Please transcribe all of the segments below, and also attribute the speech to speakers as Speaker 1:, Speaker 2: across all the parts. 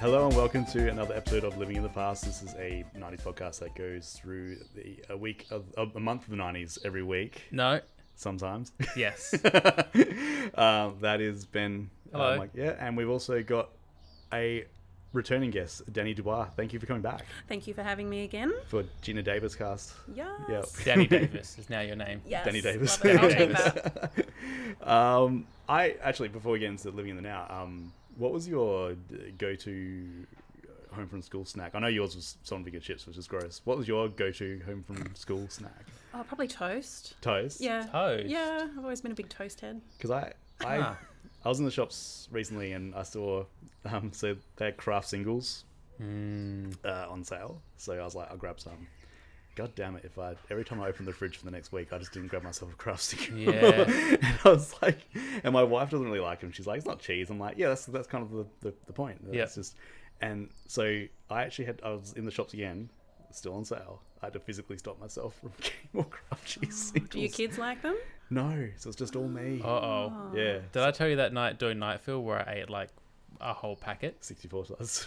Speaker 1: Hello and welcome to another episode of Living in the Past. This is a 90s podcast that goes through the, a week of a month of the 90s every week,
Speaker 2: No.
Speaker 1: sometimes.
Speaker 2: Yes.
Speaker 1: um, that is Ben. uh,
Speaker 2: Hello.
Speaker 1: Mike- yeah, and we've also got a returning guest, Danny Dubois. Thank you for coming back
Speaker 3: Thank you for having me again.
Speaker 1: for Gina Davis cast.
Speaker 3: Yes.
Speaker 1: Yep.
Speaker 2: Danny Davis is now your name.
Speaker 3: Yes.
Speaker 1: Danny Davis.
Speaker 3: Love it. I'll
Speaker 2: Danny
Speaker 3: take that.
Speaker 1: um, I actually, before we get into living in the now, um, what was your d- go-to uh, home from school snack? I know yours was Sonvica chips, which is gross. What was your go-to home from school snack?
Speaker 3: Oh, probably toast.
Speaker 1: Toast.
Speaker 3: Yeah.
Speaker 2: Toast.
Speaker 3: Yeah, I've always been a big toast head.
Speaker 1: Because I, I,
Speaker 2: Ah.
Speaker 1: I was in the shops recently and I saw, um, so they had craft singles
Speaker 2: Hmm.
Speaker 1: uh, on sale. So I was like, I'll grab some. God damn it! If I every time I opened the fridge for the next week, I just didn't grab myself a craft single.
Speaker 2: Yeah.
Speaker 1: and I was like, and my wife doesn't really like them. She's like, it's not cheese. I'm like, yeah, that's that's kind of the the, the point. It's
Speaker 2: Yeah.
Speaker 1: just, and so I actually had I was in the shops again, still on sale. I had to physically stop myself from getting more craft cheese singles.
Speaker 3: Do your kids like them?
Speaker 1: No, so it's just all me.
Speaker 2: Uh oh.
Speaker 1: Yeah,
Speaker 2: Did I tell you that night doing night fill where I ate like a whole packet?
Speaker 1: 64 plus.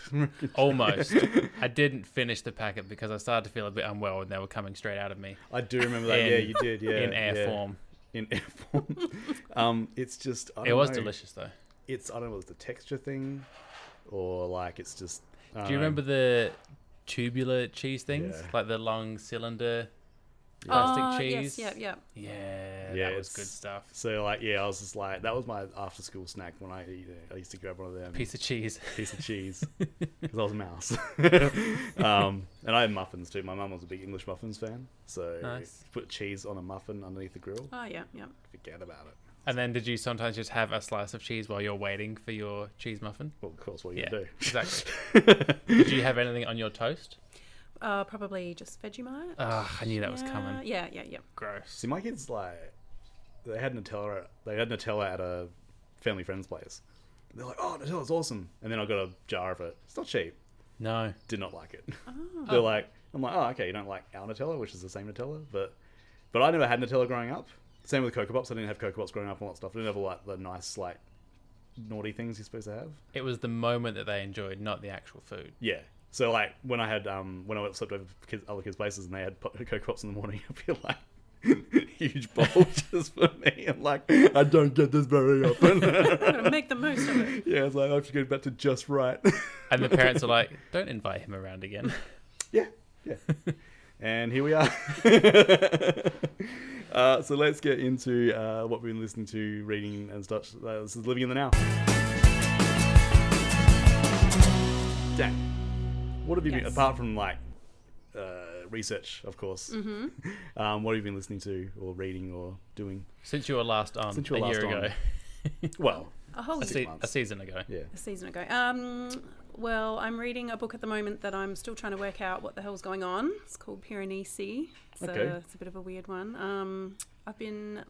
Speaker 2: Almost. I didn't finish the packet because I started to feel a bit unwell and they were coming straight out of me
Speaker 1: I do remember that.
Speaker 2: In-
Speaker 1: yeah, you did. Yeah,
Speaker 2: in air
Speaker 1: yeah.
Speaker 2: form.
Speaker 1: In air form. um, it's just. I
Speaker 2: It
Speaker 1: don't
Speaker 2: was
Speaker 1: know.
Speaker 2: delicious though.
Speaker 1: It's I don't know. if It's the texture thing, or like it's just. I
Speaker 2: Do you
Speaker 1: don't know.
Speaker 2: remember the tubular cheese things?
Speaker 1: Yeah.
Speaker 2: Like the long cylinder plastic
Speaker 3: Oh,
Speaker 2: cheese?
Speaker 3: Yes, yeah,
Speaker 2: Yeah,
Speaker 1: Yeah,
Speaker 2: that was
Speaker 1: it's-
Speaker 2: good stuff.
Speaker 1: So like yeah, I was just like that was my after school snack when I I used to grab one of them
Speaker 2: Piece of cheese.
Speaker 1: piece of cheese because I was a mouse. um, and I had muffins too. My mum was a big English muffins fan, so
Speaker 2: Nice.
Speaker 1: put cheese on a muffin underneath the grill.
Speaker 3: Oh, yeah, yeah.
Speaker 1: Forget about it.
Speaker 2: And then did you sometimes just have a slice of cheese while you're waiting for your cheese muffin?
Speaker 1: Well, of course, what are you
Speaker 2: Yeah,
Speaker 1: gonna do?
Speaker 2: exactly. did you have anything on your toast?
Speaker 3: Uh, probably just Vegemite.
Speaker 2: Ah, I knew that was
Speaker 3: yeah,
Speaker 2: coming.
Speaker 3: Yeah, yeah, yeah.
Speaker 2: Gross.
Speaker 1: See, my kids like they had Nutella. They had Nutella at a family friend's place. They're like, "Oh, Nutella's awesome!" And then I got a jar of it. It's not cheap.
Speaker 2: No.
Speaker 1: Did not like it. They're like, "I'm like, oh, okay, you don't like our Nutella, which is the same Nutella." But but I never had Nutella growing up. Same with Cocoa Pops. I didn't have Cocoa Pops growing up and all that stuff. I didn't have all like the nice like naughty things you're supposed to have.
Speaker 2: It was the moment that they enjoyed, not the actual food.
Speaker 1: Yeah. So like when I had um when I slept over kids, other kids' places and they had po- cocoa pops in the morning, I'd be like huge bowl just for me. I'm like I don't get this very often.
Speaker 3: I'm going to make the most of it.
Speaker 1: yeah, it's like I have to go back to just right.
Speaker 2: And the parents are like, don't invite him around again.
Speaker 1: yeah, yeah. and here we are. uh, so let's get into uh, what we've been listening to, reading and such. Uh, this is living in the now. Dan, what have you been
Speaker 3: Yes.
Speaker 1: apart from like uh, research, of course?
Speaker 3: Mm-hmm.
Speaker 1: Um, what have you been listening to, or reading, or doing?
Speaker 2: Since you were last on
Speaker 1: Since you were
Speaker 2: a
Speaker 1: last
Speaker 2: year
Speaker 1: on.
Speaker 2: ago,
Speaker 1: Well,
Speaker 3: A whole
Speaker 2: a,
Speaker 3: year.
Speaker 1: Six
Speaker 2: se-
Speaker 1: months.
Speaker 2: a season ago.
Speaker 1: yeah.
Speaker 3: a season ago. Um, well, I'm reading a book at the moment that I'm still trying to work out what the hell's going on. It's called Piranesi. It's,
Speaker 1: Okay.
Speaker 3: a, it's a bit of a weird one. Um, I've been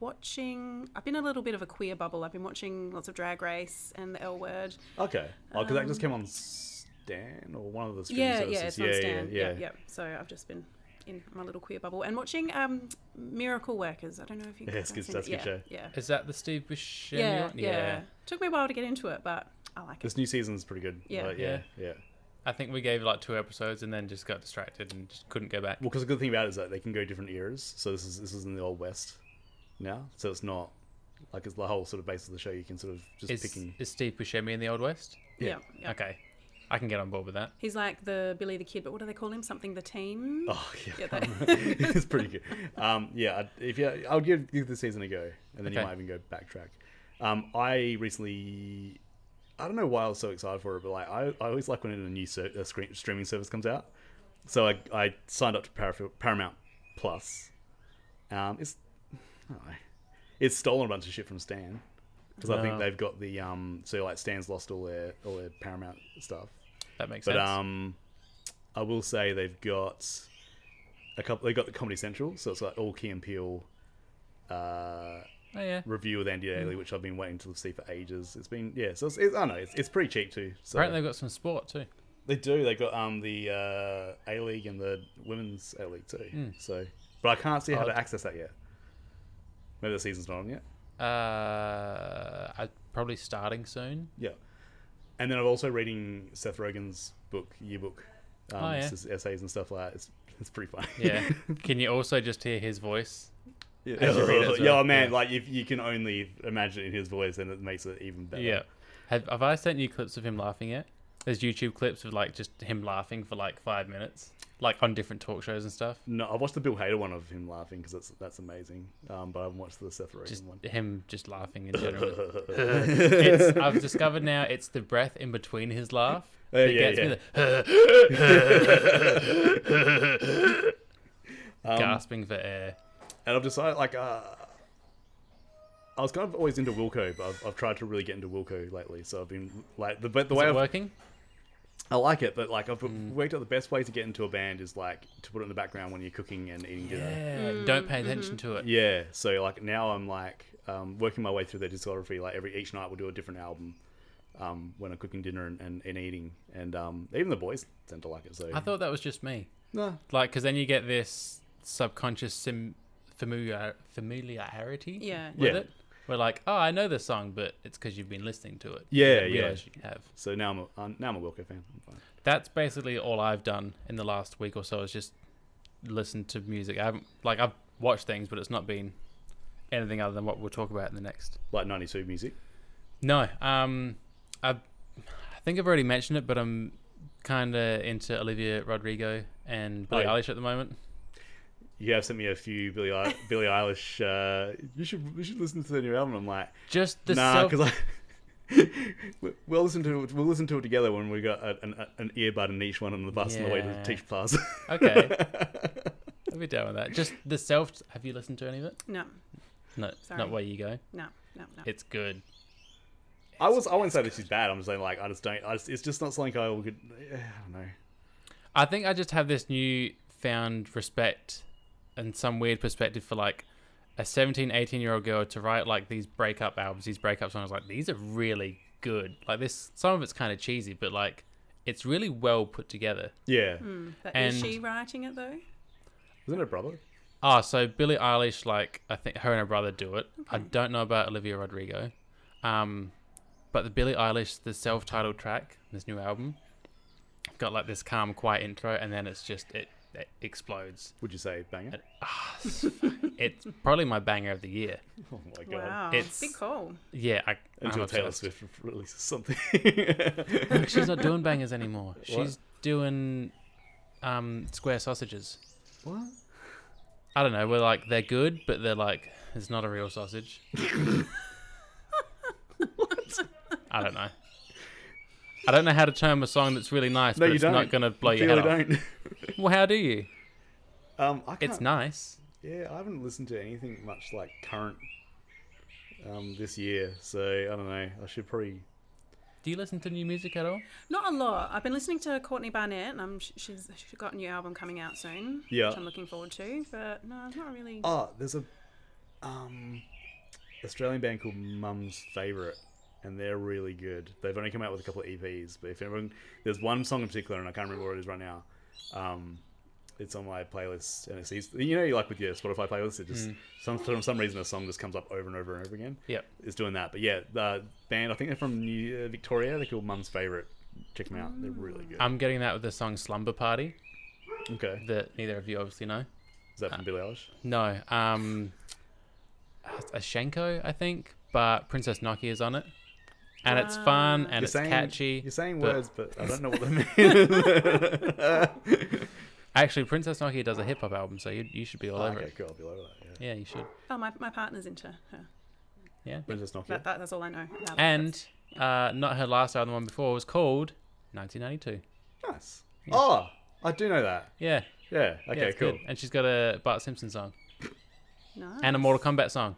Speaker 3: watching. I've been a little bit of a queer bubble. I've been watching lots of Drag Race and The L Word.
Speaker 1: Okay. Oh, because that just came on Stan or one of the streaming
Speaker 3: Um, Yeah,
Speaker 1: services.
Speaker 3: yeah, it's on Stan. Yeah, yeah, So I've just been in my little queer bubble and watching um, Miracle Workers. I don't know if you
Speaker 1: Yeah, it's good-
Speaker 3: guys seen
Speaker 1: that's
Speaker 3: it.
Speaker 1: a good show.
Speaker 3: yeah.
Speaker 2: Is that the Steve Buscemi
Speaker 3: Yeah. Yeah,
Speaker 2: one?
Speaker 3: yeah, Took me a while to get into it, but I like it.
Speaker 1: This new season's pretty good.
Speaker 3: Yeah.
Speaker 1: Like, yeah, yeah.
Speaker 2: I think we gave like two episodes and then just got distracted and just couldn't go back.
Speaker 1: Well, because the good thing about it is that they can go different eras. So this is this is in the old west now. So it's not like it's the whole sort of base of the show. You can sort of just
Speaker 2: Is,
Speaker 1: picking.
Speaker 2: is Steve Buscemi in the Old West?
Speaker 3: Yeah.
Speaker 1: yeah.
Speaker 3: yeah,
Speaker 2: Okay. I can get on board with that.
Speaker 3: He's like the Billy the Kid, but what do they call him? Something the teen.
Speaker 1: Oh yeah,
Speaker 3: Yeah, that-
Speaker 1: it's pretty good. Um, yeah, I'd- if you, I'll give, give the season a go, and then you
Speaker 2: Okay.
Speaker 1: might even go backtrack. Um, I recently, I don't know why I was so excited for it, but like I, I always like when a new ser- a screen, streaming service comes out. So I, I signed up to Paraf- Paramount Plus. Um, it's, I don't know. it's stolen a bunch of shit from Stan because I think
Speaker 2: Wow.
Speaker 1: they've got the um, so like Stan's lost all their all their Paramount stuff.
Speaker 2: That makes
Speaker 1: But
Speaker 2: sense.
Speaker 1: um, I will say they've got a couple. They got the Comedy Central, so it's like all Key and Peele uh,
Speaker 2: oh, yeah.
Speaker 1: review with Andy
Speaker 2: Mm.
Speaker 1: Daly, which I've been waiting to see for ages. It's been yeah, so it's, it's I don't know it's, it's pretty cheap too. So
Speaker 2: Apparently, they've got some sport too.
Speaker 1: they do. They got um the uh, A League and the Women's A League too. So, but I can't see how to
Speaker 2: Hmm. Odd.
Speaker 1: access that yet. Maybe the season's not on yet.
Speaker 2: Uh, I, probably starting soon.
Speaker 1: Yeah. And then I'm also reading Seth Rogen's book, yearbook, um,
Speaker 2: Oh, yeah.
Speaker 1: it's his essays and stuff like that. It's, it's pretty funny.
Speaker 2: Yeah. Can you also just hear his voice?
Speaker 1: yeah,
Speaker 2: as you read it as
Speaker 1: yeah,
Speaker 2: well.
Speaker 1: oh, man,
Speaker 2: Yeah.
Speaker 1: like if you can only imagine it in his voice, then it makes it even better.
Speaker 2: Yeah. Have, have I sent you clips of him laughing yet? There's YouTube clips of like just him laughing for like five minutes, like on different talk shows and stuff.
Speaker 1: No, I watched the Bill Hader one of him laughing because that's that's amazing. Um, but I haven't watched the Seth Rogen
Speaker 2: Just
Speaker 1: one.
Speaker 2: him just laughing in general. it's, I've discovered now it's the breath in between his laugh.
Speaker 1: Oh,
Speaker 2: that
Speaker 1: yeah,
Speaker 2: gets
Speaker 1: yeah.
Speaker 2: me the
Speaker 1: Um,
Speaker 2: gasping for air.
Speaker 1: And I've decided, like, uh, I was kind of always into Wilco, but I've, I've tried to really get into Wilco lately. So I've been like the but the
Speaker 2: Is
Speaker 1: way
Speaker 2: it
Speaker 1: I've,
Speaker 2: working? Mm.
Speaker 1: I like it, but like I've worked out the best way to get into a band is like to put it in the background when you're cooking and eating
Speaker 2: Yeah.
Speaker 1: dinner.
Speaker 2: Don't pay attention to it.
Speaker 1: Yeah. So like now I'm like um, working my way through their discography. Like every each night we'll do a different album um, when I'm cooking dinner and, and, and eating. And um, even the boys tend to like it. So
Speaker 2: I thought that was just me.
Speaker 1: no.
Speaker 2: Like, because then you get this subconscious sim- familiar- familiarity
Speaker 3: Yeah.
Speaker 2: with
Speaker 1: Yeah.
Speaker 2: it. We're like, oh, I know this song, but it's because you've been listening to it. You
Speaker 1: Yeah,
Speaker 2: don't
Speaker 1: yeah.
Speaker 2: realise You have.
Speaker 1: So now I'm a, I'm- now I'm a Wilco fan. I'm fine.
Speaker 2: That's basically all I've done in the last week or so is just listen to music. I haven't like I've watched things, but it's not been anything other than what we'll talk about in the next.
Speaker 1: Like '92 music.
Speaker 2: No, um, I, I think I've already mentioned it, but I'm kind of into Olivia Rodrigo and Billie
Speaker 1: Oh, yeah.
Speaker 2: Eilish at the moment.
Speaker 1: You have sent me a few Billie, Eil- Billie Eilish. Uh, you should you should listen to the new album. I'm like,
Speaker 2: Just the
Speaker 1: nah,
Speaker 2: self-
Speaker 1: because I. we- We'll listen to it. We'll listen to it together when we got a- an, a- an earbud and each one on the bus on the way to
Speaker 2: Yeah.
Speaker 1: teach class.
Speaker 2: okay. I'll be down with that. Just the self. Have you listened to any of it?
Speaker 3: No,
Speaker 2: No,
Speaker 3: Sorry.
Speaker 2: not where you go.
Speaker 3: no, no, no.
Speaker 2: It's good.
Speaker 1: I was. I wouldn't say that she's bad. I'm just saying, like, I just don't. I just, it's just not something I would. I don't know.
Speaker 2: I think I just have this new found respect and some weird perspective for like a 17, 18 year old girl to write like these breakup albums, these breakup songs. Like these are really good. Like this, some of it's kind of cheesy, but like it's really well put together.
Speaker 1: Yeah,
Speaker 3: But is
Speaker 2: and-
Speaker 3: she writing it though?
Speaker 1: isn't it a brother?
Speaker 2: Ah, so Billie Eilish, like I think her and her brother do it. I don't know about Olivia Rodrigo, um, but the Billie Eilish, the self-titled track, this new album, got like this calm, quiet intro, and then it's just it, it explodes.
Speaker 1: Would you say banger?
Speaker 2: It's probably my banger of the year.
Speaker 1: Oh my god!
Speaker 3: Wow,
Speaker 2: It's-
Speaker 3: big call.
Speaker 2: Yeah, I, I'm
Speaker 1: Until Taylor
Speaker 2: obsessed.
Speaker 1: Swift releases something.
Speaker 2: She's not doing bangers anymore. She's doing um, square sausages.
Speaker 1: what?
Speaker 2: I don't know. We're like they're good, but they're like it's not a real sausage. I don't know. I don't know how to term a song that's really nice,
Speaker 1: No,
Speaker 2: but
Speaker 1: you
Speaker 2: it's
Speaker 1: don't.
Speaker 2: not going to blow
Speaker 1: You
Speaker 2: your head
Speaker 1: really
Speaker 2: off.
Speaker 1: don't.
Speaker 2: Well, how do you?
Speaker 1: Um, I can't,
Speaker 2: It's nice.
Speaker 1: Yeah, I haven't listened to anything much like current um, this year, so I don't know. I should probably.
Speaker 2: Do you listen to new music at all?
Speaker 3: Not a lot. I've been listening to Courtney Barnett, and I'm, sh- she's she's got a new album coming out soon,
Speaker 1: Yeah.
Speaker 3: which I'm looking forward to. But no, it's not really.
Speaker 1: Oh, there's a um, Australian band called Mum's Favorite, and they're really good. They've only come out with a couple of EPs, but if everyone, there's one song in particular, and I can't remember what it is right now. Um, it's on my playlist, and it sees you know, like with your Spotify playlist, it
Speaker 2: Mm.
Speaker 1: just some for some reason a song just comes up over and over and over again.
Speaker 2: Yep.
Speaker 1: is doing that. But yeah, the band, I think they're from New, uh, Victoria. They're called Mum's Favorite. Check them out. They're really good.
Speaker 2: I'm getting that with the song "Slumber Party"
Speaker 1: okay.
Speaker 2: that neither of you obviously know.
Speaker 1: Is
Speaker 2: uh,
Speaker 1: that from Billie Eilish?
Speaker 2: No, um, Ashenko, I think, but Princess Nokia is on it, and it's fun and it's catchy.
Speaker 1: You're saying
Speaker 2: but-
Speaker 1: words, but I don't know what they mean.
Speaker 2: Actually, Princess Nokia does a hip hop album, so you, you should be all over
Speaker 1: Ah. okay,
Speaker 2: it.
Speaker 1: cool. I'll be over that. Yeah.
Speaker 2: Yeah, you should.
Speaker 3: Oh, my, my partner's into her.
Speaker 2: Yeah.
Speaker 1: Princess Nokia.
Speaker 3: That, that, that's all I know. about it.
Speaker 2: And uh, not her last album, the one before, was called 1992.
Speaker 1: Nice. Oh, I do know that.
Speaker 2: Yeah.
Speaker 1: Yeah.
Speaker 2: yeah,
Speaker 1: Okay,
Speaker 2: it's
Speaker 1: cool.
Speaker 2: good. And she's got a Bart Simpson song
Speaker 3: Nice.
Speaker 2: and a Mortal Kombat song.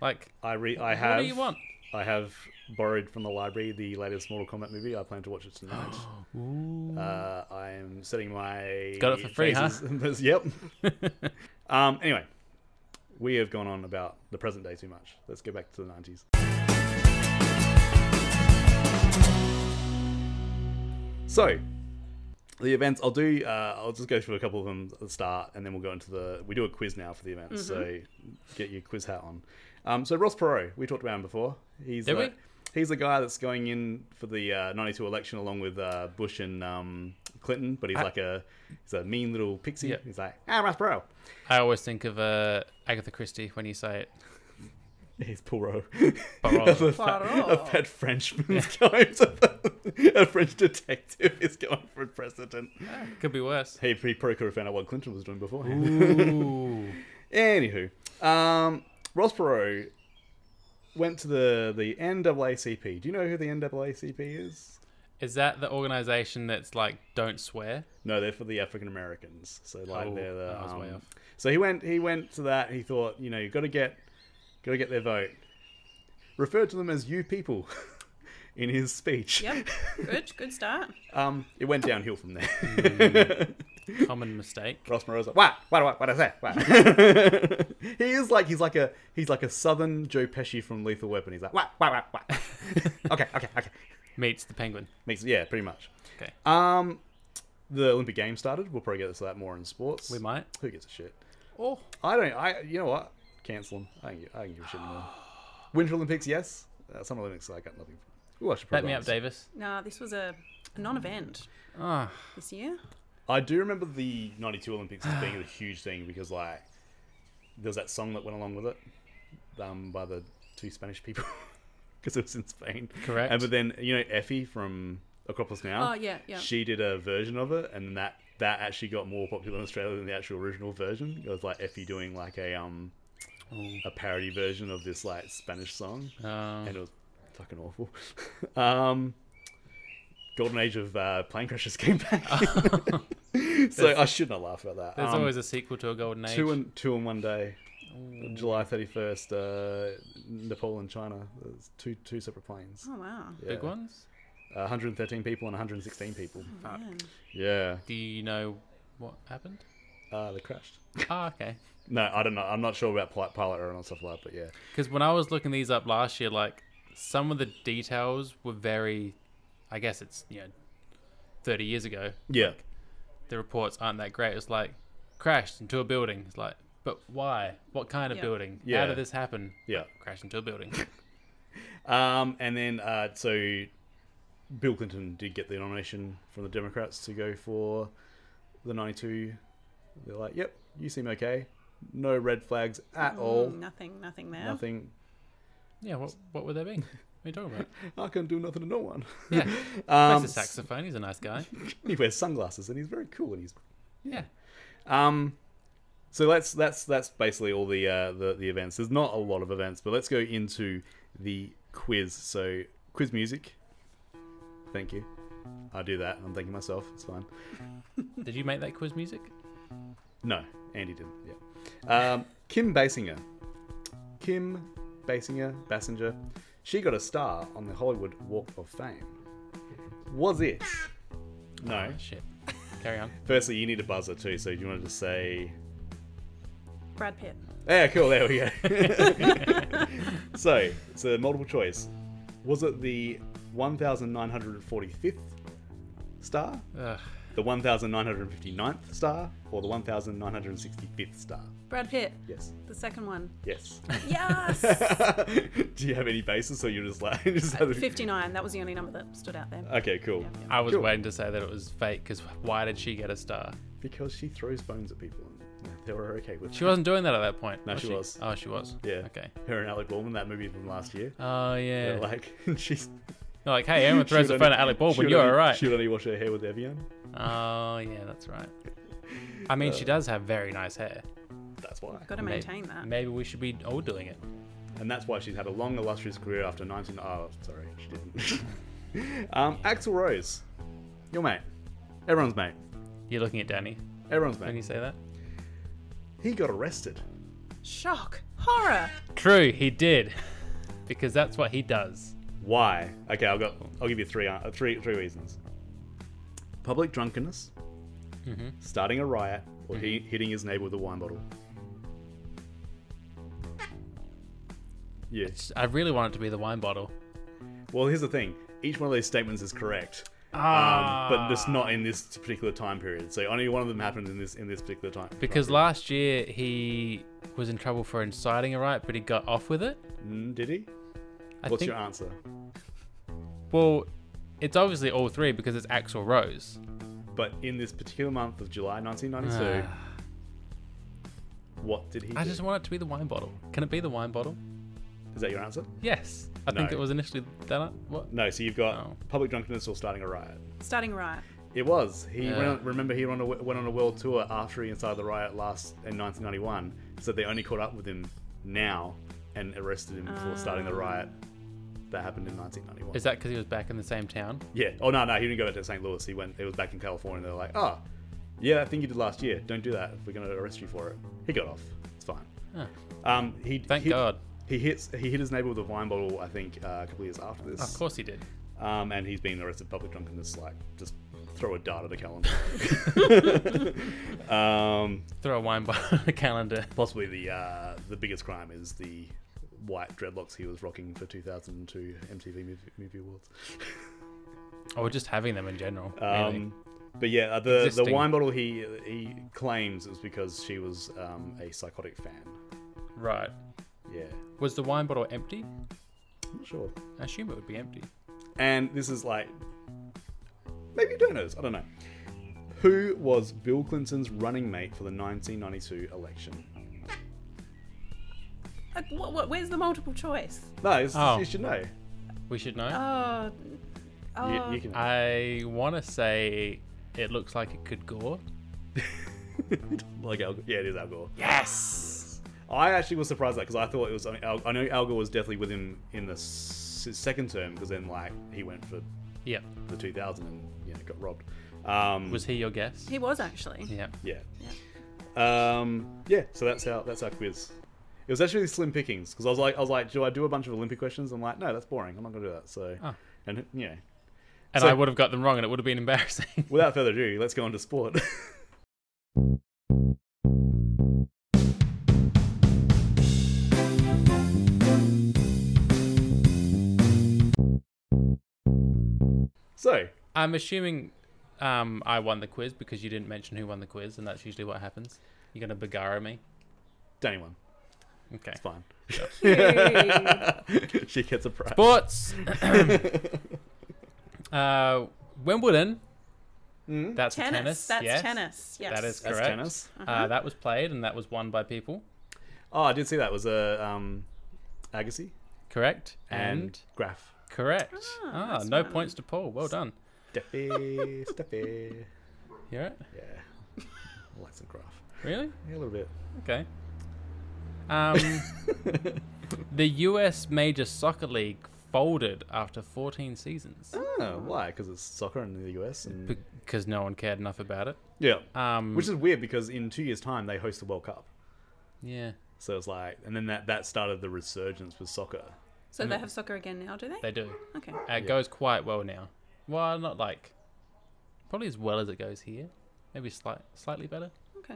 Speaker 2: Like,
Speaker 1: I re- I have.
Speaker 2: what do you want?
Speaker 1: I have borrowed from the library the latest Mortal Kombat movie. I plan to watch it tonight. Uh, I am setting my
Speaker 2: Got it for free, huh?
Speaker 1: phases- yep. um, anyway, we have gone on about the present day too much. Let's go back to the nineties. So, the events I'll do. Uh, I'll just go through a couple of them at the start, and then we'll go into the. We do a quiz now for the
Speaker 2: Mm-hmm.
Speaker 1: events, so get your quiz hat on. Um, so Ross Perot, we talked about him before. He's
Speaker 2: Did
Speaker 1: like-
Speaker 2: we?
Speaker 1: he's the guy that's going in for the uh, 92 election along with uh, Bush and um, Clinton, but he's like a he's a mean little pixie.
Speaker 2: Ah. Yeah.
Speaker 1: He's like, ah, Ross Perot.
Speaker 2: I always think of uh, Agatha Christie when you say it.
Speaker 1: He's Poirot.
Speaker 2: Poirot.
Speaker 1: a, fat, a
Speaker 3: Poirot.
Speaker 1: fat Frenchman's going to a French detective is going for president.
Speaker 2: Could be worse.
Speaker 1: He, he probably could have found out what Clinton was doing beforehand.
Speaker 2: Ooh.
Speaker 1: Anywho, um, Ross Perot went to the the NAACP. Do you know who the NAACP is?
Speaker 2: Is that the organization that's like don't swear?
Speaker 1: No, they're for the African Americans. So like
Speaker 2: Oh,
Speaker 1: they're the.
Speaker 2: I was way
Speaker 1: um,
Speaker 2: off.
Speaker 1: So he went. He went to that. He thought, you know, you got to get, got to get their vote. Referred to them as "you people" in his speech.
Speaker 3: Yep. Good. Good start.
Speaker 1: Um, it went downhill from there.
Speaker 2: Hmm. Common mistake.
Speaker 1: Ross Moreau's like, what? What? What? What is that? What? he is like, he's like a, he's like a southern Joe Pesci from Lethal Weapon. He's like, what? What? What? What? okay, okay, okay.
Speaker 2: Meets the penguin.
Speaker 1: Makes yeah, pretty much.
Speaker 2: Okay.
Speaker 1: Um, the Olympic Games started. We'll probably get to that more in sports.
Speaker 2: We might.
Speaker 1: Who gives a shit?
Speaker 2: Oh.
Speaker 1: I don't. I you know what? Cancel them. I don't, gi- I don't give a shit anymore. Winter Olympics, yes. Uh, Summer Olympics, I got nothing. Ooh, I should
Speaker 2: Back
Speaker 1: probably
Speaker 2: me up,
Speaker 1: answer.
Speaker 2: Davis.
Speaker 3: Nah, this was a, a non-event
Speaker 2: Ah,
Speaker 3: this year.
Speaker 1: I do remember the '92 Olympics as being a huge thing because like there was that song that went along with it, um, by the two Spanish people because it was in Spain.
Speaker 2: Correct.
Speaker 1: And but then you know Effie from Acropolis Now.
Speaker 3: Oh, yeah, yeah.
Speaker 1: She did a version of it, and that that actually got more popular in Australia than the actual original version. It was like Effie doing like a um a parody version of this like Spanish song,
Speaker 2: uh,
Speaker 1: and it was fucking awful. um. Golden age of uh, plane crashes came back. So I should not laugh about that.
Speaker 2: there's
Speaker 1: Um,
Speaker 2: always a sequel to a golden age.
Speaker 1: two and two in one day. July thirty first, uh, Nepal and China. There's two two separate planes.
Speaker 3: Oh wow.
Speaker 2: big
Speaker 1: Yeah.
Speaker 2: ones.
Speaker 1: Uh, 113 people and 116 people.
Speaker 2: Hmm.
Speaker 3: Man.
Speaker 1: Yeah,
Speaker 2: Do you know what happened?
Speaker 1: uh, they crashed.
Speaker 2: ah, okay.
Speaker 1: No, I don't know. I'm not sure about pilot, pilot error and stuff like that. But yeah,
Speaker 2: Because when I was looking these up last year, like some of the details were very, I guess it's you know, thirty years ago.
Speaker 1: yeah,
Speaker 2: The reports aren't that great. It's like crashed into a building. It's like, but why? What kind of
Speaker 3: Yeah.
Speaker 2: building?
Speaker 1: Yeah.
Speaker 2: How did this happen?
Speaker 1: yeah.
Speaker 2: Crashed into a building.
Speaker 1: Um, and then uh, so Bill Clinton did get the nomination from the Democrats to go for the 92. They're like, yep, you seem okay. No red flags at all.
Speaker 3: Mm, nothing. Nothing there.
Speaker 1: Nothing.
Speaker 2: yeah. What What would they be? What are you talking about?
Speaker 1: I can do nothing to no one.
Speaker 2: Yeah.
Speaker 1: Um,
Speaker 2: Plays the saxophone. He's a nice guy.
Speaker 1: he wears sunglasses and he's very cool and he's
Speaker 2: Yeah.
Speaker 1: um so that's that's that's basically all the uh the, the events there's not a lot of events but let's go into the quiz so quiz music thank you i do that i'm thanking myself it's fine
Speaker 2: Did you make that quiz music?
Speaker 1: no andy didn't yeah um kim basinger kim basinger bassinger she got a star on the hollywood walk of fame was it no
Speaker 2: Oh, shit. Carry on.
Speaker 1: firstly you need a buzzer too so do you want to just say
Speaker 3: Brad Pitt.
Speaker 1: Yeah, cool. There we go. so it's a multiple choice. Was it the 1,945th star,
Speaker 2: Ugh.
Speaker 1: the 1,959th star, or the 1,965th star?
Speaker 3: Brad Pitt.
Speaker 1: Yes.
Speaker 3: The second one.
Speaker 1: Yes.
Speaker 3: Yes.
Speaker 1: Do you have any basis, or you're just like just have a-
Speaker 3: Fifty-nine. That was the only number that stood out
Speaker 2: Uh,
Speaker 3: there.
Speaker 1: Okay, cool.
Speaker 3: Yeah, yeah.
Speaker 2: I was
Speaker 1: Cool.
Speaker 2: waiting to say that it was fake because why did she get a star?
Speaker 1: Because she throws bones at people, and they were okay with
Speaker 2: She wasn't doing that at that point.
Speaker 1: No, she was.
Speaker 2: Oh, she was.
Speaker 1: it. Yeah.
Speaker 2: Okay.
Speaker 1: Her and Alec Baldwin, that movie from last year.
Speaker 2: Oh yeah.
Speaker 1: They're
Speaker 2: Like,
Speaker 1: Like she's.
Speaker 2: hey, Emma
Speaker 1: she
Speaker 2: throws
Speaker 1: would
Speaker 2: the phone
Speaker 1: only-
Speaker 2: at Alec
Speaker 1: she
Speaker 2: Baldwin.
Speaker 1: would
Speaker 2: You're
Speaker 1: only-
Speaker 2: all right.
Speaker 1: She would only wash her hair with Evian.
Speaker 2: Oh yeah, that's right. I mean, she does have very nice hair.
Speaker 1: That's why.
Speaker 3: Got to
Speaker 2: May-
Speaker 3: maintain that.
Speaker 2: Maybe we should be all doing it.
Speaker 1: and that's why she's had a long, illustrious career after 19. Oh, sorry, she didn't. um, Axel Rose, your mate, everyone's mate,
Speaker 2: You're looking at Danny
Speaker 1: everyone's
Speaker 2: when you
Speaker 1: mate.
Speaker 2: say that.
Speaker 1: He got arrested.
Speaker 3: Shock. Horror.
Speaker 2: True, he did, because that's what he does.
Speaker 1: Why? Okay, I'll got. I'll give you three. Uh, three. Three reasons. Public drunkenness,
Speaker 2: Mm-hmm.
Speaker 1: starting a riot, or he, hitting his neighbor with a wine bottle. Yeah.
Speaker 2: I really want it to be the wine bottle.
Speaker 1: Well, here's the thing. Each one of those statements is correct.
Speaker 2: Ah.
Speaker 1: Um, but just not in this particular time period. So only one of them happened in this in this particular time.
Speaker 2: Because
Speaker 1: time
Speaker 2: last year he was in trouble for inciting a riot, but he got off with it.
Speaker 1: period. Mm, did he?
Speaker 2: I
Speaker 1: What's
Speaker 2: think
Speaker 1: your answer?
Speaker 2: Well, it's obviously all three because it's Axl Rose.
Speaker 1: But in this particular month of July 1992, what did he
Speaker 2: Ah. I
Speaker 1: do?
Speaker 2: just want it to be the wine bottle. Can it be the wine bottle?
Speaker 1: Is that your answer?
Speaker 2: Yes. I think
Speaker 1: No.
Speaker 2: it was initially that. What?
Speaker 1: No, so you've got
Speaker 2: No.
Speaker 1: public drunkenness or starting a riot.
Speaker 3: Starting right.
Speaker 1: It was. He
Speaker 2: Yeah.
Speaker 1: went, remember he went on, a, went on a world tour after he incited the riot last in 1991. So they only caught up with him now and arrested him for starting the riot that happened in 1991.
Speaker 2: Um. Is that because he was back in the same town?
Speaker 1: yeah. Oh no, no, he didn't go back to St. Louis. He went. It was back in California. They're like, oh, yeah, that thing you did last year. Don't do that. We're gonna arrest you for it. He got off. It's fine.
Speaker 2: Huh.
Speaker 1: Um, he
Speaker 2: Thank
Speaker 1: he-
Speaker 2: God.
Speaker 1: He hits. He hit his neighbor with a wine bottle. I think uh, a couple of years after this.
Speaker 2: Of course he did.
Speaker 1: Um, and he's been arrested for public drunkenness. Like, just throw a dart at the calendar. um,
Speaker 2: Throw a wine bottle on the calendar.
Speaker 1: possibly the uh, the biggest crime is the white dreadlocks he was rocking for 2002 MTV Movie, movie Awards.
Speaker 2: Or just having them in general. really.
Speaker 1: Um, but yeah, uh, the the
Speaker 2: Existing.
Speaker 1: wine bottle he he claims is because she was um, a psychotic fan.
Speaker 2: Right.
Speaker 1: Yeah,
Speaker 2: Was the wine bottle empty?
Speaker 1: I'm not sure.
Speaker 2: I assume it would be empty.
Speaker 1: And this is like maybe you don't know this. I don't know. Who was Bill Clinton's running mate for the 1992 election?
Speaker 3: Like, what, what, Uh, where's the multiple choice?
Speaker 1: No, it's,
Speaker 2: Oh.
Speaker 1: you should know.
Speaker 2: We should know.
Speaker 3: Oh, oh.
Speaker 1: You, you can.
Speaker 2: I want to say it looks like it could gore.
Speaker 1: like Al Gore. Yeah, it is Al Gore.
Speaker 2: Yes.
Speaker 1: I actually was surprised at that because I thought it was. I, mean, Al, I know Al Gore was definitely with him in the s- second term because then like he went for
Speaker 2: Yep.
Speaker 1: the 2000 and you know got robbed. Um,
Speaker 2: Was he your guess?
Speaker 3: he was actually.
Speaker 2: Yeah.
Speaker 1: yeah. Um, yeah. So that's our that's our quiz. It was actually slim pickings because I was like I was like, do I do a bunch of Olympic questions? I'm like, no, that's boring. I'm not gonna do that. So,
Speaker 2: Oh.
Speaker 1: and yeah.
Speaker 2: And
Speaker 1: So-
Speaker 2: I would have got them wrong, and it would have been embarrassing.
Speaker 1: Without further ado, let's go on to sport. so,
Speaker 2: I'm assuming um, I won the quiz because you didn't mention who won the quiz, and that's usually what happens. You're gonna Bagaro me.
Speaker 1: Danny won.
Speaker 2: Okay.
Speaker 1: It's fine.
Speaker 3: Yay.
Speaker 1: she gets a prize.
Speaker 2: Sports. uh, Wimbledon.
Speaker 1: Mm.
Speaker 2: That's for
Speaker 3: tennis.
Speaker 2: tennis.
Speaker 3: That's
Speaker 2: yes.
Speaker 3: tennis. Yes.
Speaker 2: That is
Speaker 1: That's
Speaker 2: correct.
Speaker 1: tennis.
Speaker 2: Uh, that was played and that was won by people.
Speaker 1: Oh, I did see that. It was a um, Agassi
Speaker 2: Correct.
Speaker 1: and,
Speaker 2: And,
Speaker 1: Graf.
Speaker 2: correct.
Speaker 3: Ah,
Speaker 2: Ah,
Speaker 3: nice
Speaker 2: no
Speaker 3: one.
Speaker 2: points to Paul. Well done.
Speaker 1: Steffi, Steffi.
Speaker 2: Hear it?
Speaker 1: Yeah. I like some Graf.
Speaker 2: Really?
Speaker 1: Yeah, a little bit.
Speaker 2: Okay. Um, the U.S. Major Soccer League folded after 14 seasons
Speaker 1: Oh, why? Because it's soccer in the US, and
Speaker 2: because no one cared enough about it.
Speaker 1: yeah,
Speaker 2: Um,
Speaker 1: which is weird because in two years' time they host the World Cup,
Speaker 2: yeah,
Speaker 1: so it's like, and then that that started the resurgence with soccer.
Speaker 3: So they have soccer again now, do they?
Speaker 2: they do.
Speaker 3: okay.
Speaker 2: Uh, It goes quite well now. Well, not like probably as well as it goes here. Maybe slight, slightly better.
Speaker 3: Okay.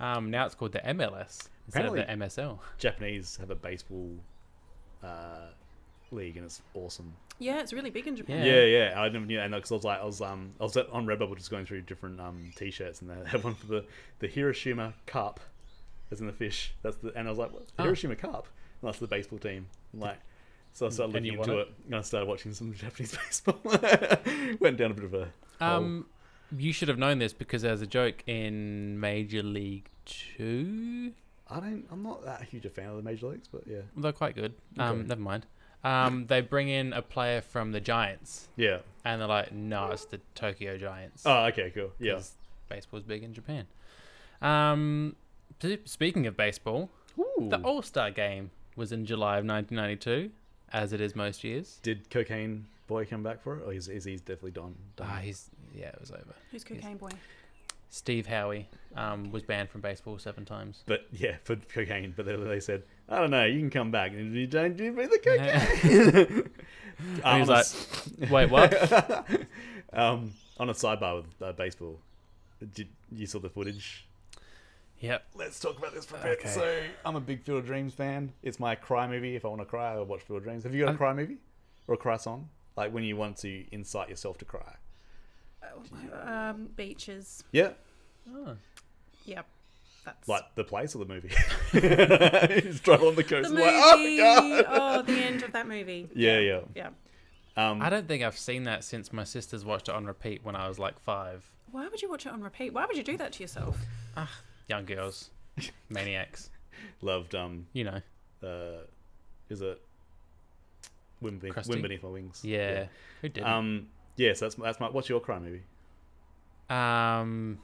Speaker 2: Um, now it's called the MLS instead
Speaker 1: Apparently-
Speaker 2: of the MSL.
Speaker 1: Japanese have a baseball uh, league, and it's awesome.
Speaker 3: Yeah, it's really big in Japan.
Speaker 2: Yeah.
Speaker 1: Yeah, yeah, I never knew that because I was like, I was um, I was at- on Redbubble just going through different um t-shirts, and they had one for the the Hiroshima Cup, as in the fish. That's the, and I was like, what?
Speaker 2: Oh.
Speaker 1: Hiroshima Cup, and that's the baseball team, I'm like. So I started
Speaker 2: And
Speaker 1: looking
Speaker 2: you
Speaker 1: into
Speaker 2: won
Speaker 1: it? and I started watching some Japanese baseball. Went down a bit of a
Speaker 2: Um, you should have known this because there's a joke in Major League Two.
Speaker 1: I don't. I'm not that huge a fan of the major leagues, but yeah,
Speaker 2: They're quite good. Um,
Speaker 1: Okay.
Speaker 2: Never mind. Um, they bring in a player from the Giants,
Speaker 1: yeah.
Speaker 2: and they're like, "No, it's the Tokyo Giants."
Speaker 1: Oh, okay, cool. Yeah.
Speaker 2: 'cause baseball's big in Japan. Um, p- speaking of baseball,
Speaker 1: Ooh.
Speaker 2: the All Star Game was in July of 1992, as it is most years.
Speaker 1: Did cocaine boy come back for it, or is is he definitely done? done?
Speaker 2: Ah, he's yeah, it was over.
Speaker 3: Who's Cocaine Boy?
Speaker 2: Steve Howie um, was banned from baseball seven times.
Speaker 1: But yeah, for cocaine. But then they said, I don't know, you can come back and you don't do the cocaine.
Speaker 2: And
Speaker 1: Um,
Speaker 2: he was like, "Wait, what?"
Speaker 1: um, on a sidebar with uh, baseball, did you saw the footage?
Speaker 2: yep.
Speaker 1: Let's talk about this for a bit.
Speaker 2: Okay.
Speaker 1: So I'm a big Field of Dreams fan. It's my cry movie. If I want to cry, I will watch Field of Dreams. Have you got a
Speaker 2: I'm-
Speaker 1: cry movie or a cry song? Like when you want to incite yourself to cry.
Speaker 3: Um, beaches.
Speaker 1: Yeah,
Speaker 2: Oh.
Speaker 3: Yep. That's
Speaker 1: like the place or the movie. He's driving on the
Speaker 3: the
Speaker 1: coast.
Speaker 3: movie.
Speaker 1: like, oh my god.
Speaker 3: oh, the end of that movie.
Speaker 1: Yeah, yeah.
Speaker 3: Yeah.
Speaker 1: Um,
Speaker 2: I don't think I've seen that since my sisters watched it on repeat when I was like five.
Speaker 3: Why would you watch it on repeat? Why would you do that to yourself?
Speaker 2: Young girls, maniacs,
Speaker 1: loved um
Speaker 2: you know.
Speaker 1: uh, is it wind, Be-
Speaker 2: Krusty?
Speaker 1: wind beneath my wings?
Speaker 2: Yeah. Who did?
Speaker 1: Yeah.
Speaker 2: Um,
Speaker 1: Um. Yes, that's that's my. What's your crime movie?
Speaker 2: um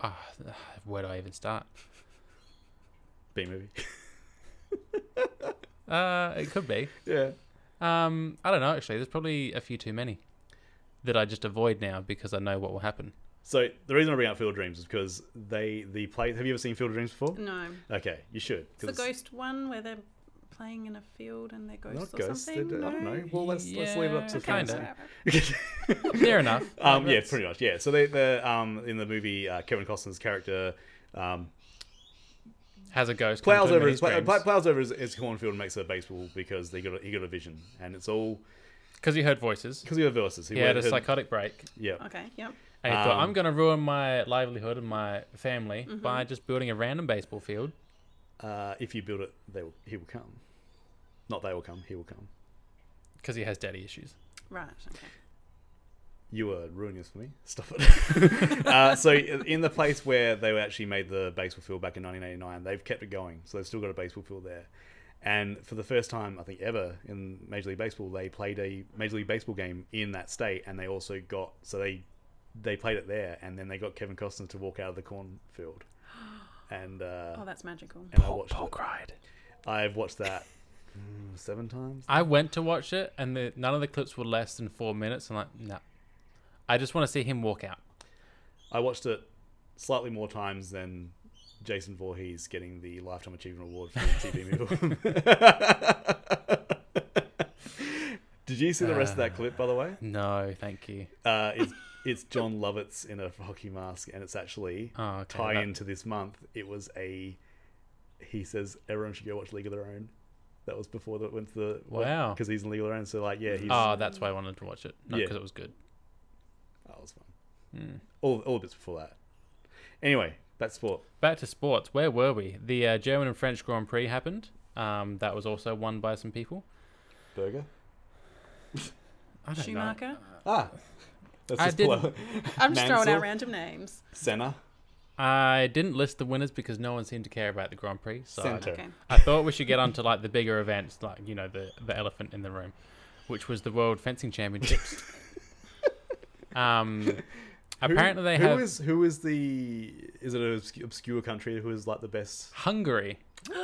Speaker 2: ah, where do I even start?
Speaker 1: B movie.
Speaker 2: Uh, it could be.
Speaker 1: yeah.
Speaker 2: Um, I don't know. Actually, there's probably a few too many that I just avoid now because I know what will happen.
Speaker 1: So the reason I bring up Field of Dreams is because they the play. Have you ever seen Field of Dreams before?
Speaker 3: No.
Speaker 1: Okay, you should.
Speaker 3: Mm. It's the
Speaker 1: 'cause
Speaker 3: ghost one where they're playing in a field and they're ghosts
Speaker 1: Not
Speaker 3: or
Speaker 1: ghosts. they
Speaker 3: something.
Speaker 1: do- I don't know. Well, let's let's
Speaker 2: Yeah,
Speaker 1: leave it up to
Speaker 2: kinda.
Speaker 1: fantasy.
Speaker 2: Fair enough.
Speaker 1: Um, yeah,
Speaker 2: That's-
Speaker 1: pretty much. Yeah. So they, they're um, in the movie, uh, Kevin Costner's character um,
Speaker 2: has a ghost. come to
Speaker 1: plows
Speaker 2: him in
Speaker 1: over uh, his
Speaker 2: his
Speaker 1: pl- pl- plows over his, his cornfield and makes it a baseball because they got a, he got a vision, and it's all
Speaker 2: because he heard voices.
Speaker 1: because he had verses. He
Speaker 2: He had a
Speaker 1: went- had-
Speaker 2: psychotic break.
Speaker 1: Yeah.
Speaker 3: Okay, yep.
Speaker 2: And he thought,
Speaker 1: Um,
Speaker 2: I'm going to ruin my livelihood and my family by just building a random baseball field.
Speaker 1: Uh, if you build it, they will, he will come. Not they will come. He will come.
Speaker 2: Because he has daddy issues.
Speaker 3: Right, okay.
Speaker 1: You are ruining this for me. Stop it. uh, so, in the place where they actually made the baseball field back in 1989, they've kept it going. So, they've still got a baseball field there. And for the first time, I think, ever in Major League Baseball, they played a Major League Baseball game in that state. And they also got, so they they played it there. And then they got Kevin Costner to walk out of the cornfield. And, uh,
Speaker 3: Oh, that's magical.
Speaker 1: and I watched it.
Speaker 2: cried.
Speaker 1: I've watched that mm, seven times.
Speaker 2: I went to watch it, and the, none of the clips were less than four minutes. I'm like, no. I just want to see him walk out.
Speaker 1: I watched it slightly more times than Jason Voorhees getting the Lifetime Achievement Award for the TV movie. Did you see the rest of that clip, by the way?
Speaker 2: No, thank you.
Speaker 1: Uh, it's, it's John Lovitz in a hockey mask, and it's actually
Speaker 2: Oh, okay,
Speaker 1: tie
Speaker 2: that-
Speaker 1: into this month. It was a. He says everyone should go watch League of Their Own. That was before that went to the
Speaker 2: Wow.
Speaker 1: because he's in League of Their Own. So like, yeah, he's
Speaker 2: Oh, that's why I wanted to watch it. Not
Speaker 1: Yeah.
Speaker 2: because it was good.
Speaker 1: that was fun.
Speaker 2: Hmm.
Speaker 1: All all the bits before that. Anyway, that's sport.
Speaker 2: Back to sports. Where were we? The uh, German and French Grand Prix happened. Um, that was also won by some people.
Speaker 1: Burger.
Speaker 2: I don't know.
Speaker 3: Schumacher?
Speaker 1: Ah. That's
Speaker 2: I
Speaker 1: just pull
Speaker 2: didn't-
Speaker 1: out-
Speaker 3: I'm just throwing
Speaker 1: Uh, Mansell,
Speaker 3: out random names.
Speaker 1: Senna.
Speaker 2: I didn't list the winners because no one seemed to care about the Grand Prix. So I,
Speaker 1: Center.
Speaker 3: Okay.
Speaker 2: I thought we should get onto like the bigger events, like you know the the elephant in the room, which was the World Fencing Championships. um,
Speaker 1: Who-
Speaker 2: apparently they
Speaker 1: who
Speaker 2: have
Speaker 1: is- who is the is it an obscu- obscure country who is like the best?
Speaker 2: Hungary.
Speaker 1: Ah.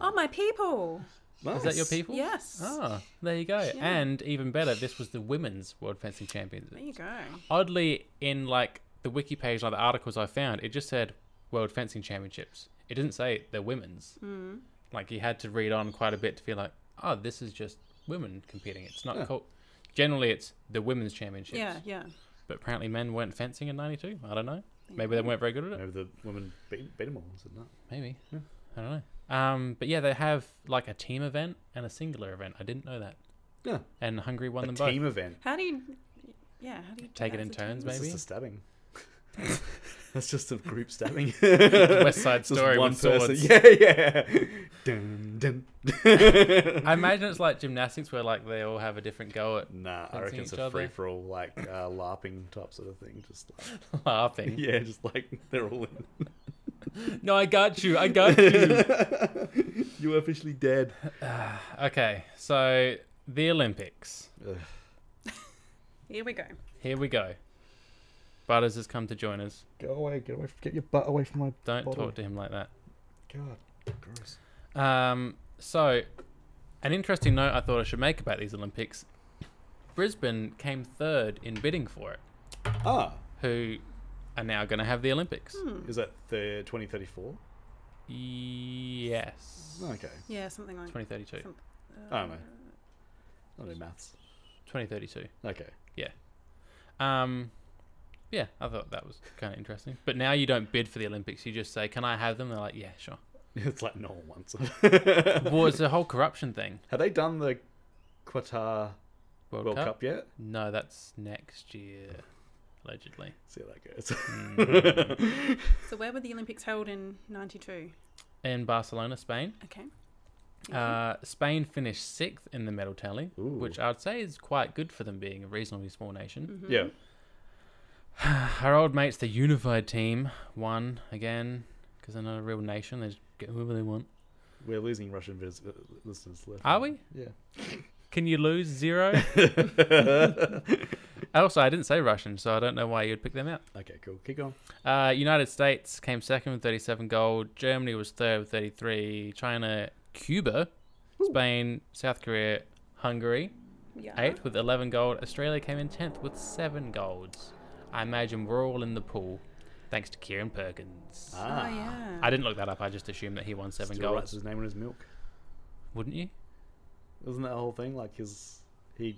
Speaker 3: Oh, my people.
Speaker 2: Is that your
Speaker 1: Nice.
Speaker 2: people?
Speaker 3: Yes.
Speaker 2: Ah, there you go.
Speaker 3: Yeah.
Speaker 2: And even better, this was the women's World Fencing Championships.
Speaker 3: There you go.
Speaker 2: oddly in like the wiki page like the articles i found it just said world fencing championships it didn't say they're women's mm.
Speaker 3: Hmm.
Speaker 2: like you had to read on quite a bit to feel like oh this is just women competing it's not cool generally it's the women's championships
Speaker 3: Yeah, yeah.
Speaker 2: but apparently men weren't fencing in 92 i don't know maybe they weren't very good at it
Speaker 1: Maybe the woman beat, beat them all. Is it not?
Speaker 2: maybe i don't know um, but yeah they have like a team event and a singular event i didn't know that
Speaker 1: Yeah.
Speaker 2: and hungary won
Speaker 1: A
Speaker 2: them
Speaker 1: team
Speaker 2: both
Speaker 1: event.
Speaker 3: How do you. Yeah, how do you. do
Speaker 2: Take it
Speaker 3: that
Speaker 2: in
Speaker 3: as a
Speaker 2: turns,
Speaker 3: team?
Speaker 1: That's
Speaker 2: Maybe.
Speaker 1: just a stabbing. That's just a group stabbing.
Speaker 2: west side
Speaker 1: just
Speaker 2: story
Speaker 1: one
Speaker 2: with
Speaker 1: person.
Speaker 2: swords
Speaker 1: Yeah, yeah. Dun, dun.
Speaker 2: i imagine it's like gymnastics where like they all have a different go at
Speaker 1: Nah, I
Speaker 2: Fencing
Speaker 1: reckon it's
Speaker 2: each
Speaker 1: a
Speaker 2: other.
Speaker 1: free for all, like uh, LARPing type sort of thing. Just like,
Speaker 2: laughing
Speaker 1: yeah, just like they're all in.
Speaker 2: No, I got you. I got you.
Speaker 1: You're officially dead.
Speaker 2: okay, so the Olympics.
Speaker 3: Here we go.
Speaker 2: Here we go. Butters has come to join us.
Speaker 1: Go away, get away, get your butt away from my
Speaker 2: Don't
Speaker 1: Bottle.
Speaker 2: talk to him like that.
Speaker 1: God, gross.
Speaker 2: Um, so, an interesting note I thought I should make about these Olympics Brisbane came third in bidding for it,
Speaker 1: Ah,
Speaker 2: who are now going to have the Olympics.
Speaker 1: is that the 2034?
Speaker 2: Yes.
Speaker 1: Okay,
Speaker 3: Yeah, something like.
Speaker 2: 2032.
Speaker 3: Some- uh,
Speaker 1: I don't know. I do maths.
Speaker 2: 2032.
Speaker 1: Okay,
Speaker 2: Um, yeah, I thought that was kind of interesting. But now you don't bid for the Olympics. You just say, can I have them? They're like, yeah, sure.
Speaker 1: it's like no one wants it.
Speaker 2: well, it's a whole corruption thing.
Speaker 1: Have they done the Qatar
Speaker 2: World,
Speaker 1: World
Speaker 2: Cup?
Speaker 1: Cup, yet?
Speaker 2: No, that's next year, allegedly.
Speaker 1: See how that goes.
Speaker 3: So, where were the Olympics held in 92?
Speaker 2: In Barcelona, Spain.
Speaker 3: Okay.
Speaker 2: Uh, Spain finished sixth in the medal tally,
Speaker 1: Ooh.
Speaker 2: which I'd say is quite good for them being a reasonably small
Speaker 3: Mm-hmm.
Speaker 2: nation.
Speaker 1: Yeah.
Speaker 2: Our old mates, the unified team, won again because they're not a real nation. They just get whoever they want.
Speaker 1: We're losing Russian vis- uh, listeners left.
Speaker 2: Are we?
Speaker 1: Yeah.
Speaker 2: Can you lose zero? also, Oh, I didn't say Russian, so I don't know why you'd pick them out.
Speaker 1: Okay, cool. Keep going.
Speaker 2: Uh, United States came second with 37 gold. Germany was third with 33. China, Cuba, Spain, South Korea, Hungary.
Speaker 3: Yeah.
Speaker 2: eight with 11 gold. Australia came in 10th with seven golds. I imagine we're all in the pool thanks to Kieran Perkins.
Speaker 3: Oh, yeah.
Speaker 2: I didn't look that up. I just assumed that he won seven
Speaker 1: Ah. Still
Speaker 2: golds.
Speaker 1: writes his name on his milk.
Speaker 2: Wouldn't you?
Speaker 1: Isn't that the whole thing? Like his he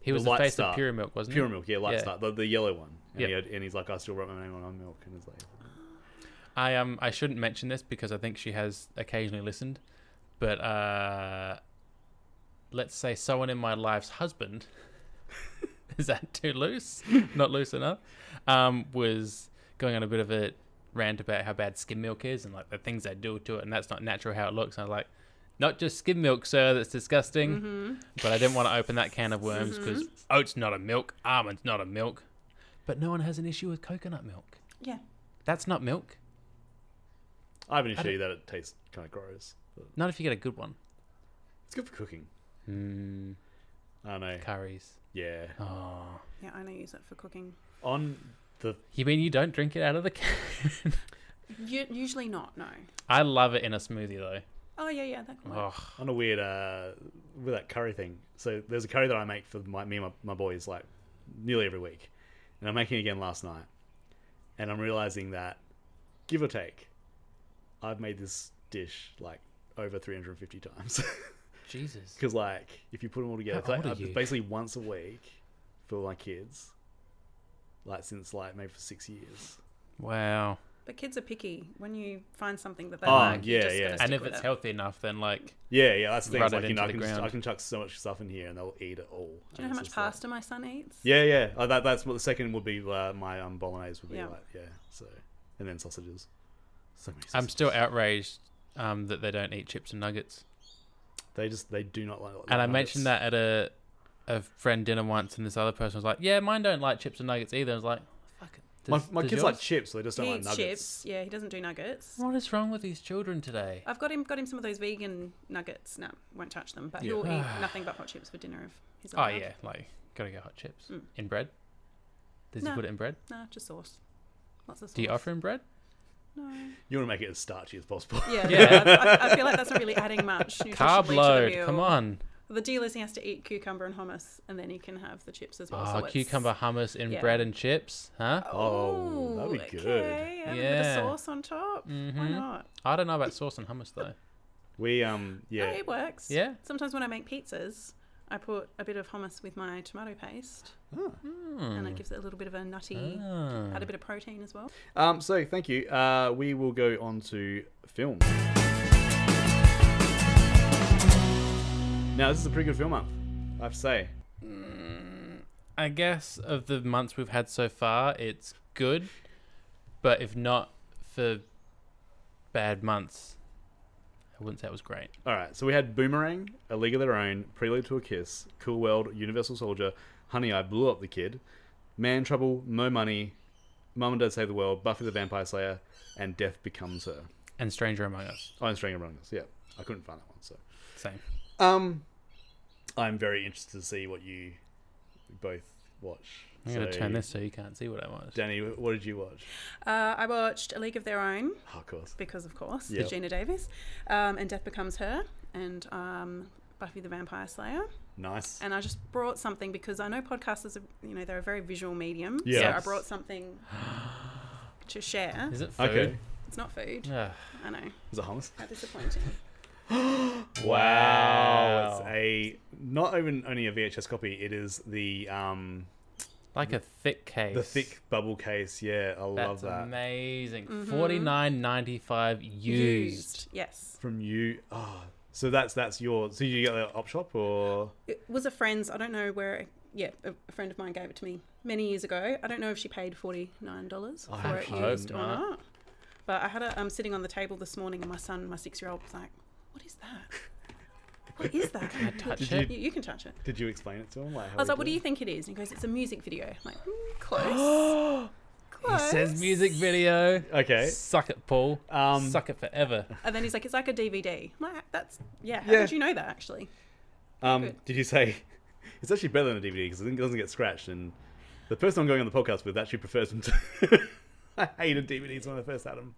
Speaker 2: He
Speaker 1: The
Speaker 2: was the,
Speaker 1: White
Speaker 2: face
Speaker 1: Star.
Speaker 2: of Pure Milk, wasn't
Speaker 1: pure
Speaker 2: he?
Speaker 1: milk, yeah, light
Speaker 2: Mm. Yeah.
Speaker 1: star, the, the yellow one. And,
Speaker 2: Yep.
Speaker 1: he had, and he's like, I still wrote my name on my milk, and it's like,
Speaker 2: I um I shouldn't mention this because I think she has occasionally listened, but uh, let's say someone in my life's husband. is that too loose? Not loose enough. Um, was going on a bit of a rant about how bad skim milk is and like the things they do to it, and that's not natural how it looks. And I was like, not just skim milk, sir. That's
Speaker 1: Mm-hmm.
Speaker 2: disgusting.
Speaker 3: Mm-hmm.
Speaker 2: But I didn't want to open that can of worms because oat's not a milk, almond's not a milk, but no one has an issue with coconut milk.
Speaker 3: Yeah.
Speaker 2: That's not milk.
Speaker 1: I have an issue that it tastes kind of gross. But
Speaker 2: Not if you get a good one.
Speaker 1: it's good for cooking.
Speaker 2: Mm,
Speaker 1: I don't know.
Speaker 2: curries.
Speaker 1: Yeah.
Speaker 2: Oh.
Speaker 3: Yeah, I only use it for cooking.
Speaker 1: On the
Speaker 2: You mean you don't drink it out of the can?
Speaker 3: U- usually not, no.
Speaker 2: I love it in a smoothie though.
Speaker 3: Oh, yeah, yeah, that can work.
Speaker 2: Oh,
Speaker 1: on a weird uh with that curry thing. So there's a curry that I make for my me and my, my boys like nearly every week, and I'm making it again last night, and I'm realizing that, give or take, I've made this dish like over 350 times.
Speaker 2: Jesus.
Speaker 1: Because like, if you put them all together,
Speaker 2: How
Speaker 1: it's like,
Speaker 2: old are
Speaker 1: uh,
Speaker 2: you?
Speaker 1: basically once a week for my kids, like since like maybe for six years.
Speaker 2: Wow.
Speaker 3: But kids are picky. When you find something that they
Speaker 1: Oh,
Speaker 3: like, you
Speaker 1: yeah,
Speaker 3: just
Speaker 1: yeah.
Speaker 3: gotta
Speaker 1: And
Speaker 3: stick
Speaker 2: and if
Speaker 3: with
Speaker 2: it's
Speaker 3: it.
Speaker 2: healthy enough, then like,
Speaker 1: Yeah, yeah, that's the thing.
Speaker 2: Run
Speaker 1: it's
Speaker 2: it
Speaker 1: like, you know, I
Speaker 2: into
Speaker 1: can,
Speaker 2: the
Speaker 1: just, I
Speaker 2: ground.
Speaker 1: can chuck so much stuff in here and they'll eat it all.
Speaker 3: Do you know how much pasta my son eats?
Speaker 1: yeah, yeah. Oh, that, that's what the second would be. Uh, my um, bolognese would be
Speaker 3: Yeah.
Speaker 1: like, yeah. So, and then sausages. So many
Speaker 2: I'm
Speaker 1: sausages.
Speaker 2: still outraged um, that they don't eat chips and nuggets.
Speaker 1: They just they do not like. like
Speaker 2: And I
Speaker 1: nuggets.
Speaker 2: mentioned that at a a friend dinner once, and this other person was like, "Yeah, mine don't like chips and nuggets either." I was like, "Fuck it."
Speaker 1: My,
Speaker 2: Does-
Speaker 1: my
Speaker 2: does
Speaker 1: kids like
Speaker 2: yours?
Speaker 1: chips, so they just don't
Speaker 3: He
Speaker 1: like
Speaker 3: eats
Speaker 1: nuggets.
Speaker 3: chips. Yeah, he doesn't do nuggets.
Speaker 2: What is wrong with these children today?
Speaker 3: I've got him got him some of those vegan nuggets. No, won't touch them. But
Speaker 1: Yeah.
Speaker 3: he'll eat nothing but hot chips for dinner if he's
Speaker 2: Oh
Speaker 3: allowed.
Speaker 2: yeah, like gotta get hot chips
Speaker 3: Mm.
Speaker 2: in bread. Does he
Speaker 3: No.
Speaker 2: put it in bread?
Speaker 3: Nah, just sauce. Lots of sauce.
Speaker 2: Do you offer him bread?
Speaker 3: No.
Speaker 1: You want to make it as starchy as possible.
Speaker 3: Yeah,
Speaker 2: Yeah.
Speaker 3: yeah. I, I feel like that's not really adding much. nutritionally
Speaker 2: Carb
Speaker 3: to the
Speaker 2: load,
Speaker 3: meal.
Speaker 2: come on.
Speaker 3: The deal is he has to eat cucumber and hummus, and then he can have the chips as well. so
Speaker 2: Oh,
Speaker 3: it's-
Speaker 2: cucumber hummus in
Speaker 3: yeah.
Speaker 2: bread and chips, huh?
Speaker 1: Oh, that'd be
Speaker 3: Ooh,
Speaker 1: good. Mm-hmm.
Speaker 3: Okay. And a bit
Speaker 2: Yeah.
Speaker 3: of sauce on top. Why not?
Speaker 2: I don't know about sauce and hummus though.
Speaker 1: We um yeah.
Speaker 3: No, it works.
Speaker 2: Yeah.
Speaker 3: Sometimes when I make pizzas, I put a bit of hummus with my tomato paste,
Speaker 1: Ah.
Speaker 3: and it gives it a little bit of a nutty.
Speaker 2: Hmm. Ah.
Speaker 3: Add a bit of protein as well.
Speaker 1: Um, so thank you. Uh, we will go on to film. Now this is a pretty good film month, I have to say.
Speaker 2: I guess of the months we've had so far, it's good, but if not for bad months, I wouldn't say it was great.
Speaker 1: All right, so we had Boomerang, A League of Their Own, Prelude to a Kiss, Cool World, Universal Soldier, Honey, I Blew Up the Kid, Man Trouble, No Money, Mum and Dad Save the World, Buffy the Vampire Slayer, and Death Becomes Her.
Speaker 2: And Stranger Among Us,
Speaker 1: Oh, and Stranger Among Us. Yeah, I couldn't find that one. So,
Speaker 2: same.
Speaker 1: um, I'm very interested to see what you both watch.
Speaker 2: I'm gonna
Speaker 1: So,
Speaker 2: turn this so you can't see what I was.
Speaker 1: Danny, what did you watch?
Speaker 3: Uh, I watched A League of Their Own
Speaker 1: Oh, of course.
Speaker 3: because, of course,
Speaker 1: Yep.
Speaker 3: Regina Davis, um, and Death Becomes Her, and um, Buffy the Vampire Slayer.
Speaker 1: Nice.
Speaker 3: And I just brought something because I know podcasters, are, you know, they're a very visual medium.
Speaker 1: Yes.
Speaker 3: So I brought something to share.
Speaker 2: Is it food?
Speaker 1: Okay.
Speaker 3: It's not food.
Speaker 2: Ugh.
Speaker 3: I know.
Speaker 1: Is it hummus?
Speaker 3: How disappointing.
Speaker 1: Wow.
Speaker 2: Wow.
Speaker 1: It's a not even only a VHS copy. It is the um
Speaker 2: Like a thick case.
Speaker 1: the thick bubble case. Yeah, I love
Speaker 2: That's
Speaker 1: that
Speaker 2: amazing.
Speaker 3: Mm-hmm.
Speaker 2: Forty nine ninety five used.
Speaker 3: Yes.
Speaker 1: from you. Oh, so that's that's yours. So you got that at op shop or
Speaker 3: It was a friend's. I don't know where. Yeah, a a friend of mine gave it to me many years ago. I don't know if she paid forty nine dollars
Speaker 1: I
Speaker 3: for it
Speaker 1: hope
Speaker 3: used or
Speaker 2: not.
Speaker 3: not. But I had it um, sitting on the table this morning, and my son, my six year old, was like, what is that? What is that?
Speaker 2: Can I touch
Speaker 1: Did
Speaker 2: it?
Speaker 3: you, you can touch it.
Speaker 1: Did you explain it to him? Like,
Speaker 3: I was like, what do you think it is? And he goes, it's a music video. I'm like, "Mm, close.
Speaker 2: he
Speaker 3: close.
Speaker 2: says music video.
Speaker 1: Okay.
Speaker 2: Suck it, Paul.
Speaker 1: Um,
Speaker 2: Suck it forever.
Speaker 3: And then he's like, it's like a DVD. I'm like, that's, yeah, how
Speaker 1: Yeah.
Speaker 3: did you know that actually?
Speaker 1: Um,
Speaker 3: Good.
Speaker 1: did you say it's actually better than a DVD because I think it doesn't get scratched and the person I'm going on the podcast with actually prefers them to. I hated DVDs when I first had them.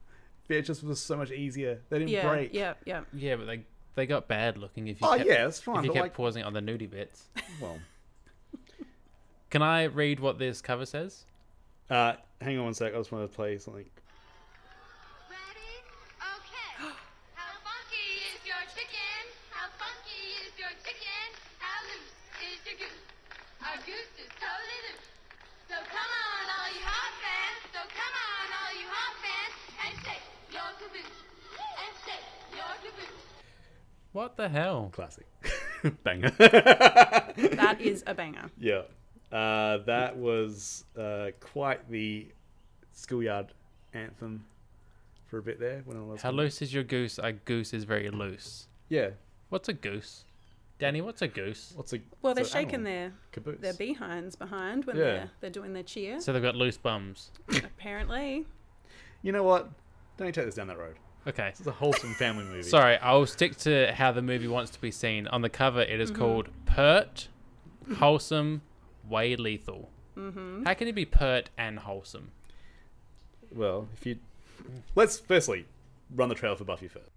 Speaker 1: VHS was so much easier. They didn't
Speaker 3: Yeah,
Speaker 1: break.
Speaker 3: yeah, yeah.
Speaker 2: Yeah, but they they got bad looking if you
Speaker 1: Oh
Speaker 2: kept,
Speaker 1: yeah, that's fine.
Speaker 2: if you
Speaker 1: But
Speaker 2: kept
Speaker 1: like,
Speaker 2: pausing on the nudie bits.
Speaker 1: well,
Speaker 2: Can I read what this cover says?
Speaker 1: uh, hang on one sec. I just want to play something.
Speaker 4: Ready? Okay. How funky is your chicken? How funky is your chicken? How loose is your goose? Our goose is totally loose. So come on, all you hot fans. So come on, all you hot fans, and shake your caboose. And shake your caboose.
Speaker 2: What the hell?
Speaker 1: Classic banger.
Speaker 3: That is a banger.
Speaker 1: yeah, uh, that was uh, quite the schoolyard anthem for a bit there. When I was
Speaker 2: How loose is your goose? A goose is very loose.
Speaker 1: Yeah.
Speaker 2: What's a goose? Danny, what's a goose?
Speaker 1: What's a
Speaker 3: Well, they're
Speaker 1: what's an
Speaker 3: shaking
Speaker 1: animal?
Speaker 3: their,
Speaker 1: caboose.
Speaker 3: their behinds behind when
Speaker 1: Yeah.
Speaker 3: they're, they're doing their cheer,
Speaker 2: So they've got loose bums.
Speaker 3: apparently.
Speaker 1: you know what? Don't take this down that road.
Speaker 2: Okay.
Speaker 1: It's a wholesome family movie.
Speaker 2: Sorry, I'll stick to how the movie wants to be seen. On the cover, it
Speaker 1: Mm-hmm.
Speaker 2: is called Pert, Wholesome, Way Lethal. Mm-hmm. How can it be pert and wholesome?
Speaker 1: Well, if you let's firstly run the trail for Buffy first.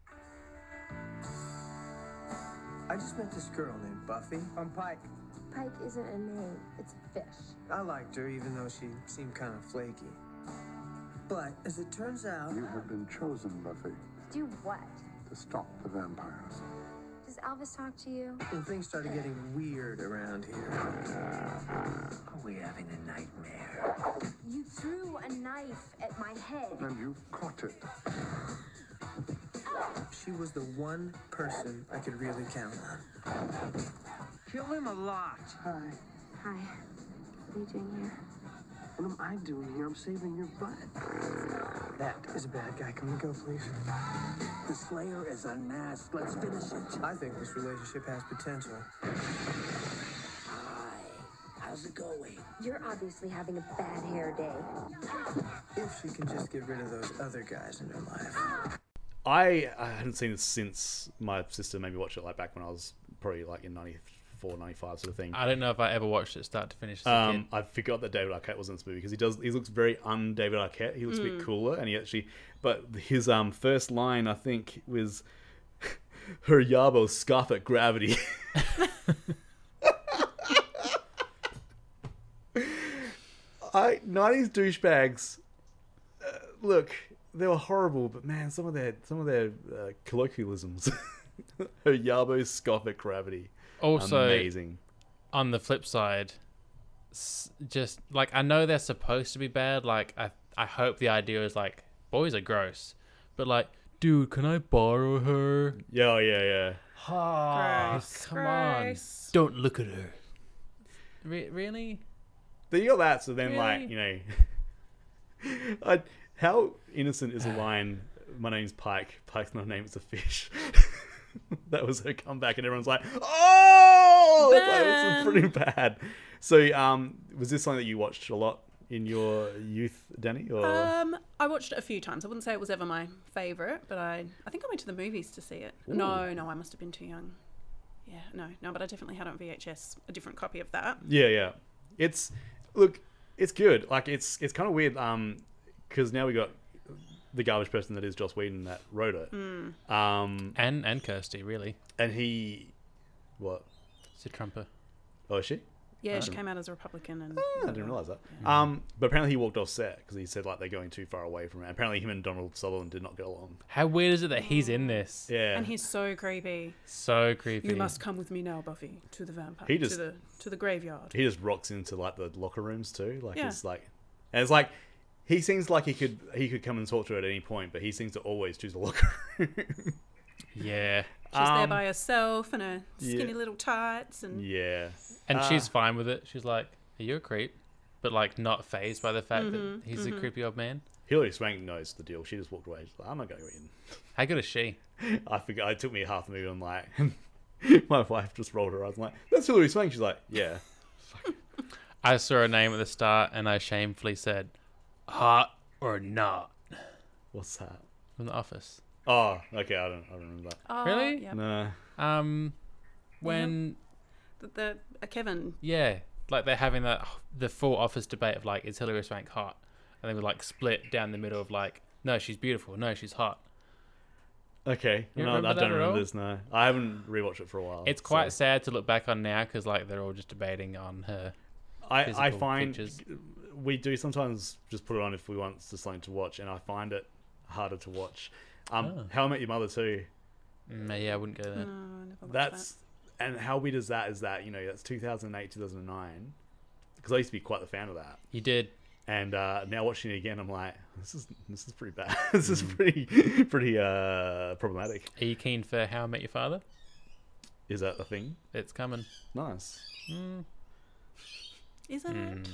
Speaker 5: I just met this girl named Buffy on Pike.
Speaker 6: Pike isn't a name, it's a fish.
Speaker 5: I liked her, even though she seemed kind of flaky. But as it turns out,
Speaker 7: You have been chosen, Buffy,
Speaker 6: Do what?
Speaker 7: to stop the vampires.
Speaker 6: Does Elvis talk to you?
Speaker 5: when things started getting weird around here, are we having a nightmare?
Speaker 6: You threw a knife at my head.
Speaker 7: And you caught it.
Speaker 5: She was the one person I could really count on. Kill him a lot. Hi.
Speaker 6: Hi. What are you doing here?
Speaker 5: What am I doing here? I'm saving your butt. That is a bad guy. Can we go, please? The Slayer is unmasked. Let's finish it. I think this relationship has potential. Hi. How's it going?
Speaker 6: You're obviously having a bad hair day.
Speaker 5: If she can just get rid of those other guys in her life.
Speaker 1: I, I hadn't seen this since my sister made me watch it like back when I was probably like in 94, 95 sort of thing.
Speaker 2: I don't know if I ever watched it start to finish as a
Speaker 1: Um, I forgot that David Arquette was in this movie because he does. He looks very un David Arquette. He looks a bit cooler, and he actually. But his um first line, I think, was, "Her yabos scoff at gravity." I nineties douchebags. Uh, look, they were horrible, but man, some of their some of their uh, colloquialisms. Her yabos scoff at gravity.
Speaker 2: kid. Also,
Speaker 1: Amazing.
Speaker 2: on the flip side, s- just like I know they're supposed to be bad. Like I, I hope the idea is like boys are gross, but like, dude, can I borrow her?
Speaker 1: Yeah, oh, yeah, yeah.
Speaker 2: Ah,
Speaker 3: Gross,
Speaker 2: come on!
Speaker 3: gross.
Speaker 2: Don't look at her. Re- really?
Speaker 1: Then you got that, so then like
Speaker 2: Really?
Speaker 1: you know, I, how innocent is a line? My name's Pike. Pike's not a name; it's a fish. that was her comeback, and everyone's like, "Oh, that's, like, that's pretty bad." So, um, was this something that you watched a lot in your youth, Danny? Or
Speaker 3: Um, I watched it a few times. I wouldn't say it was ever my favorite, but I I think I went to the movies to see it. No, no, I must have been too young. Yeah, no, no, but I definitely had on VHS a different copy of that.
Speaker 1: yeah, yeah. It's look, it's good. Like it's it's kind of weird. Um, because now we got the garbage person that is Joss Whedon that wrote it. Um,
Speaker 2: And and Kirsty, really?
Speaker 1: and he, what?
Speaker 2: It's a trumper.
Speaker 1: Oh, is she?
Speaker 3: Yeah, she came out as a Republican and
Speaker 1: I didn't realize that. Um, but apparently he walked off set because he said like they're going too far away from it. Apparently him and Donald Sutherland did not get along.
Speaker 2: How weird is it that he's in this?
Speaker 1: Yeah,
Speaker 3: and he's so creepy.
Speaker 2: So creepy.
Speaker 3: Mm. You must come with me now, Buffy, to the vampire,
Speaker 1: He just-
Speaker 3: to the to the graveyard.
Speaker 1: he just rocks into like the locker rooms too. Like
Speaker 3: Yeah.
Speaker 1: it's like, and it's like he seems like he could he could come and talk to her at any point, but he seems to always choose the locker room.
Speaker 2: Yeah.
Speaker 3: She's there by herself in her skinny
Speaker 1: yeah.
Speaker 3: little tights and
Speaker 1: yeah,
Speaker 2: And she's fine with it. She's like, "Are you a creep?" but like not phased by the fact that he's a creepy old man.
Speaker 1: Hilary Swank knows the deal. She just walked away. She's like, I'm not going in.
Speaker 2: How good is she?
Speaker 1: I forgot. It took me half a movie. I'm like, my wife just rolled her eyes. I'm like, that's Hilary Swank. She's like, yeah.
Speaker 2: I saw her name at the start and I shamefully said, "Hot or not?"
Speaker 1: What's that?
Speaker 2: from The Office.
Speaker 1: Oh, okay. I don't. I don't remember that.
Speaker 3: Oh,
Speaker 2: Really?
Speaker 3: Yeah.
Speaker 1: Nah.
Speaker 2: Um, when
Speaker 3: The, the uh, Kevin.
Speaker 2: yeah, like they're having that the full Office debate of like, is Hillary Swank hot? And they were like split down the middle of like, no, she's beautiful, no, she's hot.
Speaker 1: Okay.
Speaker 2: You
Speaker 1: no, I
Speaker 2: remember that
Speaker 1: don't
Speaker 2: at
Speaker 1: remember
Speaker 2: all?
Speaker 1: this. No, I haven't rewatched it for a while.
Speaker 2: It's
Speaker 1: so-
Speaker 2: quite sad to look back on now because like they're all just debating on her.
Speaker 1: I, I
Speaker 2: physical
Speaker 1: find
Speaker 2: features.
Speaker 1: we do sometimes just put it on if we want just something to watch, and I find it harder to watch. Um,
Speaker 2: Ah.
Speaker 1: How I Met Your Mother too.
Speaker 2: Mm, yeah, I wouldn't go there.
Speaker 3: Oh, I never watched
Speaker 1: That's and how weird is that? Is that you know that's 2008, 2009? Because I used to be quite the fan of that,
Speaker 2: You did.
Speaker 1: and uh, now watching it again, I'm like, this is this is pretty bad. this
Speaker 2: Hmm.
Speaker 1: is pretty pretty uh, problematic.
Speaker 2: Are you keen for How I Met Your Father?
Speaker 1: Is that a thing?
Speaker 2: It's coming.
Speaker 1: Nice.
Speaker 3: that. Is it?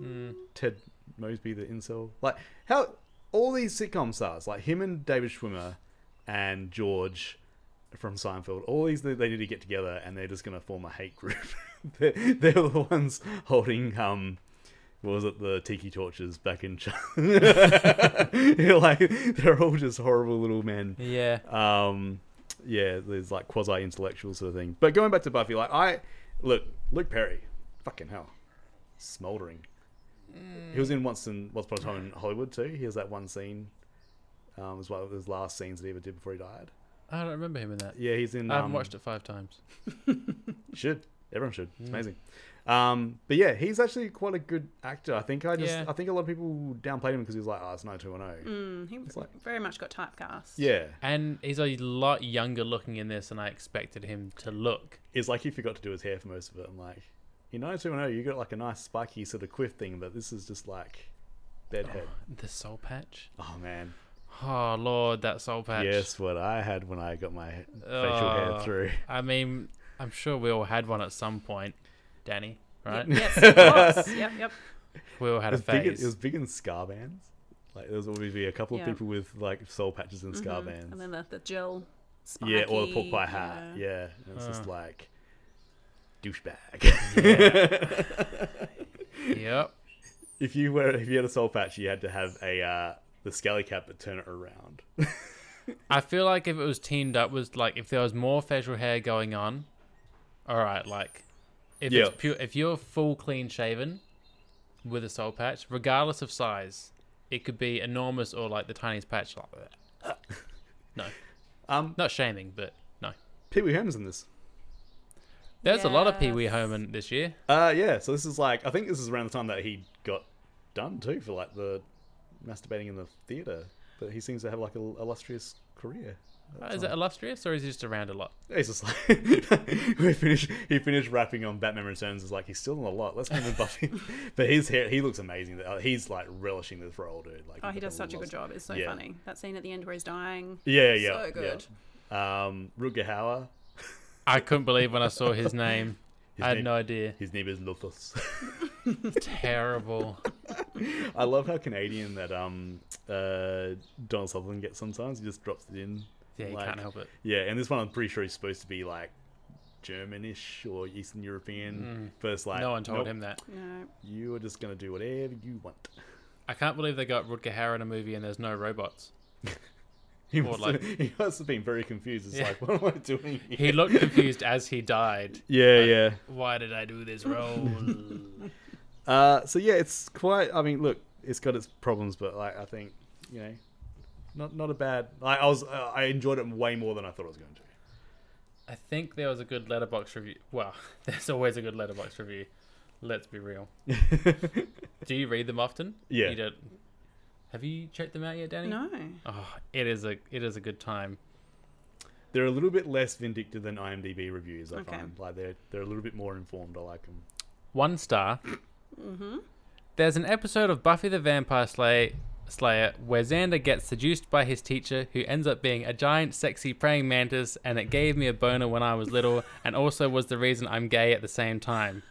Speaker 1: Mm. Ted Mosby, the incel. Like how all these sitcom stars, like him and David Schwimmer and George from Seinfeld, all these they, they need to get together and they're just gonna form a hate group. they're, they're the ones holding um. What was it? The tiki torches back in China. like they're all just horrible little men
Speaker 2: Yeah.
Speaker 1: um, yeah, there's like quasi intellectual sort of thing. But going back to Buffy, like I look, Luke Perry, fucking hell, smoldering.
Speaker 2: Mm.
Speaker 1: He was in once in Once Upon a Time in Hollywood too. He has that one scene, um, as well as his last scenes that he ever did before he died.
Speaker 2: I don't remember him in that.
Speaker 1: Yeah, he's in.
Speaker 2: I
Speaker 1: Um,
Speaker 2: haven't watched it Mm. five times.
Speaker 1: Should everyone should? It's amazing. Um, but yeah, he's actually quite a good actor. I think I just
Speaker 2: Yeah.
Speaker 1: I think a lot of people downplayed him because he was like, oh, it's 90210.
Speaker 3: Mm, he
Speaker 1: like-
Speaker 3: very much got typecast.
Speaker 1: Yeah,
Speaker 2: And he's a lot younger looking in this than I expected him to look.
Speaker 1: it's like he forgot to do his hair for most of it. I'm like, you know, two and you got like a nice spiky sort of quiff thing, but this is just like deadhead.
Speaker 2: The soul patch.
Speaker 1: Oh, man,
Speaker 2: Oh lord, that soul patch.
Speaker 1: yes, what I had when I got my facial hair
Speaker 2: Oh.
Speaker 1: through.
Speaker 2: I mean, I'm sure we all had one at some point, Danny. Right?
Speaker 3: Yes, of course. yep, yep.
Speaker 2: We all had
Speaker 1: It
Speaker 2: a
Speaker 1: was, big, it
Speaker 2: phase.
Speaker 1: was big in scar bands. Like there was always be a couple
Speaker 3: Yeah.
Speaker 1: of people with like soul patches Mm-hmm. and scar bands.
Speaker 3: And then the, the gel. Spiky,
Speaker 1: yeah, or the pork pie hat. Yeah, And it's just like douchebag.
Speaker 2: Yep.
Speaker 1: if you were if you had a soul patch, you had to have a uh, the skelly cap, but turn it around.
Speaker 2: I feel like if it was teamed up was like if there was more facial hair going on, all right, like if
Speaker 1: Yeah.
Speaker 2: it's pure, if you're full clean shaven with a soul patch, regardless of size, it could be enormous or like the tiniest patch like that. No,
Speaker 1: Um,
Speaker 2: not shaming, but no.
Speaker 1: Pee Wee Herman's in this.
Speaker 2: There's a lot of Pee
Speaker 3: Yes.
Speaker 2: Wee Herman this year.
Speaker 1: Uh, yeah. So this is like I think this is around the time that he got done too for like the masturbating in the theater. But he seems to have like an illustrious career.
Speaker 2: Is it illustrious or is he just around a lot?
Speaker 1: He's just like we finished. He finished rapping on Batman Returns. Is like he's still in a lot. Let's move on Buffy. but his hair, he looks amazing. Uh, He's like relishing this role, dude. Like
Speaker 3: Oh, he does
Speaker 1: fucking
Speaker 3: such a good
Speaker 1: loves it.
Speaker 3: job. It's so
Speaker 1: Yeah.
Speaker 3: funny. That scene at the end where he's dying.
Speaker 1: Yeah, yeah,
Speaker 3: So good.
Speaker 1: Yeah. Um, Rutger Hauer.
Speaker 2: I couldn't believe when I saw his name.
Speaker 1: His
Speaker 2: I had
Speaker 1: name-
Speaker 2: no idea.
Speaker 1: His name is Lothus.
Speaker 2: Terrible.
Speaker 1: I love how Canadian that um uh Donald Sutherland gets sometimes. He just drops it in.
Speaker 2: Yeah, you
Speaker 1: like-
Speaker 2: can't help it.
Speaker 1: Yeah, and this one I'm pretty sure he's supposed to be like Germanish or Eastern European. But it's like
Speaker 2: Mm. No one told
Speaker 1: nope,
Speaker 2: him that.
Speaker 3: No.
Speaker 1: You are just gonna do whatever you want.
Speaker 2: I can't believe they got Rutger Hauer in a movie and there's no robots.
Speaker 1: He
Speaker 2: Or
Speaker 1: must,
Speaker 2: like-
Speaker 1: have, he must have been very confused. It's
Speaker 2: Yeah.
Speaker 1: like, what am I doing? Here?
Speaker 2: He looked confused as he died.
Speaker 1: yeah, yeah.
Speaker 2: Why did I do this role?
Speaker 1: Uh, so yeah, it's quite. I mean, look, it's got its problems, but like I think you know, not not a bad. Like, I was, uh, I enjoyed it way more than I thought I was going to.
Speaker 2: I think there was a good letterbox review. Well, there's always a good letterbox review. Let's be real. do you read them often?
Speaker 1: Yeah.
Speaker 2: You don't. Have you checked them out yet, Danny?
Speaker 3: No.
Speaker 2: Oh, it is a it is a good time.
Speaker 1: They're a little bit less vindictive than IMDb reviews. I
Speaker 3: Okay.
Speaker 1: find like they're they're a little bit more informed. I like them.
Speaker 2: one star.
Speaker 1: Mm-hmm.
Speaker 2: There's an episode of Buffy the Vampire Slayer, Slayer where Xander gets seduced by his teacher, who ends up being a giant, sexy praying mantis, and it gave me a boner when I was little, and also was the reason I'm gay at the same time.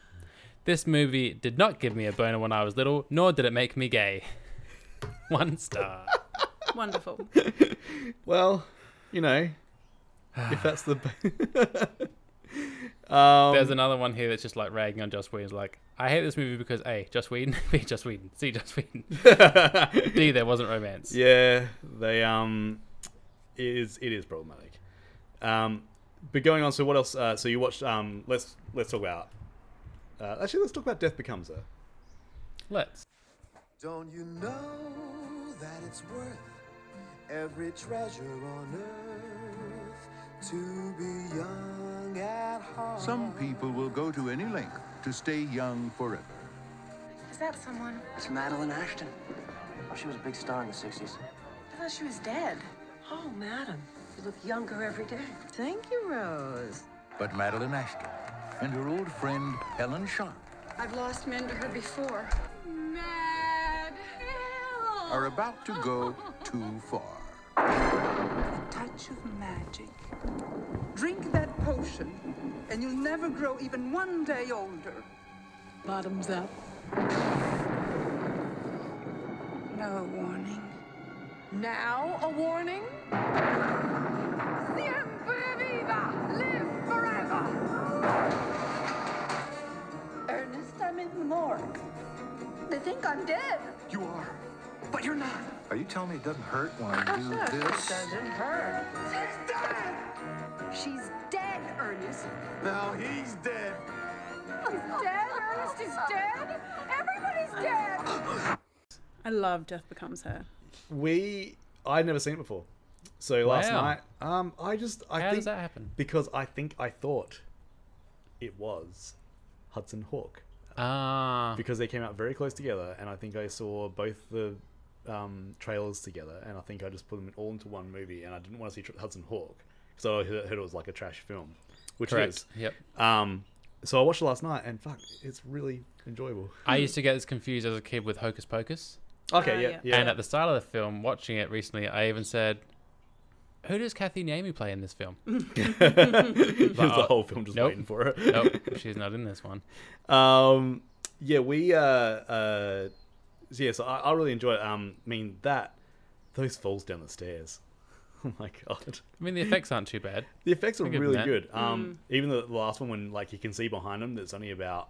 Speaker 2: This movie did not give me a boner when I was little, nor did it make me gay. One star.
Speaker 3: Wonderful.
Speaker 1: Well, you know, if that's the. um,
Speaker 2: There's another one here that's just like ragging on Joss Whedon. Like, I hate this movie because A, Joss Whedon, B, Joss Whedon, C, Joss Whedon, D, there wasn't romance.
Speaker 1: Yeah, they um, it is it is problematic. Um, but going on, so what else? Uh, so you watched um, let's let's talk about. Uh, actually, let's talk about Death Becomes Her.
Speaker 2: Let's.
Speaker 8: Don't you know that it's worth every treasure on earth to be young at heart?
Speaker 9: Some people will go to any length to stay young forever.
Speaker 10: Is that someone?
Speaker 5: It's Madeline Ashton. Oh, she was a big star in the 60s.
Speaker 10: I thought she was dead.
Speaker 5: Oh, madam. You look younger every day.
Speaker 10: Thank you, Rose.
Speaker 9: But Madeline Ashton and her old friend Helen Sharp
Speaker 10: I've lost men to her before.
Speaker 4: Mad Hill.
Speaker 9: are about to go too far.
Speaker 10: Touch of magic. Drink that potion, and you'll never grow even one day older. Bottoms up. No warning. Now a warning?
Speaker 4: Siempre viva. Live forever.
Speaker 10: Ernest, I'm in the morgue. They think I'm dead.
Speaker 8: You are, but you're not.
Speaker 9: Are you telling me it doesn't hurt when I do this?
Speaker 10: Doesn't hurt.
Speaker 8: She's dead!
Speaker 10: She's dead, Ernest.
Speaker 8: Now he's dead.
Speaker 10: Dead? Ernest is dead? Everybody's dead!
Speaker 3: I love Death Becomes Her.
Speaker 1: We I'd never seen it before, so last
Speaker 2: Wow.
Speaker 1: night um, I just I
Speaker 2: How
Speaker 1: think
Speaker 2: does that happen?
Speaker 1: because I think I thought it was Hudson Hawk
Speaker 2: Ah,
Speaker 1: because they came out very close together, and I think I saw both the um, trailers together, and I think I just put them all into one movie, and I didn't want to see Tr- Hudson Hawk because I heard heard it was like a trash film, which it
Speaker 2: correct.
Speaker 1: is.
Speaker 2: Yep.
Speaker 1: Um, so I watched it last night, and fuck, it's really enjoyable.
Speaker 2: I used to get this confused as a kid with Hocus Pocus.
Speaker 1: Okay,
Speaker 3: Uh,
Speaker 1: yeah,
Speaker 3: yeah.
Speaker 1: yeah.
Speaker 2: And at the start of the film, watching it recently, I even said, "Who does Kathy Naomi play in this film?"
Speaker 1: It was the whole film just
Speaker 2: Nope.
Speaker 1: waiting for it.
Speaker 2: nope, she's not in this one.
Speaker 1: Um, yeah, we. Uh, uh, so yeah, so I, I really enjoy it. Um, I mean that those falls down the stairs. Oh my god.
Speaker 2: I mean, the effects aren't too bad.
Speaker 1: The effects are
Speaker 2: give
Speaker 1: really
Speaker 2: them that.
Speaker 1: good. Um, Even the, the last one, when like you can see behind them, there's only about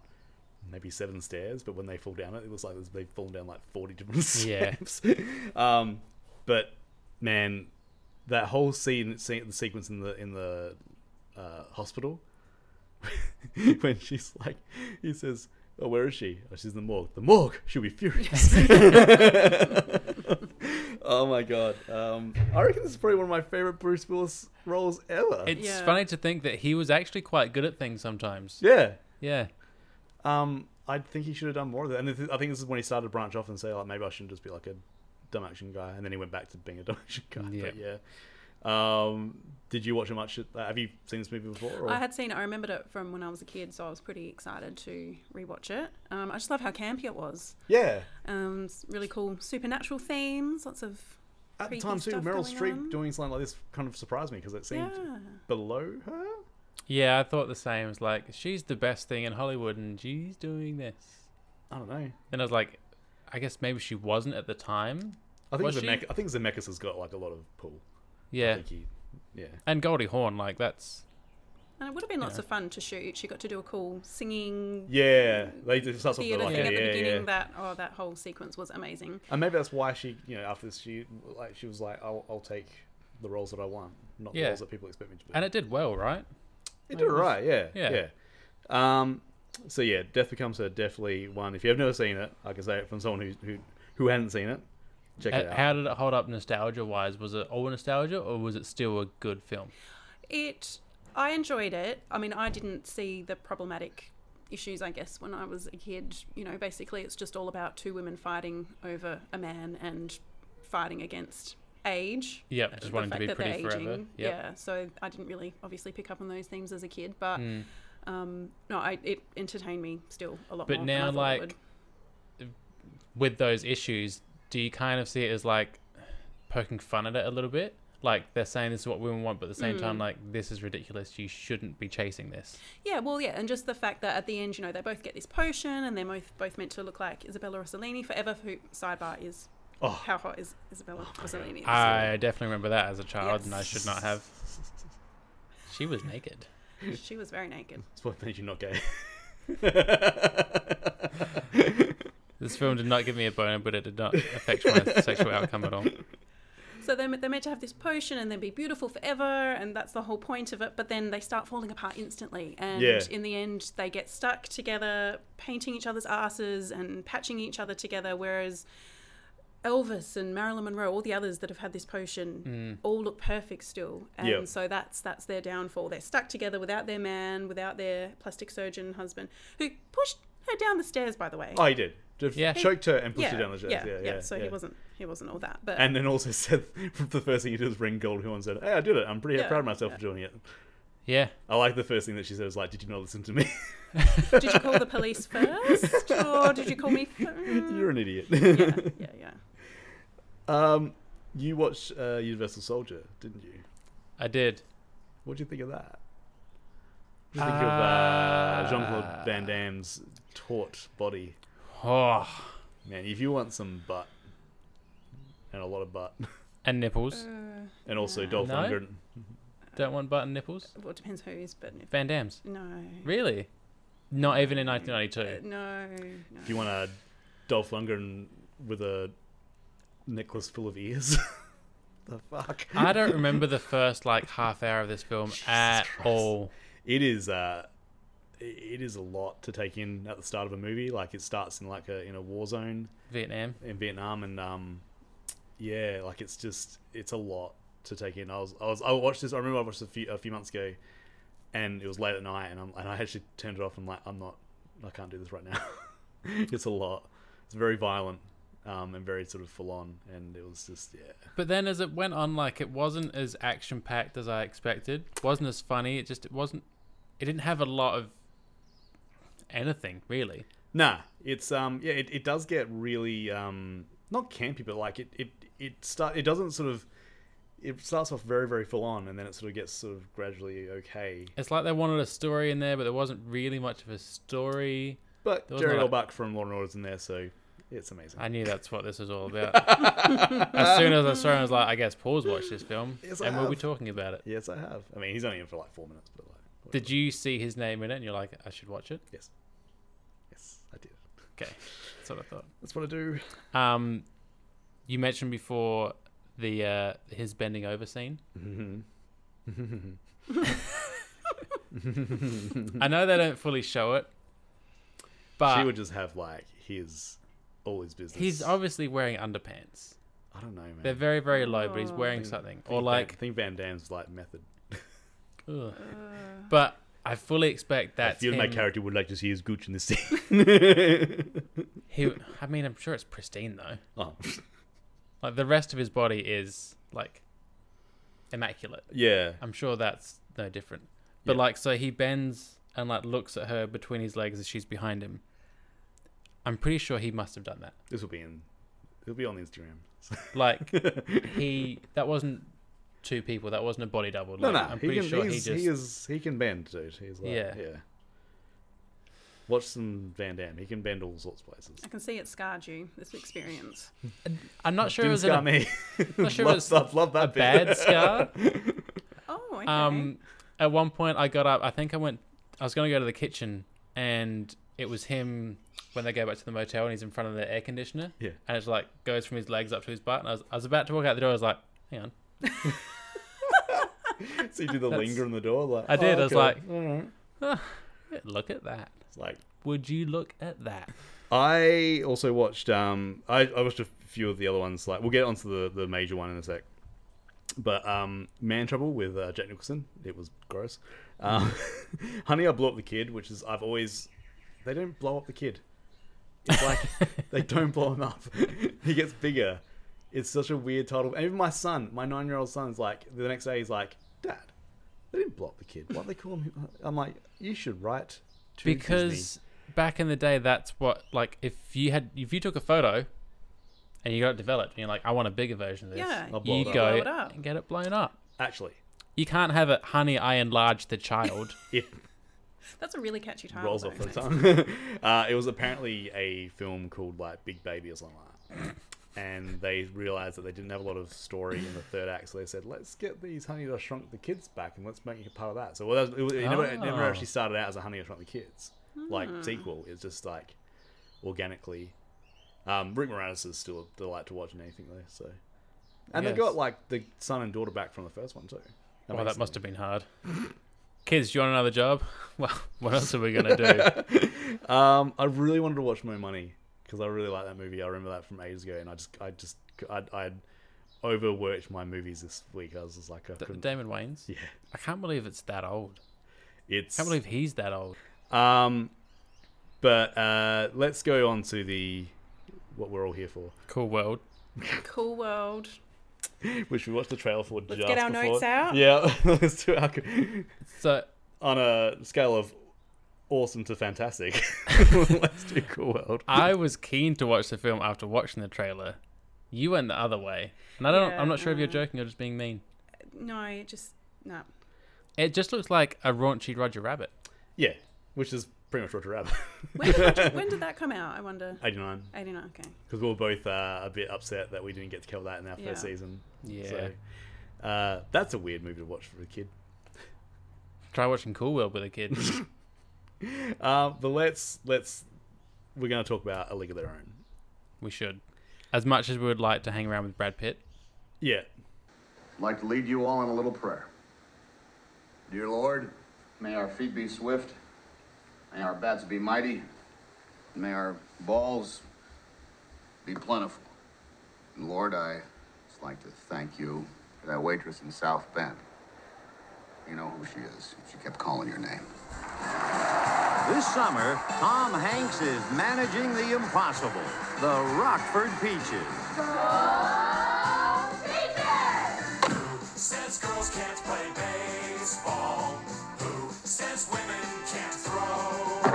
Speaker 1: maybe seven stairs, but when they fall down it, it looks like there's- they've fallen down like forty different
Speaker 2: Yeah.
Speaker 1: steps. um, but man, that whole scene, se- the sequence in the in the uh, hospital, when she's like, he says, "Oh, where is she? Oh, she's in the morgue. The morgue. She'll be furious." oh my god. Um, I reckon this is probably one of my favorite Bruce Willis roles ever.
Speaker 2: It's
Speaker 3: Yeah.
Speaker 2: funny to think that he was actually quite good at things sometimes.
Speaker 1: yeah.
Speaker 2: Yeah.
Speaker 1: Um, I think he should have done more of that. And this is- I think this is when he started to branch off and say, like, maybe I shouldn't just be like a dumb action guy. And then he went back to being a dumb action guy.
Speaker 2: Yeah.
Speaker 1: But yeah. Um, did you watch it much? Uh, Have you seen this movie before? Or?
Speaker 3: I had seen it. I remembered it from when I was a kid, so I was pretty excited to rewatch it. Um, I just love how campy it was.
Speaker 1: yeah.
Speaker 3: Um, it's really cool supernatural themes. Lots of
Speaker 1: At the
Speaker 3: creepy
Speaker 1: time, Uh, too,
Speaker 3: stuff
Speaker 1: Meryl
Speaker 3: going
Speaker 1: Streep
Speaker 3: on.
Speaker 1: doing something like this kind of surprised me because it seemed
Speaker 3: Yeah.
Speaker 1: below her.
Speaker 2: Yeah, I thought the same. It's like she's the best thing in Hollywood, and she's doing this.
Speaker 1: I don't know.
Speaker 2: Then I was like, I guess maybe she wasn't at the time.
Speaker 1: I think
Speaker 2: Was she?
Speaker 1: Zemeckis, I think Zemeckis has got like a lot of pull. I
Speaker 2: Yeah.
Speaker 1: think he, yeah.
Speaker 2: And Goldie Hawn, like that's
Speaker 3: and it would have been lots of fun to shoot. She got to do a cool singing
Speaker 1: Yeah, they just starts off with
Speaker 3: theater
Speaker 1: like,
Speaker 3: thing at the
Speaker 1: yeah,
Speaker 3: beginning.
Speaker 1: yeah.
Speaker 3: That oh, that whole sequence was amazing.
Speaker 1: And maybe that's why she, you know, after this, she like she was like, "I'll, I'll take the roles that I want, not the
Speaker 2: Yeah.
Speaker 1: roles that people expect me to do."
Speaker 2: and it did well, right?
Speaker 1: it did right, yeah, yeah.
Speaker 2: Yeah.
Speaker 1: Um, so yeah, Death Becomes Her definitely one. If you have never seen it, I can say it from someone who who who hadn't seen it. Check it
Speaker 2: Uh,
Speaker 1: out.
Speaker 2: How did it hold up nostalgia wise? Was it all nostalgia, or was it still a good film?
Speaker 3: It. I enjoyed it. I mean, I didn't see the problematic issues. I guess when I was a kid, you know, basically it's just all about two women fighting over a man and fighting against age.
Speaker 2: Yep,
Speaker 3: uh,
Speaker 2: just
Speaker 3: the
Speaker 2: wanting to
Speaker 3: fact
Speaker 2: be
Speaker 3: that
Speaker 2: pretty
Speaker 3: they're
Speaker 2: forever.
Speaker 3: aging.
Speaker 2: Yep.
Speaker 3: Yeah. So I didn't really obviously pick up on those themes as a kid, but.
Speaker 2: Hmm.
Speaker 3: Um, no, I, it entertained me still a lot
Speaker 2: But
Speaker 3: more. than I
Speaker 2: now,
Speaker 3: thought it
Speaker 2: like,
Speaker 3: would.
Speaker 2: With those issues, do you kind of see it as like poking fun at it a little bit, like they're saying this is what women want, but at the same
Speaker 3: Mm.
Speaker 2: time, like this is ridiculous. You shouldn't be chasing this.
Speaker 3: Yeah, well, yeah, and just the fact that at the end, you know, they both get this potion, and they're both both meant to look like Isabella Rossellini forever. Who sidebar is
Speaker 2: Oh.
Speaker 3: how hot is Isabella Rossellini?
Speaker 2: I definitely remember that as a child, and I
Speaker 3: Yes.
Speaker 2: should not have. She was naked.
Speaker 3: she was very naked.
Speaker 1: That's what made you not gay.
Speaker 2: This film did not give me a boner, but it did not affect my sexual outcome at all.
Speaker 3: So they're, they're meant to have this potion and then be beautiful forever, and that's the whole point of it. But then they start falling apart instantly, and
Speaker 1: Yeah.
Speaker 3: in the end, they get stuck together, painting each other's asses and patching each other together. Whereas Elvis and Marilyn Monroe, all the others that have had this
Speaker 2: Mm.
Speaker 3: potion, all look perfect still, and
Speaker 1: Yeah.
Speaker 3: so that's that's their downfall. They're stuck together without their man, without their plastic surgeon husband, who pushed her down the stairs, by the way.
Speaker 1: Oh, he did. Just
Speaker 2: Yeah.
Speaker 1: choked her and pushed her down the stairs. Yeah, yeah,
Speaker 3: So
Speaker 1: yeah.
Speaker 3: he wasn't he wasn't all that, but
Speaker 1: And then also said the first thing he did was ring gold who and said, "Hey, I did it. I'm pretty
Speaker 3: Yeah,
Speaker 1: proud of myself
Speaker 3: yeah.
Speaker 1: for doing it."
Speaker 2: Yeah.
Speaker 1: I like the first thing that she said was like, "Did you not listen to me?
Speaker 3: did you call the police first or did you call me first?
Speaker 1: You're an idiot."
Speaker 3: yeah, yeah, yeah.
Speaker 1: Um, you watched uh, Universal Soldier, didn't you?
Speaker 2: I did.
Speaker 1: What do you think of that? What do you think of uh, Jean Claude Van Damme's taut body?
Speaker 2: Oh,
Speaker 1: Man, if you want some butt and a lot of butt,
Speaker 2: and nipples.
Speaker 3: Uh.
Speaker 1: and also Dolph
Speaker 2: Mm, No?
Speaker 1: Lundgren,
Speaker 2: Don't want button nipples.
Speaker 3: Well, it depends who's, but if,
Speaker 2: Van Damme's.
Speaker 3: no.
Speaker 2: Really? Not even in
Speaker 3: Uh,
Speaker 2: 1992.
Speaker 3: No, no.
Speaker 1: if you want a Dolph Lundgren with a necklace full of ears, the fuck.
Speaker 2: I don't remember the first like half hour of this film at all.
Speaker 1: it is uh i- it is a lot to take in at the start of a movie like it starts in like a in a war zone
Speaker 2: Vietnam.
Speaker 1: in vietnam and um yeah like it's just it's a lot to take in i was i was i watched this i remember i watched this a few, a few months ago and it was late at night and, I'm, and i actually turned it off and like i'm not i can't do this right now it's a lot it's very violent um, and very sort of full on, and it was just yeah.
Speaker 2: But then as it went on, like it wasn't as action packed as I expected. wasn't as funny. It just it wasn't. It didn't have a lot of anything really.
Speaker 1: Nah, it's um yeah, it, it does get really um not campy, but like it it it start it doesn't sort of it starts off very very full on, and then it sort of gets sort of gradually okay.
Speaker 2: It's like they wanted a story in there, but there wasn't really much of a story.
Speaker 1: But
Speaker 2: There was
Speaker 1: Jerry
Speaker 2: no, like-
Speaker 1: Orbach from Law and Order's in there, so it's amazing.
Speaker 2: I knew that's what this was all about. as soon as I saw it, I was like, I guess Paul's watched this film,
Speaker 1: Yes, I
Speaker 2: and we'll be
Speaker 1: have.
Speaker 2: talking about it.
Speaker 1: yes, I have. I mean, he's only in for like four minutes, but like whatever.
Speaker 2: Did you see his name in it, and you're like, I should watch it?
Speaker 1: yes, yes, I did.
Speaker 2: Okay, that's what I thought.
Speaker 1: That's what I do.
Speaker 2: Um, you mentioned before the uh, his bending over scene. Mm-hmm. I know they don't fully show it,
Speaker 1: she would
Speaker 2: but
Speaker 1: just have like his all his business.
Speaker 2: Uh, he's obviously wearing underpants.
Speaker 1: I don't know, man.
Speaker 2: They're very very low, but he's
Speaker 3: Oh.
Speaker 2: wearing
Speaker 1: Think-
Speaker 2: something
Speaker 1: Think
Speaker 2: or
Speaker 1: Van-
Speaker 2: like.
Speaker 1: think Van Damme's like method.
Speaker 2: ugh. But I fully expect
Speaker 1: I
Speaker 2: that
Speaker 1: feel my
Speaker 2: him-
Speaker 1: character would like to see his gooch in this scene.
Speaker 2: He, I mean, I'm sure it's pristine though.
Speaker 1: Oh.
Speaker 2: Like the rest of his body is like immaculate.
Speaker 1: Yeah.
Speaker 2: I'm sure that's no different. But
Speaker 1: Yeah.
Speaker 2: like, so he bends and like looks at her between his legs as she's behind him. I'm pretty sure he must have done that.
Speaker 1: This will be in. It'll be on Instagram.
Speaker 2: Like he, that wasn't two people. That wasn't a body double. Like,
Speaker 1: No, no.
Speaker 2: I'm
Speaker 1: he
Speaker 2: pretty
Speaker 1: can,
Speaker 2: sure he
Speaker 1: he's-
Speaker 2: just.
Speaker 1: he is. He can bend, dude. He's like, yeah.
Speaker 2: Yeah.
Speaker 1: Watch some Van Damme. He can bend all sorts of places.
Speaker 3: I can see it scarred you. This experience.
Speaker 2: I'm not sure it
Speaker 1: Didn't
Speaker 2: was
Speaker 1: scar
Speaker 2: an,
Speaker 1: me.
Speaker 2: not sure it
Speaker 1: love,
Speaker 2: was
Speaker 1: love, love that
Speaker 2: a
Speaker 1: bit.
Speaker 2: bad scar.
Speaker 3: Oh, okay.
Speaker 2: Um, at one point, I got up. I think I went. I was going to go to the kitchen, and it was him when they go back to the motel, and he's in front of the air conditioner.
Speaker 1: Yeah.
Speaker 2: And it's like goes from his legs up to his butt, and I was, I was about to walk out the door. I was like, hang on.
Speaker 1: so you do the
Speaker 2: That's-
Speaker 1: linger on the door. Like
Speaker 2: I did.
Speaker 1: "Oh,
Speaker 2: I was
Speaker 1: okay."
Speaker 2: like, "Huh, yeah, look at that.
Speaker 1: It's like
Speaker 2: Would you look at that?
Speaker 1: I also watched. Um, I, I watched a few of the other ones. Like we'll get onto the the major one in a sec. But um, Man Trouble with uh, Jack Nicholson, it was gross. Um, Honey, I blew up the kid, which is I've always. They don't blow up the kid. It's like they don't blow him up. he gets bigger. It's such a weird title. And even my son, my nine year old son's like the next day he's like, Dad, they didn't blow up the kid. What they call him? I'm like, you should write to
Speaker 2: Because
Speaker 1: Disney."
Speaker 2: back in the day, that's what like if you had if you took a photo and you got it developed, and you're like, I want a bigger version of this.
Speaker 3: Yeah, I'll blow
Speaker 2: you
Speaker 1: it up.
Speaker 2: go
Speaker 3: Blow it up.
Speaker 2: and get it blown up.
Speaker 1: Actually,
Speaker 2: You can't have it, honey. I enlarged the child.
Speaker 1: it
Speaker 3: That's a really catchy title.
Speaker 1: rolls
Speaker 3: though.
Speaker 1: off the tongue. uh, it was apparently a film called like Big Baby or something like that. And they realized that they didn't have a lot of story in the third act, so they said, "Let's get these Honey I Shrunk the Kids back, and let's make it part of that." So well, that was, it, it never, it never
Speaker 2: Oh.
Speaker 1: actually started out as a Honey I Shrunk the Kids like
Speaker 3: Hmm.
Speaker 1: sequel. It's just like organically. Um, Rick Moranis is still a delight to watch in anything though. So, and
Speaker 2: Yes.
Speaker 1: they got like the son and daughter back from the first one too.
Speaker 2: well,
Speaker 1: makes
Speaker 2: that must
Speaker 1: sense.
Speaker 2: have been hard. Kids, do you want another job? Well, what else are we gonna do?
Speaker 1: Um, I really wanted to watch Mo Money because I really like that movie. I remember that from ages ago, and I just, I just, I'd, I'd overworked my movies this week. I was just like, I couldn't.
Speaker 2: Damon Wayans.
Speaker 1: yeah,
Speaker 2: I can't believe it's that old.
Speaker 1: it's.
Speaker 2: I can't believe he's that old.
Speaker 1: Um, but uh, let's go on to the what we're all here for,
Speaker 2: Cool world.
Speaker 3: Cool world.
Speaker 1: which we watched the trailer for.
Speaker 3: Let's
Speaker 1: just
Speaker 3: get our
Speaker 1: before.
Speaker 3: notes out.
Speaker 1: Yeah, let's do our co-
Speaker 2: So
Speaker 1: on a scale of awesome to fantastic. let's do Cool World.
Speaker 2: I was keen to watch the film after watching the trailer. You went the other way, and I don't. I'm not sure if you're
Speaker 3: Yeah.
Speaker 2: joking or just being mean.
Speaker 3: No, just no.
Speaker 2: It just looks like a raunchy Roger Rabbit.
Speaker 1: yeah, which is pretty much Roger Rabbit.
Speaker 3: When did, when did that come out? I wonder.
Speaker 1: Eighty nine.
Speaker 3: Eighty nine. Okay.
Speaker 1: because we were both uh, a bit upset that we didn't get to cover that in our
Speaker 3: Yeah.
Speaker 1: first season.
Speaker 2: Yeah.
Speaker 1: So, uh, that's a weird movie to watch for a kid.
Speaker 2: Try watching Cool World with a kid.
Speaker 1: Uh, but let's let's we're going to talk about A League of Their Own.
Speaker 2: we should, as much as we would like to hang around with Brad Pitt.
Speaker 1: Yeah,
Speaker 11: I'd like to lead you all in a little prayer. Dear Lord, may our feet be swift, may our bats be mighty, and may our balls be plentiful. And Lord, I just like to thank you for that waitress in South Bend. You know who she is. She kept calling your name.
Speaker 12: This summer, Tom Hanks is managing the impossible, the Rockford Peaches.
Speaker 13: Says girls can't play baseball. Who says women can't throw?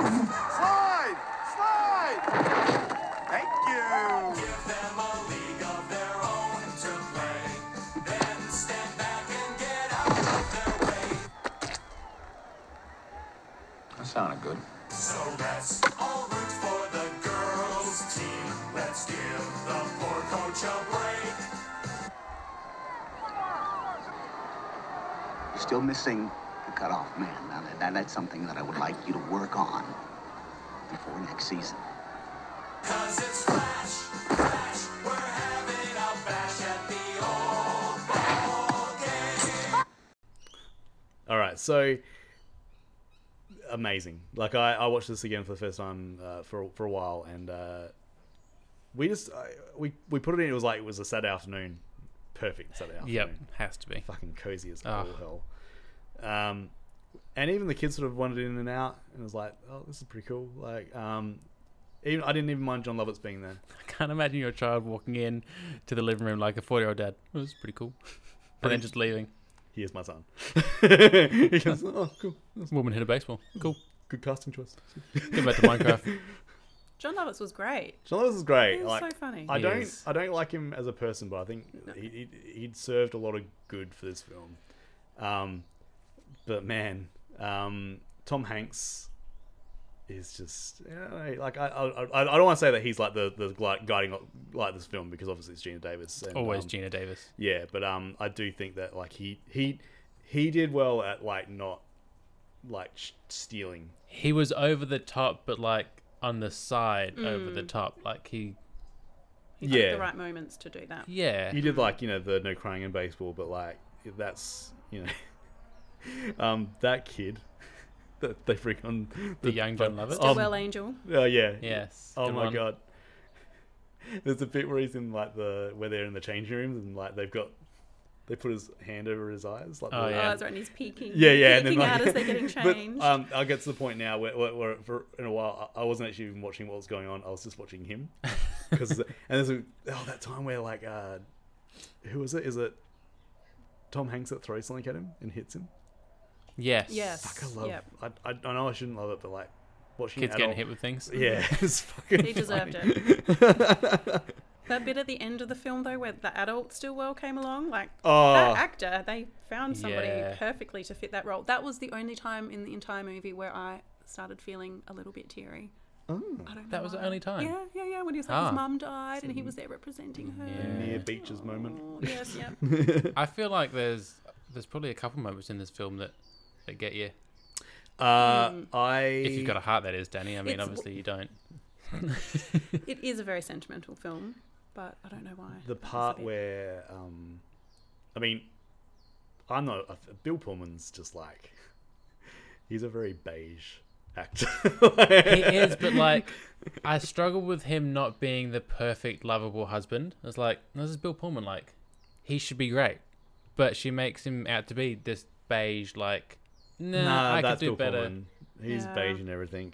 Speaker 13: Slide! Slide! Thank you! Give them a league of their own to play. Then stand back and get out of their way.
Speaker 11: That sounded good.
Speaker 13: So let's all root for the girls' team. Let's give the poor coach a break.
Speaker 11: You're still missing the cutoff man. Now, that, that- that's something that I would like you to work on before next season.
Speaker 13: Cause it's Flash, Flash, we're having a bash at the old ball game.
Speaker 1: All right, so amazing. Like I, I watched this again for the first time uh, for for a while, and uh, we just I, we we put it in. It was like it was a Saturday afternoon, perfect Saturday afternoon.
Speaker 2: Yep, has to be.
Speaker 1: Fucking cozy as
Speaker 2: Ah.
Speaker 1: all hell. Um, and even the kids sort of wandered in and out, and was like, "Oh, this is pretty cool." Like, um, even I didn't even mind John Lovitz being there.
Speaker 2: I can't imagine your child walking in to the living room like a forty-year-old dad. It was pretty cool, and then just leaving.
Speaker 1: Here's my son. he goes, "Oh, cool,
Speaker 2: Woman hit a baseball. Cool.
Speaker 1: good casting choice."
Speaker 2: Go back to Minecraft.
Speaker 3: John Lovitz was great.
Speaker 1: John Lewis is great.
Speaker 3: He's
Speaker 1: like,
Speaker 3: so funny.
Speaker 1: I
Speaker 2: He
Speaker 1: don't,
Speaker 2: is.
Speaker 1: I don't like him as a person, but I think he, he he'd served a lot of good for this film. Um, but man, um, Tom Hanks is just you know, like I, I, I I don't want to say that he's like the the gui- guiding like this film because obviously it's Gina Davis. And,
Speaker 2: Always
Speaker 1: um,
Speaker 2: Gina Davis.
Speaker 1: Yeah, but um, I do think that like he he he did well at like not like sh- stealing.
Speaker 2: He was over the top, but like on the side, over the top. Like he,
Speaker 3: He took
Speaker 1: yeah.
Speaker 3: the right moments to do that.
Speaker 2: yeah.
Speaker 1: you did like you know the no crying in baseball but like that's you know um that kid that they freak on
Speaker 2: The young John Lovitz?
Speaker 1: um,
Speaker 3: Well, Angel.
Speaker 1: oh yeah
Speaker 2: Yes,
Speaker 1: oh
Speaker 2: good
Speaker 1: my
Speaker 2: one.
Speaker 1: god there's a bit where he's in like the where they're in the changing rooms and like they've got they put his hand over his eyes like
Speaker 2: Oh,
Speaker 1: the-
Speaker 3: Oh,
Speaker 2: Yeah.
Speaker 3: that's right. And he's peeking.
Speaker 1: yeah, yeah,
Speaker 3: Peeking
Speaker 1: like-
Speaker 3: out as they're getting changed.
Speaker 1: But, um, I'll get to the point now where, where, where for, in a while I I wasn't actually even watching what was going on. I was just watching him. 'Cause- and there's a, oh that time where like uh, who is it? Is it Tom Hanks that throws something at him and hits him?
Speaker 2: Yes.
Speaker 3: yes.
Speaker 1: Fuck, I love.
Speaker 3: Yep.
Speaker 1: I, I I know I shouldn't love it, but like watching
Speaker 2: Kids
Speaker 1: an
Speaker 2: getting
Speaker 1: adult-
Speaker 2: hit with things.
Speaker 1: Yeah, it's fucking.
Speaker 3: He deserved
Speaker 1: funny.
Speaker 3: That bit at the end of the film, though, where the adult Stillwell came along, like
Speaker 1: Oh.
Speaker 3: that actor, they found somebody
Speaker 1: Yeah.
Speaker 3: perfectly to fit that role. That was the only time in the entire movie where I started feeling a little bit teary.
Speaker 1: Oh.
Speaker 3: I don't know
Speaker 2: That was the
Speaker 3: why.
Speaker 2: only time?
Speaker 3: Yeah, yeah, yeah. When he was like,
Speaker 2: Ah.
Speaker 3: his mum died, and he was there representing her.
Speaker 1: Near Beaches moment.
Speaker 3: yes, yeah.
Speaker 2: I feel like there's there's probably a couple moments in this film that that get you.
Speaker 1: Uh,
Speaker 3: Mm.
Speaker 1: I
Speaker 2: if you've got a heart, that is, Danny. I mean,
Speaker 3: It's-
Speaker 2: obviously you don't.
Speaker 3: It is a very sentimental film, but I don't know why.
Speaker 1: the part where um i mean i'm not a- bill pullman's just like he's a very beige actor
Speaker 2: he is, but like, I struggle with him not being the perfect, lovable husband. It's like, this is Bill Pullman. Like, he should be great, but she makes him out to be this beige, like, nah,
Speaker 1: Nah,
Speaker 2: I could
Speaker 1: that's
Speaker 2: do
Speaker 1: Bill
Speaker 2: better.
Speaker 1: Pullman. He's
Speaker 2: Yeah.
Speaker 1: beige and everything.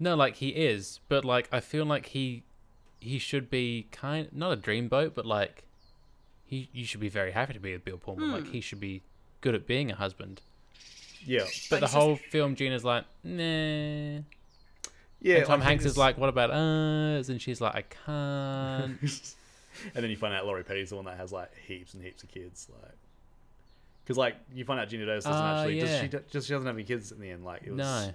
Speaker 2: No, like he is, but like I feel like he he should be kind not a dreamboat, but like he you should be very happy to be with Bill Pullman. Like
Speaker 1: Hmm.
Speaker 2: he should be good at being a husband.
Speaker 1: Yeah.
Speaker 2: But
Speaker 1: But
Speaker 2: the
Speaker 1: he's
Speaker 2: whole film Gina's like, nah.
Speaker 1: Yeah,
Speaker 2: And Tom
Speaker 1: I think
Speaker 2: Hanks is
Speaker 1: it's-
Speaker 2: like, what about us? And she's like, I can't.
Speaker 1: And then you find out Laurie Petty's the one that has like heaps and heaps of kids, like because like you find out Gina Davis doesn't
Speaker 2: Ah,
Speaker 1: actually does,
Speaker 2: yeah.
Speaker 1: she do- just she doesn't have any kids in the end. Like it was,
Speaker 2: No.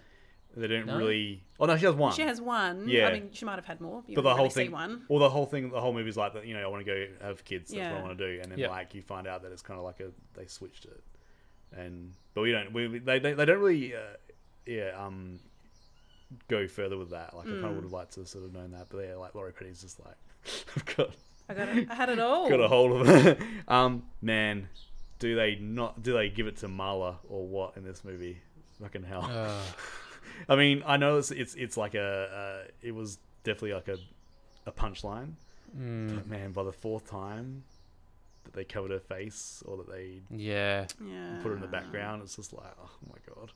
Speaker 1: they don't
Speaker 2: No?
Speaker 1: really. Oh no, she has one.
Speaker 3: She has one.
Speaker 1: Yeah,
Speaker 3: I mean, she might have had more. But, you
Speaker 1: but
Speaker 3: don't
Speaker 1: the whole
Speaker 3: really see
Speaker 1: thing,
Speaker 3: one.
Speaker 1: well, the whole thing, the whole movie's like that. You know, I want to go have kids. That's what
Speaker 3: Yeah.
Speaker 1: I want to do. And then
Speaker 2: Yeah.
Speaker 1: like you find out that it's kind of like a they switched it, and but we don't. We we- they they, they don't really uh, yeah um go further with that. Like I kind of
Speaker 3: Mm.
Speaker 1: would have liked to have sort of known that. But yeah, like Laurie Petty's just like I've got
Speaker 3: I got it. I had it all.
Speaker 1: got a hold of it. um man, do they not? Do they give it to Marla or what in this movie? Fucking hell.
Speaker 2: Ugh.
Speaker 1: I mean, I know it's it's it's like a uh, it was definitely like a a punchline,
Speaker 2: Mm.
Speaker 1: but man, by the fourth time that they covered her face or that they
Speaker 2: Yeah.
Speaker 1: put her in the background, it's just like oh my god,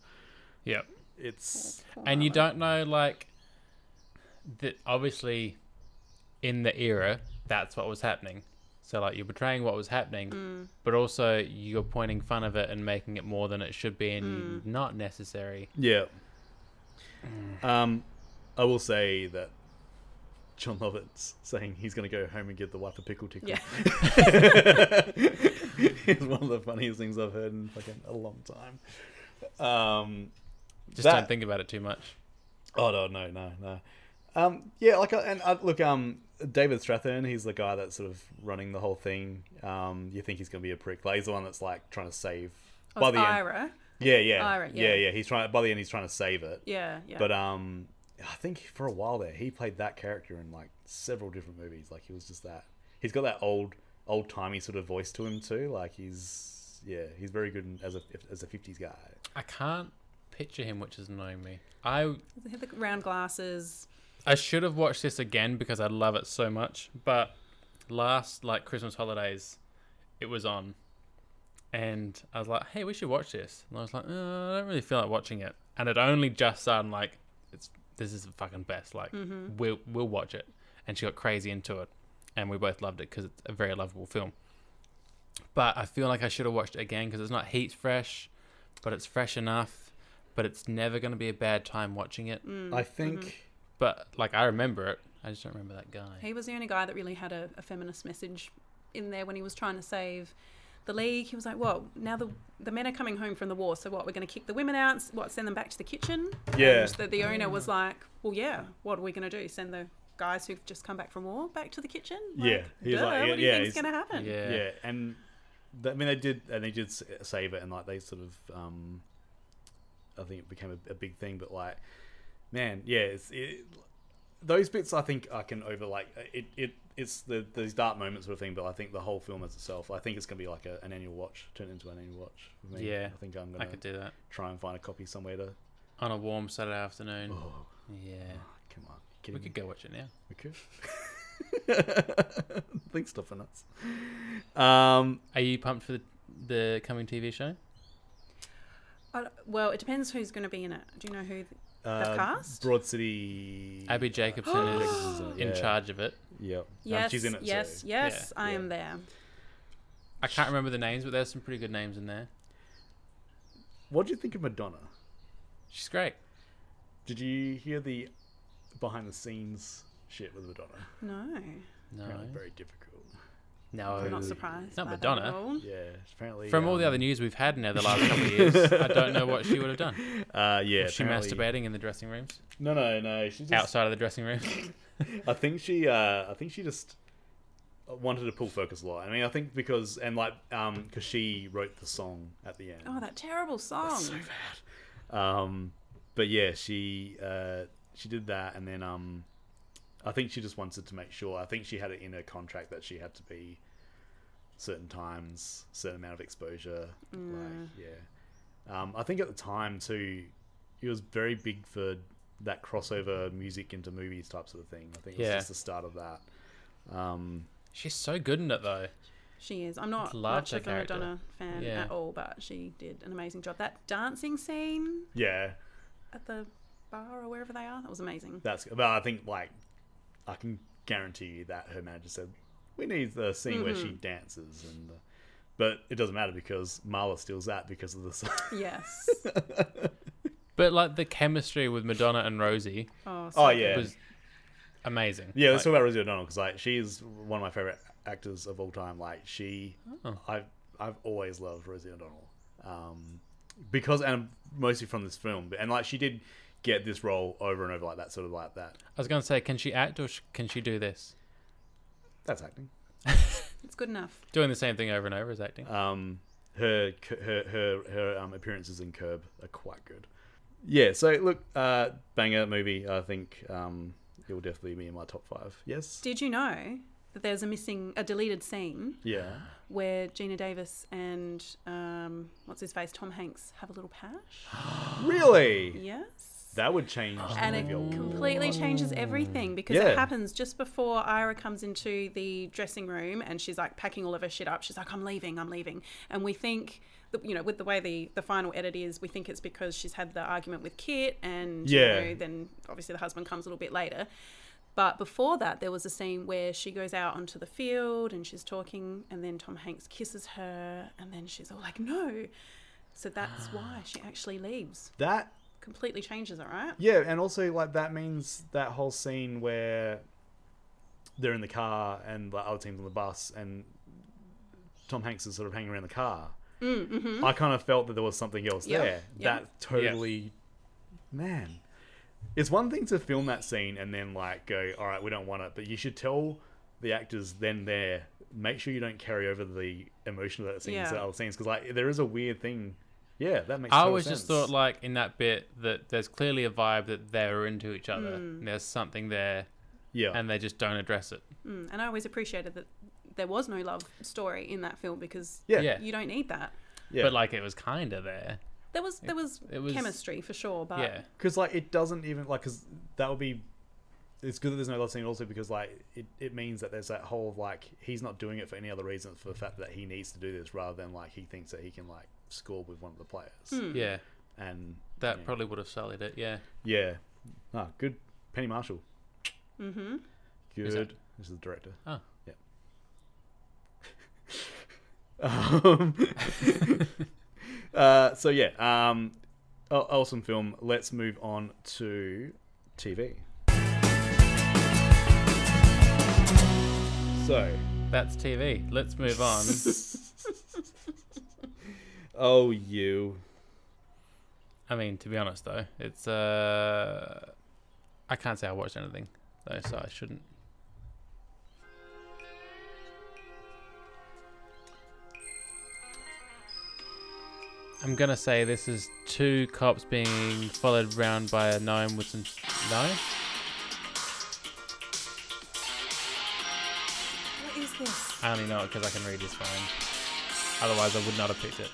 Speaker 2: Yep.
Speaker 1: it's
Speaker 2: and you don't know like that obviously in the era that's what was happening so like you're portraying what was happening
Speaker 3: Mm.
Speaker 2: but also you're pointing fun of it and making it more than it should be and
Speaker 3: Mm.
Speaker 2: not necessary
Speaker 1: yeah. Um, I will say that John Lovitz saying he's going to go home and give the wife a pickle tickle.
Speaker 3: Yeah.
Speaker 1: it's one of the funniest things I've heard in fucking a long time. Um,
Speaker 2: just
Speaker 1: that-
Speaker 2: don't think about it too much
Speaker 1: Oh no, no, no, no. Um, yeah, like, uh, and uh, look, um, David Strathern, he's the guy that's sort of running the whole thing. Um, you think he's going to be a prick? Like, he's the one that's like trying to save.
Speaker 3: Oh,
Speaker 1: by
Speaker 3: it's
Speaker 1: the end,
Speaker 3: Ira.
Speaker 1: yeah, yeah,
Speaker 3: Ira,
Speaker 1: yeah,
Speaker 3: yeah.
Speaker 1: yeah. He's trying. By the end, he's trying to save it.
Speaker 3: Yeah, yeah.
Speaker 1: But um, I think for a while there, he played that character in like several different movies. Like he was just that. He's got that old, old timey sort of voice to him too. Like he's yeah, he's very good in- as a as a fifties guy.
Speaker 2: i can't picture him which is annoying me i
Speaker 3: They had the round glasses.
Speaker 2: I should have watched this again because I love it so much. But last like Christmas holidays, it was on, and I was like, "Hey, we should watch this." And I was like, uh, "I don't really feel like watching it." And it only just started. Like, it's this is the fucking best. Like,
Speaker 13: Mhm.
Speaker 2: we'll we'll watch it. And she got crazy into it, and we both loved it because it's a very lovable film. But I feel like I should have watched it again because it's not heat fresh, but it's fresh enough. But it's never going to be a bad time watching it.
Speaker 3: Mm, I think- mhm.
Speaker 2: But like I remember it, I just don't remember that guy.
Speaker 3: He was the only guy that really had a, a feminist message in there when he was trying to save the league. He was like, "Well, now the the men are coming home from the war, so what? We're going to kick the women out? s- What? Send them back to the kitchen?"
Speaker 1: Yeah.
Speaker 3: And the, the owner was like, "Well, yeah. What are we going to do? Send the guys who've just come back from war back to the kitchen?" Like,
Speaker 1: yeah, he's
Speaker 3: duh,
Speaker 1: like, yeah,
Speaker 3: what do you
Speaker 1: yeah,
Speaker 3: think's
Speaker 1: he's-
Speaker 3: going to happen?
Speaker 1: Yeah, yeah, and th- I mean they did, and they did s- save it, and like they sort of, um, I think it became a, a big thing. But like, man, yeah, it's, it, those bits I think I can over like uh, it. it it's the these dark moments sort of thing, but I think the whole film as itself, I think it's gonna be like a, an annual watch, turn it into an annual watch for me.
Speaker 2: Yeah,
Speaker 1: I think I'm
Speaker 2: I
Speaker 1: gonna
Speaker 2: could do that.
Speaker 1: Try and find a copy somewhere to.
Speaker 2: On a warm Saturday afternoon. Yeah.
Speaker 1: come on.
Speaker 2: We
Speaker 1: kidding
Speaker 2: could
Speaker 1: me?
Speaker 2: go watch it now.
Speaker 1: We could. Thanks, stuff for nuts. Um,
Speaker 2: Are you pumped for the, the coming TV show?
Speaker 3: I d- well, it depends who's going to be in it. Do you know who th-
Speaker 1: Uh,
Speaker 3: they've cast?
Speaker 1: Broad City.
Speaker 2: Abby Jacobson is
Speaker 1: Jacobson,
Speaker 2: in
Speaker 1: yeah.
Speaker 2: charge of it.
Speaker 1: Yep. Um,
Speaker 3: Yes,
Speaker 1: she's in it, so-
Speaker 3: yes, yes. I am there.
Speaker 2: I can't remember the names, but there's some pretty good names in there.
Speaker 1: What do you think of Madonna?
Speaker 2: She's great.
Speaker 1: Did you hear the behind the scenes shit with Madonna?
Speaker 3: No.
Speaker 2: No.
Speaker 1: Apparently very difficult.
Speaker 2: No.
Speaker 3: I'm not surprised
Speaker 2: Oh, Not
Speaker 3: by that at
Speaker 2: Madonna.
Speaker 3: all.
Speaker 1: Yeah, apparently. um,
Speaker 2: From all the other news we've had now the last couple of years, I don't know what she would have done.
Speaker 1: Uh, yeah,
Speaker 2: Was she
Speaker 1: apparently-
Speaker 2: masturbating in the dressing rooms?
Speaker 1: No, no, no. She just,
Speaker 2: Outside of the dressing room.
Speaker 1: I think she. Uh, I think she just wanted to pull focus a lot. I mean, I think because and like um because she wrote the song at the end.
Speaker 3: Oh, that terrible song.
Speaker 1: so Um, but yeah, she uh, she did that, and then um, I think she just wanted to make sure. I think she had it in her contract that she had to be certain times, certain amount of exposure.
Speaker 13: Mm.
Speaker 1: Like, yeah, um, I think at the time too, it was very big for that crossover music into movies type sort of thing. I think it was
Speaker 2: Yeah.
Speaker 1: just the start of that. Um,
Speaker 2: She's so good in it though.
Speaker 3: She is. I'm not
Speaker 2: Love
Speaker 3: much
Speaker 2: her
Speaker 3: of a
Speaker 2: character.
Speaker 3: Madonna fan
Speaker 2: Yeah.
Speaker 3: at all, but she did an amazing job. That dancing scene
Speaker 1: yeah,
Speaker 3: at the bar or wherever they are, that was amazing.
Speaker 1: That's well, I think like I can guarantee you that her manager said we need the scene where she
Speaker 3: Mhm.
Speaker 1: dances, and uh, but it doesn't matter because Marla steals that because of the song.
Speaker 3: Yes.
Speaker 2: But like the chemistry with Madonna and Rosie.
Speaker 3: Oh, so Oh, good. yeah.
Speaker 2: Was amazing.
Speaker 1: yeah, let's
Speaker 2: Like,
Speaker 1: talk about Rosie O'Donnell because like she's one of my favorite actors of all time. Like she,
Speaker 2: Oh.
Speaker 1: I've I've always loved Rosie O'Donnell um, because and mostly from this film, and like she did get this role over and over like that, sort of like that.
Speaker 2: I was going to say, can she act or sh- can she do this?
Speaker 1: That's acting.
Speaker 3: it's good enough.
Speaker 2: Doing the same thing over and over is acting.
Speaker 1: Um, her her her her um, appearances in Curb are quite good. Yeah. So look, uh, banger movie. I think um, it will definitely be in my top five. Yes.
Speaker 3: Did you know that there's a missing, a deleted scene
Speaker 1: Yeah.
Speaker 3: where Gina Davis and um, what's his face, Tom Hanks, have a little pash?
Speaker 1: Really.
Speaker 3: Yes.
Speaker 1: That would change. the
Speaker 3: And it
Speaker 1: movie a lot.
Speaker 3: completely changes everything because
Speaker 1: Yeah.
Speaker 3: it happens just before Ira comes into the dressing room and she's like packing all of her shit up. She's like, I'm leaving, I'm leaving. And we think, that, you know, with the way the, the final edit is, we think it's because she's had the argument with Kit and,
Speaker 14: Yeah.
Speaker 3: you know, then obviously the husband comes a little bit later. But before that, there was a scene where she goes out onto the field and she's talking, and then Tom Hanks kisses her, and then she's all like, no. So that's why she actually leaves.
Speaker 1: That
Speaker 3: Completely changes it, right?
Speaker 1: Yeah, and also like that means that whole scene where they're in the car and the other teams on the bus and Tom Hanks is sort of hanging around the car.
Speaker 13: Mm, mhm.
Speaker 1: I kind of felt that there was something else
Speaker 13: Yeah,
Speaker 1: there.
Speaker 13: yeah.
Speaker 1: That totally, man. It's one thing to film that scene and then like go, all right, we don't want it, but you should tell the actors then there. Make sure you don't carry over the emotion of that scene
Speaker 2: Yeah.
Speaker 1: to other scenes because like there is a weird thing. Yeah, that makes.
Speaker 2: I
Speaker 1: total
Speaker 2: always
Speaker 1: sense.
Speaker 2: just thought, like, in that bit, that there's clearly a vibe that they're into each other.
Speaker 3: Mm.
Speaker 2: There's something there.
Speaker 1: Yeah.
Speaker 2: And they just don't address it.
Speaker 3: Mm, and I always appreciated that there was no love story in that film because
Speaker 2: Yeah. Yeah.
Speaker 3: you don't need that.
Speaker 2: But, like, it was kind of there.
Speaker 3: There was there was,
Speaker 2: it was-
Speaker 3: chemistry for sure, but
Speaker 1: because like it doesn't even like because that would be it's good that there's no love scene also because like it, it means that there's that whole like he's not doing it for any other reason for the fact that he needs to do this rather than like he thinks that he can like score with one of the players
Speaker 2: Hmm. Yeah.
Speaker 1: and
Speaker 2: That
Speaker 1: Yeah.
Speaker 2: probably would have sullied it, yeah.
Speaker 1: yeah ah good penny marshall
Speaker 3: mm-hmm.
Speaker 1: good
Speaker 2: Who's that?
Speaker 1: this is the director
Speaker 2: Oh.
Speaker 1: yeah um, uh, so yeah um aw- awesome film let's move on to tv So
Speaker 2: that's TV. Let's move on.
Speaker 1: oh, you.
Speaker 2: I mean, to be honest though, it's uh, I can't say I watched anything though, so I shouldn't. I'm gonna say this is two cops being followed round by a gnome with some no.
Speaker 3: What is this?
Speaker 2: I only know it because I can read his phone. Otherwise, I would not have picked it.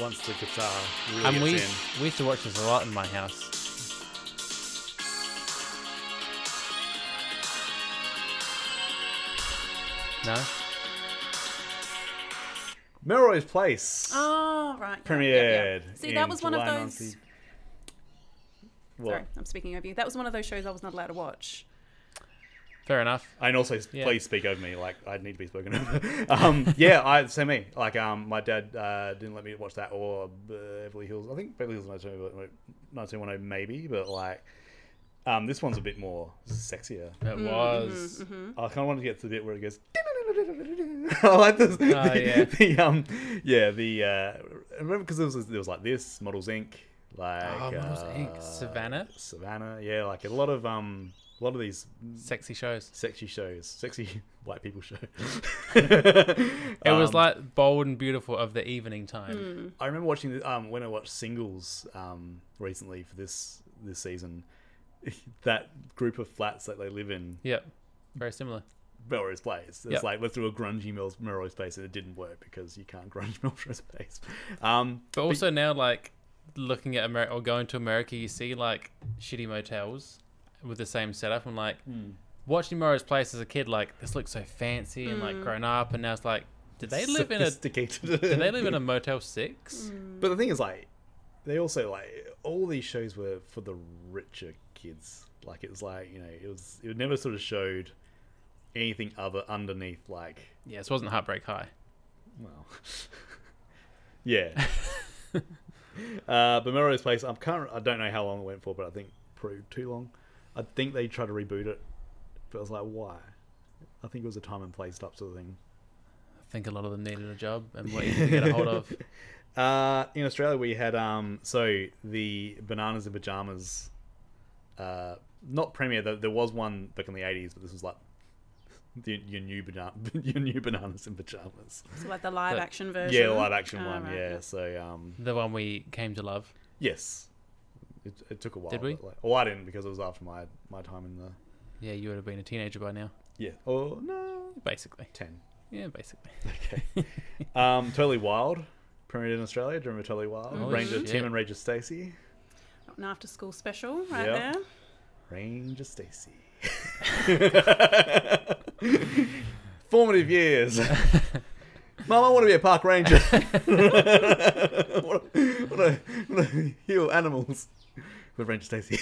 Speaker 1: Once the
Speaker 2: uh,
Speaker 1: guitar really
Speaker 2: And we
Speaker 1: gets
Speaker 2: we used to watch this a lot in my house. No.
Speaker 1: in. Melrose Place
Speaker 3: Oh right. yeah,
Speaker 1: premiered.
Speaker 3: yeah, yeah. See, that
Speaker 1: in
Speaker 3: was one of
Speaker 1: July
Speaker 3: those.
Speaker 1: 90 What?
Speaker 3: Sorry, I'm speaking over you. That was one of those shows I was not allowed to watch.
Speaker 2: Fair enough.
Speaker 1: And also, s-
Speaker 2: Yeah.
Speaker 1: please speak over me. Like I need to be spoken over. um, yeah, I same me. Like um, my dad uh, didn't let me watch that oh, or Beverly Hills. I think Beverly Hills 90210 maybe, but like Um, this one's a bit more sexier.
Speaker 2: It
Speaker 1: Mm,
Speaker 2: was.
Speaker 3: Hmm?
Speaker 1: mhm, I kind of wanted to get to the bit where it goes. I like this.
Speaker 2: Oh,
Speaker 1: the,
Speaker 2: yeah.
Speaker 1: the, um, yeah, the uh, remember because there was there was like this Models Inc. Like
Speaker 2: Oh, Models, Inc.
Speaker 1: uh,
Speaker 2: Savannah?
Speaker 1: Savannah, yeah, like a lot of um, a lot of these
Speaker 2: sexy shows,
Speaker 1: sexy shows, sexy white people show.
Speaker 2: It was
Speaker 1: Um,
Speaker 2: like bold and beautiful of the evening time.
Speaker 1: I remember watching the, um, when I watched singles um, recently for this this season. That group of flats that they live in,
Speaker 2: Yep, very similar.
Speaker 1: Melrose Place. It's
Speaker 2: Yep.
Speaker 1: like let's do a grungy Mel- Melrose Place, and it didn't work because you can't grunge Melrose Place. Um,
Speaker 2: But also now, like looking at America or going to America, you see like shitty motels with the same setup. and like
Speaker 1: Hmm.
Speaker 2: watching Morrow's Place as a kid, like this looks so fancy and like
Speaker 1: Mm.
Speaker 2: grown up, and now it's like, did they live in a?
Speaker 1: Sophisticated.
Speaker 2: Did they live in a Motel Six?
Speaker 1: But the thing is, like, they also like all these shows were for the richer kids. Like, it was like you know, it was it never sort of showed anything other underneath. Like,
Speaker 2: Yeah, this wasn't Heartbreak High.
Speaker 1: well, yeah. uh, but Melrose Place, I can't, I don't know how long it went for, but I think proved too long. I think they tried to reboot it, but I was like, why? I think it was a time and place type sort of thing.
Speaker 2: I think a lot of them needed a job and were easy to get a hold of.
Speaker 1: Uh, in Australia, we had um, so the bananas and pajamas. Uh, not premiere. There, there was one back in the eighties, but this was like the, your new banana, your new bananas and pajamas.
Speaker 3: So, like, the live action version?
Speaker 1: Yeah, the live action
Speaker 3: Oh,
Speaker 1: one.
Speaker 3: right,
Speaker 1: yeah.
Speaker 3: yeah.
Speaker 1: So um,
Speaker 2: The one we came to love.
Speaker 1: yes, it, it took a while.
Speaker 2: Did we?
Speaker 1: but, Like, well, I didn't because it was after my my time in the
Speaker 2: Yeah, you would have been a teenager by now.
Speaker 1: yeah. Oh no,
Speaker 2: Basically.
Speaker 1: ten.
Speaker 2: Yeah, basically.
Speaker 1: Okay. um, totally wild. Premiered in Australia. Do you remember Totally Wild?
Speaker 2: Holy
Speaker 1: Ranger
Speaker 2: Oh, shit.
Speaker 1: Tim and Ranger Stacy.
Speaker 3: An after school special right
Speaker 1: Yep.
Speaker 3: there.
Speaker 1: Ranger Stacy. Formative years. Mum, I want to be a park ranger. I want to, want to heal animals with Ranger Stacy.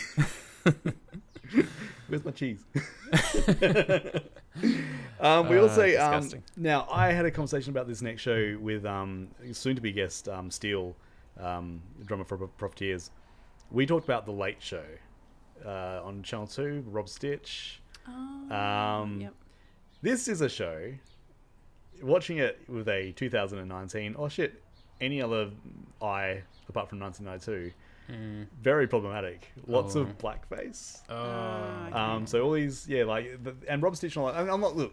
Speaker 1: Where's my cheese? um, we
Speaker 2: Ah,
Speaker 1: also um,
Speaker 2: disgusting.
Speaker 1: now I had a conversation about this next show with um, soon-to-be guest um, Steele, um, drummer for Profiteers. We talked about the Late Show uh, on Channel Two. Rob Stitch. um,
Speaker 3: yep.
Speaker 1: This is a show. Watching it with a 2019. Oh shit! Any other eye apart from 1992?
Speaker 2: Mm.
Speaker 1: Very problematic. Lots
Speaker 2: Oh.
Speaker 1: of blackface.
Speaker 2: Oh,
Speaker 1: Um, so all these, yeah, like, the, and Rob Stitch and all that. I mean, I'm not, look,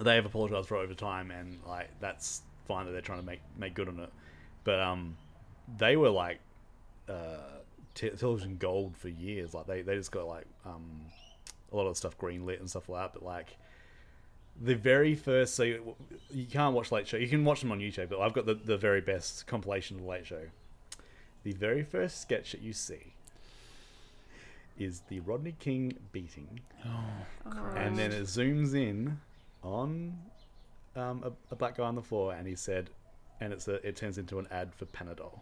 Speaker 1: they have apologized for overtime, and, like, that's fine that they're trying to make, make good on it. But, um, they were, like, uh, te- television gold for years. Like, they, they just got, like, um, a lot of the stuff greenlit and stuff like that. But, like, the very first, so you, you can't watch Late Show. You can watch them on YouTube, but I've got the, the very best compilation of the Late Show. The very first sketch that you see is the Rodney King beating, and then it zooms in on um, a, a black guy on the floor, and he said, and it's a, it turns into an ad for Panadol,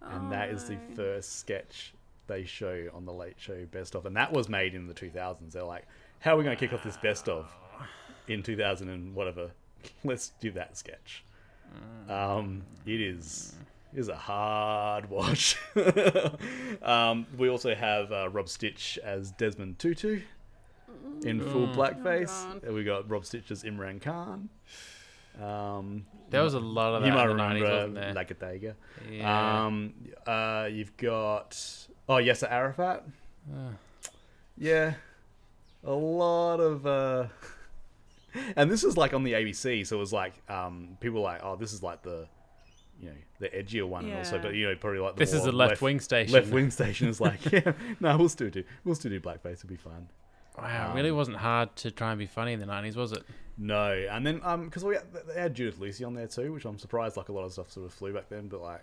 Speaker 1: and
Speaker 2: Oh,
Speaker 1: that is the first sketch they show on the Late Show Best of, and that was made in the 2000s. They're like, how are we going to kick off this Best of in 2000 and whatever? Let's do that sketch. Um, it is it is a hard watch. um, we also have uh, Rob Stitch as Desmond Tutu in full
Speaker 2: Mm.
Speaker 1: blackface. And we got Rob Stitch as Imran Khan. Um,
Speaker 2: There was a lot of
Speaker 1: you
Speaker 2: that
Speaker 1: might
Speaker 2: in the 90s,
Speaker 1: remember
Speaker 2: wasn't there?
Speaker 1: Lackadaika.
Speaker 2: Yeah.
Speaker 1: Um, uh, you've got oh Yasser Arafat.
Speaker 2: Ah.
Speaker 1: Yeah, a lot of. Uh... And this was like on the ABC, so it was like um, people were like, oh, this is like the, you know, the edgier one, and also,
Speaker 2: Yeah.
Speaker 1: but you know, probably like the
Speaker 2: This is
Speaker 1: more
Speaker 2: a left-wing station.
Speaker 1: Left wing station is like, yeah, no, we'll still do, we'll still do blackface. It'll be fun.
Speaker 2: Wow, it
Speaker 1: Um,
Speaker 2: really wasn't hard to try and be funny in the 90s, was it?
Speaker 1: No, and then um, because we had, they had Judith Lucy on there too, which I'm surprised like a lot of stuff sort of flew back then. But like,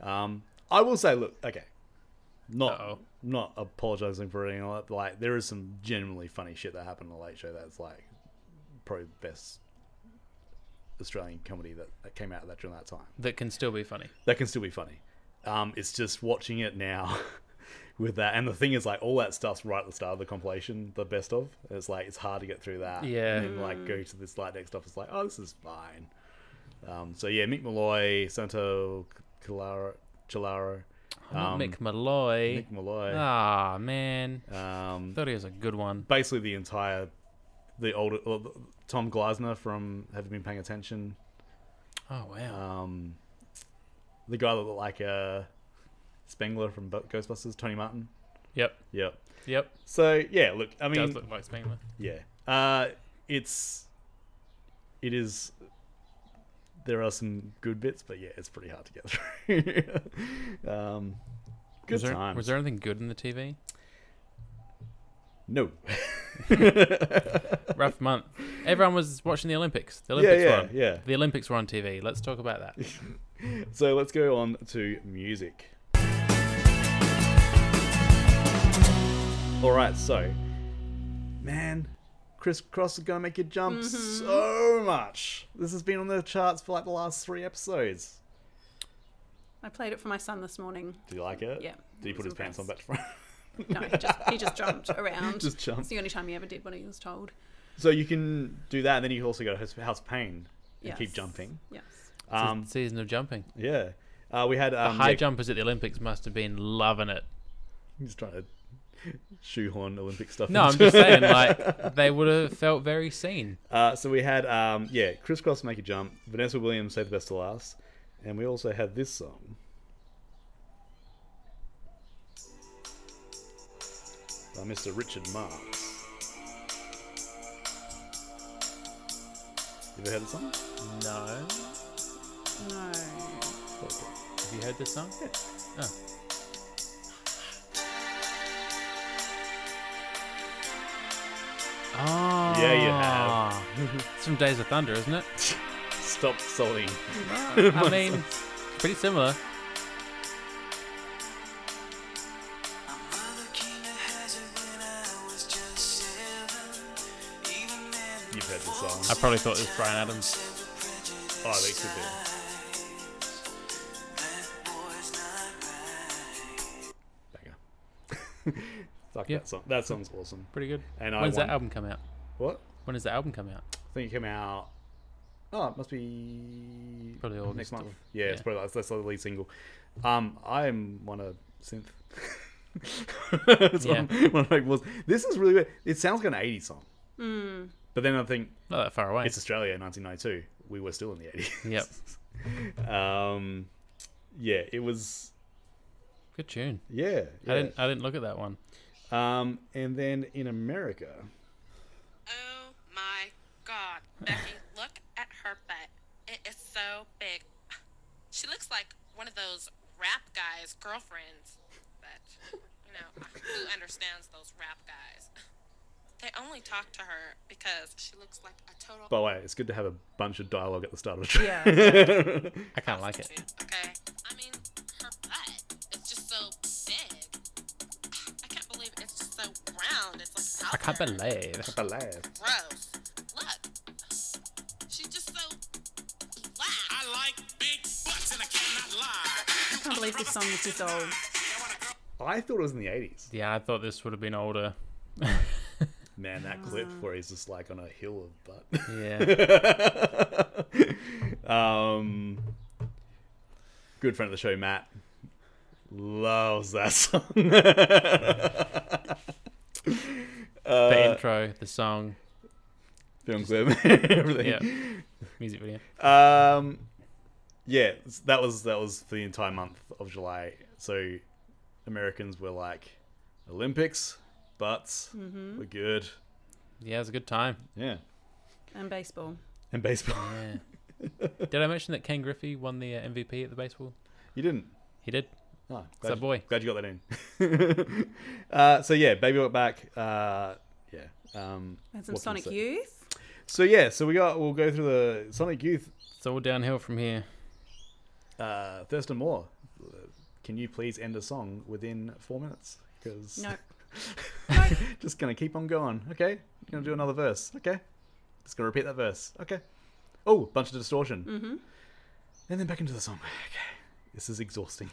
Speaker 1: um, I will say, look, okay, not not apologizing for any of that. But, like, there is some genuinely funny shit that happened on the Late Show that's like probably the best Australian comedy that, that came out of that during that time
Speaker 2: That can still be funny.
Speaker 1: that can still be funny. Um, it's just watching it now with that. And the thing is, like, all that stuff's right at the start of the compilation, the best of. And it's like, it's hard to get through that.
Speaker 2: Yeah.
Speaker 1: And then, like, go to this, like, next stuff. It's like, oh, this is fine. Um, so, yeah, Mick Malloy, Santo Calaro, Chilaro,
Speaker 2: Not
Speaker 1: Um,
Speaker 2: Mick Malloy.
Speaker 1: Mick Malloy.
Speaker 2: Ah, man.
Speaker 1: Um,
Speaker 2: Thought he was a good one.
Speaker 1: Basically, the entire the older well, the- Tom Glasner from Have You Been Paying Attention?
Speaker 2: Oh wow.
Speaker 1: Um, the guy that looked like uh, Spengler from Bo- Ghostbusters, Tony Martin.
Speaker 2: Yep.
Speaker 1: Yep.
Speaker 2: Yep.
Speaker 1: So yeah, look, I mean,
Speaker 2: Does look like Spengler.
Speaker 1: Yeah. Uh, it's it is. There are some good bits, but yeah, it's pretty hard to get through. um, good
Speaker 2: was there,
Speaker 1: times.
Speaker 2: Was there anything good in the TV?
Speaker 1: No.
Speaker 2: Rough month. Everyone was watching the Olympics. The
Speaker 1: Yeah,
Speaker 2: Olympics
Speaker 1: yeah,
Speaker 2: were on.
Speaker 1: yeah.
Speaker 2: The Olympics were on TV. Let's talk about that.
Speaker 1: so let's go on to music. All right, so man, Chris Cross is gonna make you jump
Speaker 2: Mm-hmm.
Speaker 1: so much. This has been on the charts for like the last three episodes.
Speaker 3: I played it for my son this morning.
Speaker 1: Do you like it?
Speaker 3: Yeah,
Speaker 1: Did he
Speaker 3: I
Speaker 1: put
Speaker 3: was
Speaker 1: his pants on back to front?
Speaker 3: No, he just, he just jumped around.
Speaker 1: Just jumped.
Speaker 3: It's the only time he ever did what he was told.
Speaker 1: So you can do that, and then you also go to House- House Pain and keep
Speaker 3: Yes.
Speaker 1: jumping.
Speaker 3: Yes.
Speaker 1: Um,
Speaker 2: season of jumping.
Speaker 1: Yeah. Uh, we had um,
Speaker 2: the high
Speaker 1: yeah,
Speaker 2: jumpers at the Olympics must have been loving it.
Speaker 1: He's trying to shoehorn Olympic stuff.
Speaker 2: No, I'm
Speaker 1: into-
Speaker 2: just saying, like they would have felt very seen.
Speaker 1: Uh, so we had um, yeah, crisscross make a jump. Vanessa Williams say the best to last, and we also had this song. By Mr. Richard Marx. You ever heard the song?
Speaker 2: No.
Speaker 3: No.
Speaker 2: Have you heard this song? Yeah. Oh. Oh.
Speaker 1: Yeah,
Speaker 2: you have. it's from Days of Thunder, isn't it?
Speaker 1: Stop soling.
Speaker 2: I mean, pretty similar.
Speaker 1: You've heard the song.
Speaker 2: I probably thought it was Brian Adams.
Speaker 1: Oh, they could be. Fuck
Speaker 2: Yeah.
Speaker 1: that song. That song's awesome.
Speaker 2: Pretty good.
Speaker 1: And I
Speaker 2: When's
Speaker 1: want-
Speaker 2: that album come out?
Speaker 1: What?
Speaker 2: When does the album come out?
Speaker 1: I think it came out. Oh, it must be
Speaker 2: Probably
Speaker 1: next
Speaker 2: August
Speaker 1: month.
Speaker 2: or-
Speaker 1: Yeah, it's
Speaker 2: yeah.
Speaker 1: probably that's, that's the lead single. Um, I am want a synth. That's what I'm-
Speaker 2: Yeah.
Speaker 1: what I'm like, was- This is really weird. It sounds like an '80s song,
Speaker 3: Mm.
Speaker 1: but then I think
Speaker 2: not that far away.
Speaker 1: It's Australia, 1992. We were still in the 80s.
Speaker 2: Yep.
Speaker 1: um, yeah, it was.
Speaker 2: Good tune.
Speaker 1: Yeah, yeah.
Speaker 2: I didn't. I didn't look at that one.
Speaker 1: Um, and then in America,
Speaker 14: Oh My God, Becky, look at her butt. It is so big. She looks like one of those rap guys' girlfriends. But, you know, who understands those rap guys? They only talk to her because she looks like a total.
Speaker 1: by the way, it's good to have a bunch of dialogue at the start of a track.
Speaker 2: Yeah. I kinda like it.
Speaker 14: Okay. I mean, her butt is just so big. I can't believe it's just so round. It's like
Speaker 2: I can't believe. I
Speaker 1: can't believe.
Speaker 14: gross. Look, she's just so flat. I like big butts and I cannot lie.
Speaker 3: I can't believe this song is this old.
Speaker 1: I thought it was in the 80s.
Speaker 2: Yeah, I thought this would have been older.
Speaker 1: Man, that clip where he's just like on a hill of butt. Yeah. um, good friend of the show, Matt, loves that song.
Speaker 2: the
Speaker 1: Uh,
Speaker 2: intro, the song,
Speaker 1: film clip, everything.
Speaker 2: Yeah. Music video.
Speaker 1: Um, yeah, s- that was that was for the entire month of July. So Americans were like Olympics, butts,
Speaker 3: Mhm.
Speaker 1: we're good.
Speaker 2: Yeah, it was a good time.
Speaker 1: Yeah,
Speaker 3: And baseball.
Speaker 1: and baseball.
Speaker 2: Did I mention that Ken Griffey won the uh, MVP at the baseball?
Speaker 1: You didn't.
Speaker 2: He did.
Speaker 1: Oh,
Speaker 2: It's that boy.
Speaker 1: Glad you got that in. uh, so yeah, baby got back. Uh, yeah. Um,
Speaker 3: And
Speaker 1: what can
Speaker 3: some
Speaker 1: we
Speaker 3: Sonic
Speaker 1: say?
Speaker 3: Youth.
Speaker 1: So yeah, so we got we'll go through the Sonic Youth.
Speaker 2: It's all downhill from here.
Speaker 1: Uh, Thurston Moore, can you please end a song within four minutes? Because
Speaker 3: No.
Speaker 1: just gonna keep on going. Okay, gonna do another verse. Okay, just gonna repeat that verse. Okay. Oh, bunch of distortion,
Speaker 3: Mm-hmm.
Speaker 1: and then back into the song. Okay, this is exhausting.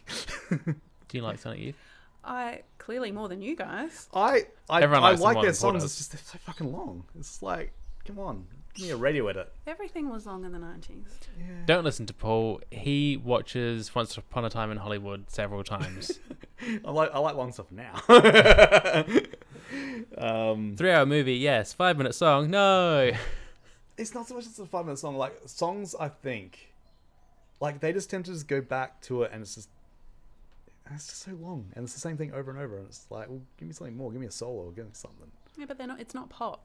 Speaker 2: Do you like Sonic Youth?
Speaker 3: I clearly more than you guys.
Speaker 1: I I,
Speaker 2: Everyone
Speaker 1: I
Speaker 2: likes them
Speaker 1: like
Speaker 2: more
Speaker 1: their
Speaker 2: than Paul
Speaker 1: songs.
Speaker 2: does.
Speaker 1: It's just they're so fucking long. It's like Come on, give me a radio edit.
Speaker 3: Everything was long in the 90s.
Speaker 2: Don't listen to Paul. He watches Once Upon a Time in Hollywood several times.
Speaker 1: I like I like long stuff now. um,
Speaker 2: Three hour movie, yes. Five minute song, no.
Speaker 1: it's not so much as a five minute song. Like songs, I think, like they just tend to just go back to it, and it's just it's just so long, and it's the same thing over and over. And it's like, well, give me something more. Give me a solo. Give me something.
Speaker 3: Yeah, but they're not. It's not pop.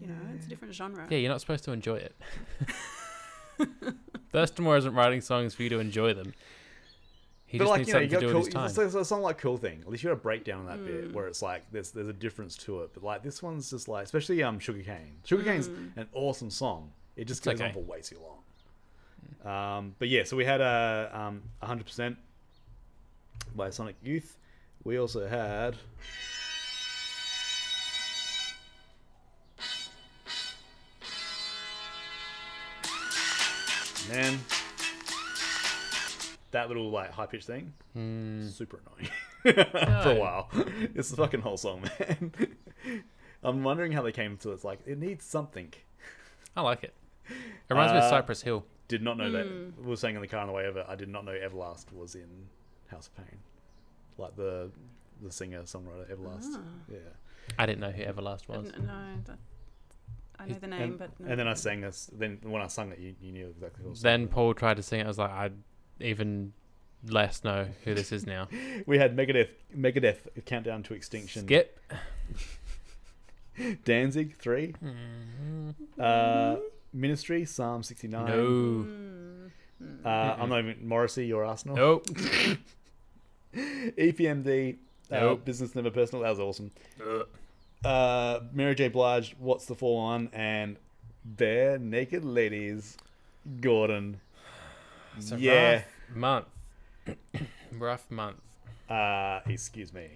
Speaker 3: You know, it's a different genre.
Speaker 2: Yeah, you're not supposed to enjoy it. Thurston Moore isn't writing songs for you to enjoy them. He just needs something to do
Speaker 1: got
Speaker 2: in his
Speaker 1: cool,
Speaker 2: time.
Speaker 1: it's like- it's a song like "Cool Thing." At least you got a breakdown in that
Speaker 2: Mm.
Speaker 1: bit where it's like there's there's a difference to it. But like this one's just like, especially um, "Sugarcane." "Sugarcane's"
Speaker 2: Mm.
Speaker 1: an awesome song. It just
Speaker 2: It's
Speaker 1: goes
Speaker 2: okay.
Speaker 1: on for way too long. Um, but yeah, so we had a um, 100% by Sonic Youth. We also had man that little like high pitched thing super annoying for a
Speaker 2: No.
Speaker 1: while. It's the fucking whole song, man. I'm wondering how they came to it. It's like it needs something.
Speaker 2: I like it. It reminds me of
Speaker 1: Uh,
Speaker 2: Cypress Hill.
Speaker 1: Did not know
Speaker 2: Mm.
Speaker 3: Hmm.
Speaker 1: that. We were saying in the car on the way over. I did not know Everlast was in House of Pain, like the the singer songwriter Everlast.
Speaker 3: Ah.
Speaker 1: Yeah.
Speaker 2: I didn't know who Everlast was.
Speaker 3: N- No, that, I know the name,
Speaker 1: and,
Speaker 3: but no.
Speaker 1: and then I sang this. Then when I sung it, you, you knew exactly who it was.
Speaker 2: Then Paul tried to sing it. I was like, I even less know who this is now.
Speaker 1: We had Megadeth, Megadeth, Countdown to Extinction.
Speaker 2: Skip.
Speaker 1: Danzig, 3 Uh, Ministry, Psalm 69.
Speaker 2: Mm-hmm. No.
Speaker 1: Uh, I'm not even. Morrissey, your Arsenal.
Speaker 2: Nope.
Speaker 1: E EPMD, uh,
Speaker 2: Nope.
Speaker 1: Business Never Personal. That was awesome. Uh, Mary J. Blige, What's the Fall On? And Bare Naked Ladies, Gordon.
Speaker 2: It's a
Speaker 1: yeah.
Speaker 2: rough month. rough month.
Speaker 1: Uh, excuse me.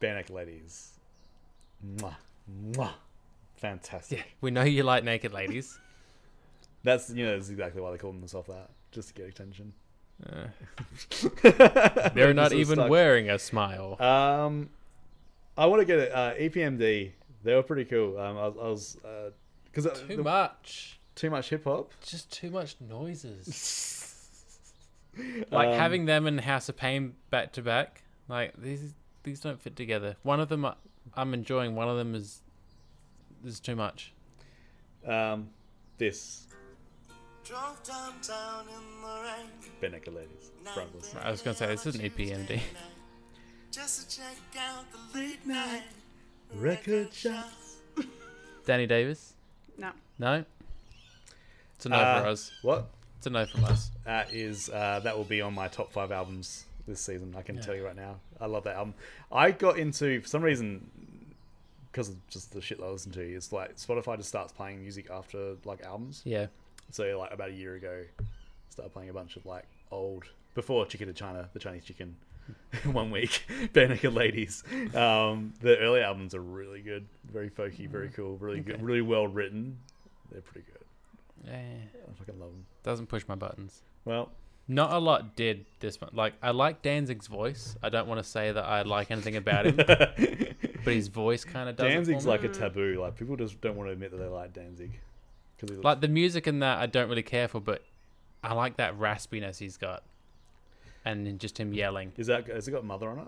Speaker 1: Bare Naked Ladies. Mwah. Mwah. Fantastic.
Speaker 2: We know you like naked ladies.
Speaker 1: That's you know that's exactly why they call themselves that, just to get attention.
Speaker 2: They're not
Speaker 1: Just
Speaker 2: even
Speaker 1: stuck.
Speaker 2: wearing a smile.
Speaker 1: Um, I want to get it. Uh, EPMD. They were pretty cool. Um, I, was- I was because
Speaker 2: Too much.
Speaker 1: Too much hip hop.
Speaker 2: Just too much noises. like
Speaker 1: Um,
Speaker 2: having them and House of Pain back to back. Like these these don't fit together. One of them I- I'm enjoying. One of them is is too much.
Speaker 1: Um, this
Speaker 13: Drove downtown in the rain,
Speaker 1: Benica ladies. Brothers.
Speaker 2: I was gonna say this E isn't EPMD.
Speaker 13: just to check out the late night.
Speaker 1: Record shop.
Speaker 2: Danny Davis.
Speaker 3: No.
Speaker 2: No. It's a no
Speaker 1: Uh,
Speaker 2: for us.
Speaker 1: What?
Speaker 2: It's a no from us.
Speaker 1: That is uh, that will be on my top five albums this season. I can tell you right now. I love that album. I got into for some reason because of just the shit that I listen to. It's like Spotify just starts playing music after like albums.
Speaker 2: Yeah.
Speaker 1: So like about a year ago, started playing a bunch of like old before Chicken to China, the Chinese Chicken, one week, Bare Naked Ladies. Um, the early albums are really good, very folky, very cool, really good, really well written. They're pretty good.
Speaker 2: Eh.
Speaker 1: I fucking love them.
Speaker 2: Doesn't push my buttons.
Speaker 1: Well,
Speaker 2: not a lot did this month. Like I like Danzig's voice. I don't want to say that I like anything about him, but his voice kind of does. it for
Speaker 1: Danzig's
Speaker 2: me.
Speaker 1: like a taboo. Like people just don't want to admit that they like Danzig. Cause he's-
Speaker 2: Like the music in that I don't really care for, but I like that raspiness he's got, and then just him yelling.
Speaker 1: is that has it got Mother on it?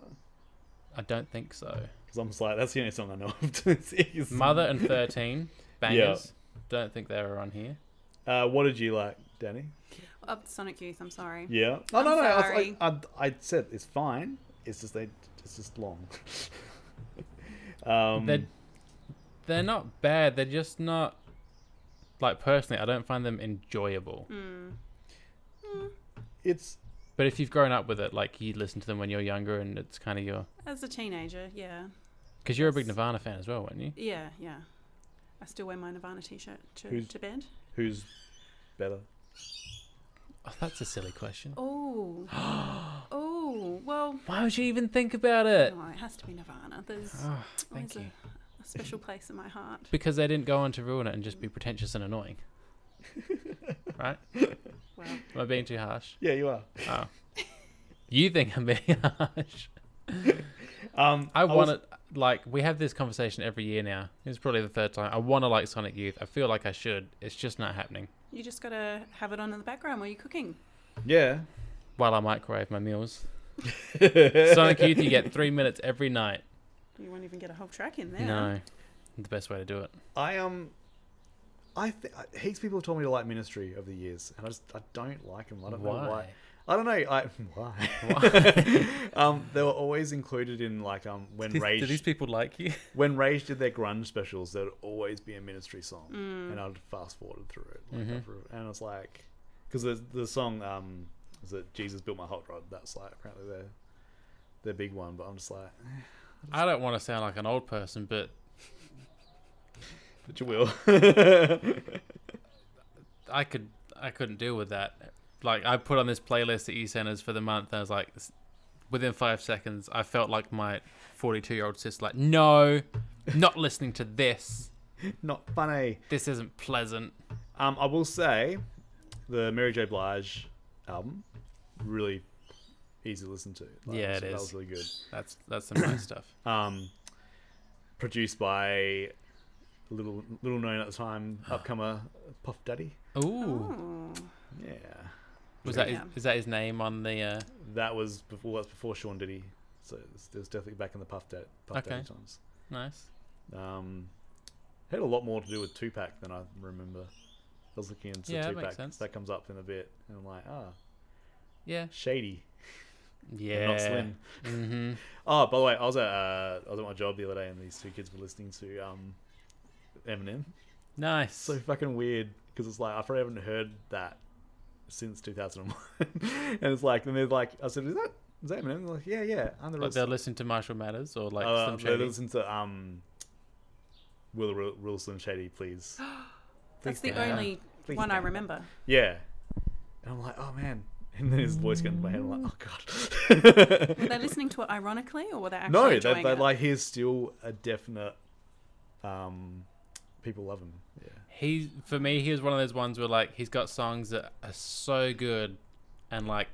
Speaker 2: I don't think so.
Speaker 1: Because I'm just like that's the only song I know of. Danzig's.
Speaker 2: Mother and Thirteen bangers. Don't think they were on here.
Speaker 1: Uh, what did you like, Danny?
Speaker 3: Oh, Sonic Youth, I'm sorry.
Speaker 1: Yeah.
Speaker 3: I'm
Speaker 1: Oh, no, no. I, was
Speaker 3: sorry.
Speaker 1: like- I, I said it's fine. It's just they. It's just long. um,
Speaker 2: They're they're not bad. They're just not like personally. I don't find them enjoyable.
Speaker 1: It's
Speaker 2: But if you've grown up with it, like you listen to them when you're younger, and it's kind of your
Speaker 3: As a teenager, yeah.
Speaker 2: Because you're a big Nirvana fan as well, weren't you?
Speaker 3: Yeah, yeah. I still wear my Nirvana t shirt to,
Speaker 1: Who's-
Speaker 3: to bed.
Speaker 1: who's better?
Speaker 2: Oh, that's a silly question.
Speaker 3: Oh. oh, well.
Speaker 2: Why would you even think about it?
Speaker 3: No, it has to be Nirvana. There's
Speaker 2: Ah,
Speaker 3: always
Speaker 2: thank
Speaker 3: a,
Speaker 2: you.
Speaker 3: a special place in my heart.
Speaker 2: Because they didn't go on to ruin it and just be pretentious and annoying. right?
Speaker 3: Well.
Speaker 2: Am I being too harsh?
Speaker 1: Yeah, you are.
Speaker 2: Oh. You think I'm being harsh.
Speaker 1: Um,
Speaker 2: I
Speaker 1: was-
Speaker 2: wanted like we have this conversation every year now. It's probably the third time. I want to like Sonic Youth. I feel like I should. It's just not happening.
Speaker 3: You just gotta have it on in the background while you're cooking.
Speaker 1: Yeah.
Speaker 2: While I microwave my meals. Sonic Youth, you get three minutes every night.
Speaker 3: You won't even get a whole track in there.
Speaker 2: No, the best way to do it.
Speaker 1: I um, I th- heaps of people have told me to like Ministry over the years, and I just I don't like them. I don't
Speaker 2: Why?
Speaker 1: know why. I don't know. I, why? um, they were always included in like um when
Speaker 2: Did-
Speaker 1: Rage.
Speaker 2: do these people like you?
Speaker 1: When Rage did their grunge specials, there'd always be a Ministry song,
Speaker 2: Mm.
Speaker 1: and I'd fast forward through it, like,
Speaker 2: Mhm.
Speaker 1: through it. and it's like because the the song um is it Jesus built my hot rod. That's like apparently their their big one, but I'm just like eh,
Speaker 2: I don't want to sound like an old person, but
Speaker 1: but you will.
Speaker 2: I could I couldn't deal with that. Like I put on this playlist that you sent us for the month, and I was like, this- within five seconds, I felt like my forty-two-year-old sister. Like, no, not listening to this.
Speaker 1: Not funny.
Speaker 2: This isn't pleasant.
Speaker 1: Um, I will say, the Mary J. Blige album really easy to listen to.
Speaker 2: Yeah, it
Speaker 1: that
Speaker 2: is.
Speaker 1: was really good.
Speaker 2: That's that's some nice stuff.
Speaker 1: Um, produced by little little known at the time upcomer Puff Daddy.
Speaker 2: Ooh,
Speaker 1: Yeah,
Speaker 2: was that his,
Speaker 1: Yeah.
Speaker 2: is that his name on the? Uh,
Speaker 1: that was before that's before Sean Diddy, so it was, it was definitely back in the Puff Daddy, Puff
Speaker 2: Okay.
Speaker 1: Daddy times.
Speaker 2: nice.
Speaker 1: Um, had a lot more to do with Tupac than I remember. I was looking into
Speaker 2: Yeah, that
Speaker 1: Tupac.
Speaker 2: makes sense.
Speaker 1: That comes up in a bit, and I'm like, ah,
Speaker 2: Yeah.
Speaker 1: shady.
Speaker 2: Yeah.
Speaker 1: and not slim.
Speaker 2: Mhm.
Speaker 1: Oh, by the way, I was at uh, I was at my job the other day, and these two kids were listening to um, Eminem.
Speaker 2: Nice.
Speaker 1: So fucking weird because it's like I probably haven't heard that since 2001, and it's like, and they're like, I said, is that is that Eminem? They're like, yeah, yeah, I'm the
Speaker 2: Like
Speaker 1: rest-
Speaker 2: they're listening to Marshall Matters or like
Speaker 1: uh,
Speaker 2: Slim
Speaker 1: they
Speaker 2: Shady.
Speaker 1: listen to um, Will Will, Will Slim Shady, please.
Speaker 3: That's
Speaker 1: Please
Speaker 3: the
Speaker 1: don't.
Speaker 3: only
Speaker 1: Please
Speaker 3: one I
Speaker 1: don't.
Speaker 3: remember.
Speaker 1: Yeah, and I'm like, oh man, and then his voice got into my head. I'm like, oh god.
Speaker 3: Were they listening to it ironically, or were they actually
Speaker 1: no,
Speaker 3: enjoying
Speaker 1: that, that
Speaker 3: it?
Speaker 1: like he's still a definite. Um, people love him. Yeah.
Speaker 2: he for me he was one of those ones where like he's got songs that are so good and like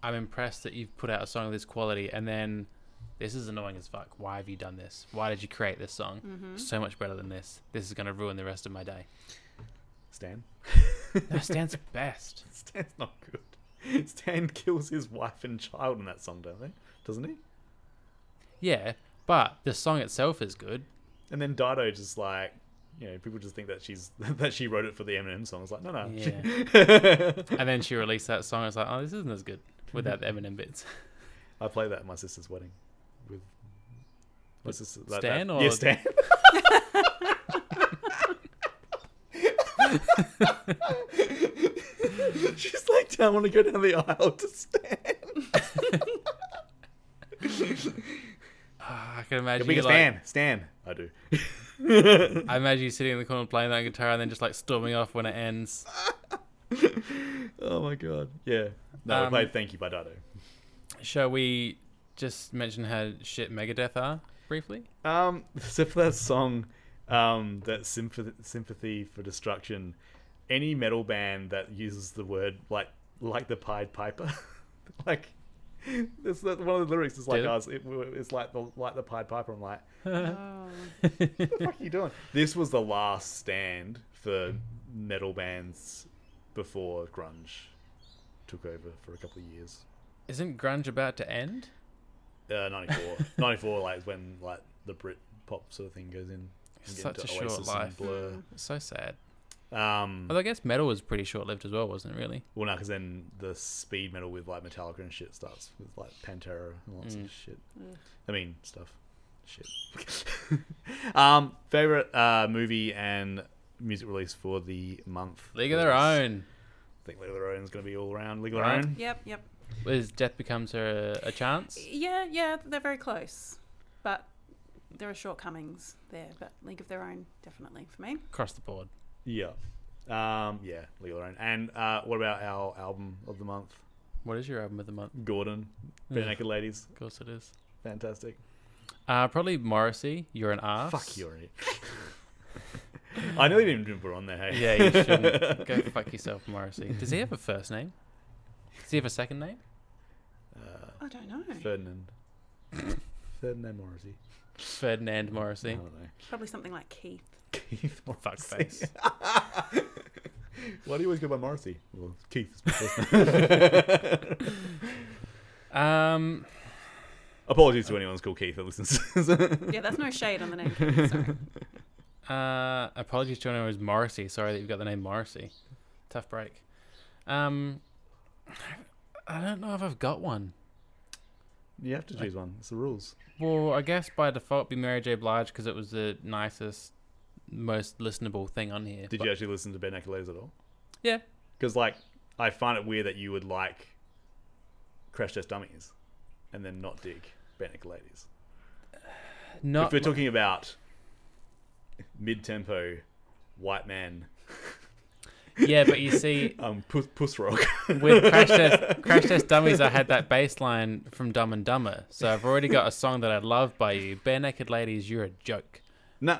Speaker 2: i'm impressed that you've put out a song of this quality and then this is annoying as fuck why have you done this why did you create this song
Speaker 3: Mhm.
Speaker 2: so much better than this this is going to ruin the rest of my day
Speaker 1: Stan.
Speaker 2: no, stan's best
Speaker 1: Stan's not good. Stan kills his wife and child in that song, don't they? Doesn't he?
Speaker 2: yeah but the song itself is good
Speaker 1: And then Dido just like, you know, people just think that she's that she wrote it for the Eminem song. It's like, no, no. she-
Speaker 2: yeah and then she released that song it's like oh this isn't as good without the eminem bits
Speaker 1: I played that at my sister's wedding with my
Speaker 2: With
Speaker 1: sister. like
Speaker 2: Stan
Speaker 1: that.
Speaker 2: or-
Speaker 1: yeah, Stan. She's like, I want to go down the aisle to Stan.
Speaker 2: Ah, i can imagine
Speaker 1: Your biggest
Speaker 2: you, like,
Speaker 1: fan, Stan. I do.
Speaker 2: I imagine you sitting in the corner playing that guitar and then just like storming off when it ends.
Speaker 1: Oh my god. Yeah. No, I
Speaker 2: Um,
Speaker 1: played Thank You by Dido.
Speaker 2: Shall we just mention how shit Megadeth are briefly?
Speaker 1: Um, except for that song, um, that sympathy, sympathy for destruction. Any metal band that uses the word like like the Pied Piper, like it's that one of the lyrics is like
Speaker 2: Did it?
Speaker 1: us. It, it's like the like the Pied Piper. I'm like,
Speaker 3: Oh.
Speaker 1: what the fuck are you doing? This was the last stand for metal bands before grunge took over for a couple of years.
Speaker 2: Isn't grunge about to end?
Speaker 1: Uh, 94. 94, like, is when, like, the Brit pop sort of thing goes in. and get
Speaker 2: Such
Speaker 1: into
Speaker 2: a short
Speaker 1: Oasis and
Speaker 2: life. Mm.
Speaker 1: Blur.
Speaker 2: So sad.
Speaker 1: Um,
Speaker 2: Although I guess metal was pretty short lived as well, wasn't it? Really?
Speaker 1: well, no, because then the speed metal with, like, Metallica and shit starts with, like, Pantera and lots
Speaker 2: Mm.
Speaker 1: of shit.
Speaker 3: Ugh.
Speaker 1: I mean, stuff. Shit. um, favorite uh, movie and music release for the month?
Speaker 2: League of Their
Speaker 1: was-
Speaker 2: Own.
Speaker 1: I think League of Their Own is going to be all around. League of Their
Speaker 2: Right.
Speaker 1: Own?
Speaker 3: Yep, yep.
Speaker 2: Is Death Becomes Her a, a chance?
Speaker 3: Yeah, yeah, they're very close, but there are shortcomings there. But League of Their Own, definitely for me.
Speaker 2: Across the board.
Speaker 1: Yeah. Um, yeah, League of Their Own. And uh, what about our album of the month?
Speaker 2: What is your album of the month?
Speaker 1: Gordon, Bare
Speaker 2: Yeah.
Speaker 1: Naked Ladies.
Speaker 2: Of course it is.
Speaker 1: Fantastic.
Speaker 2: Uh, probably Morrissey. You're an ass.
Speaker 1: Fuck you, already. I know you didn't even put on there. Hey?
Speaker 2: Yeah, you shouldn't. Go fuck yourself, Morrissey. Does he have a first name? Does he have a second name?
Speaker 1: Uh,
Speaker 3: I don't know.
Speaker 1: Ferdinand. Ferdinand Morrissey.
Speaker 2: Ferdinand Morrissey.
Speaker 3: Probably something like Keith.
Speaker 1: Keith
Speaker 2: Fuckface.
Speaker 1: Why do you always go by Morrissey? Well, Keith is my first name.
Speaker 2: um,
Speaker 1: Apologies to anyone's called Keith that listens.
Speaker 3: yeah, that's no shade on the name Keith. Sorry.
Speaker 2: Uh, apologies to anyone who's Morrissey. Sorry that you've got the name Morrissey. Tough break. Um, I don't know if I've got one.
Speaker 1: you have to choose one. It's the rules.
Speaker 2: Well, I guess by default be Mary J. Blige because it was the nicest, most listenable thing on here.
Speaker 1: Did
Speaker 2: but-
Speaker 1: you actually listen to Ben Accolades at all?
Speaker 2: Yeah.
Speaker 1: Because like, I find it weird that you would like Crash Test Dummies, and then not dig Ben Accolades.
Speaker 2: Not
Speaker 1: if we're
Speaker 2: my-
Speaker 1: talking about mid-tempo white man.
Speaker 2: Yeah, but you see,
Speaker 1: um, puss, puss rock
Speaker 2: with Crash Test, Crash Test Dummies, I had that bass line from Dumb and Dumber. So I've already got a song that I love by you. Bare Naked Ladies, you're a joke.
Speaker 1: No.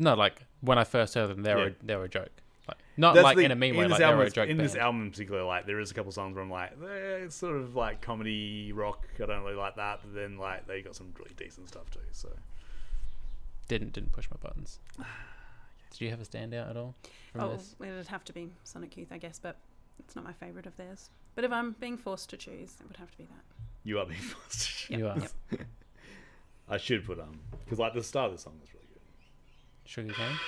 Speaker 2: No, like when I first heard them, they were,
Speaker 1: Yeah.
Speaker 2: they were a joke. Like, not
Speaker 1: That's
Speaker 2: like
Speaker 1: the-
Speaker 2: in a mean way,
Speaker 1: this
Speaker 2: like they
Speaker 1: album,
Speaker 2: were a
Speaker 1: is-
Speaker 2: joke
Speaker 1: In
Speaker 2: band.
Speaker 1: this album in particular, like there is a couple songs where I'm like, eh, it's sort of like comedy rock. I don't really like that. But then like they got some really decent stuff too. So
Speaker 2: Didn't, didn't push my buttons. Did you have a standout at all from
Speaker 3: Oh,
Speaker 2: this?
Speaker 3: it'd have to be Sonic Youth, I guess, but it's not my favourite of theirs. But if I'm being forced to choose, it would have to be that.
Speaker 1: you are being forced.
Speaker 2: You are.
Speaker 1: I should put um because like the start of the song is really good.
Speaker 2: Sugar cane.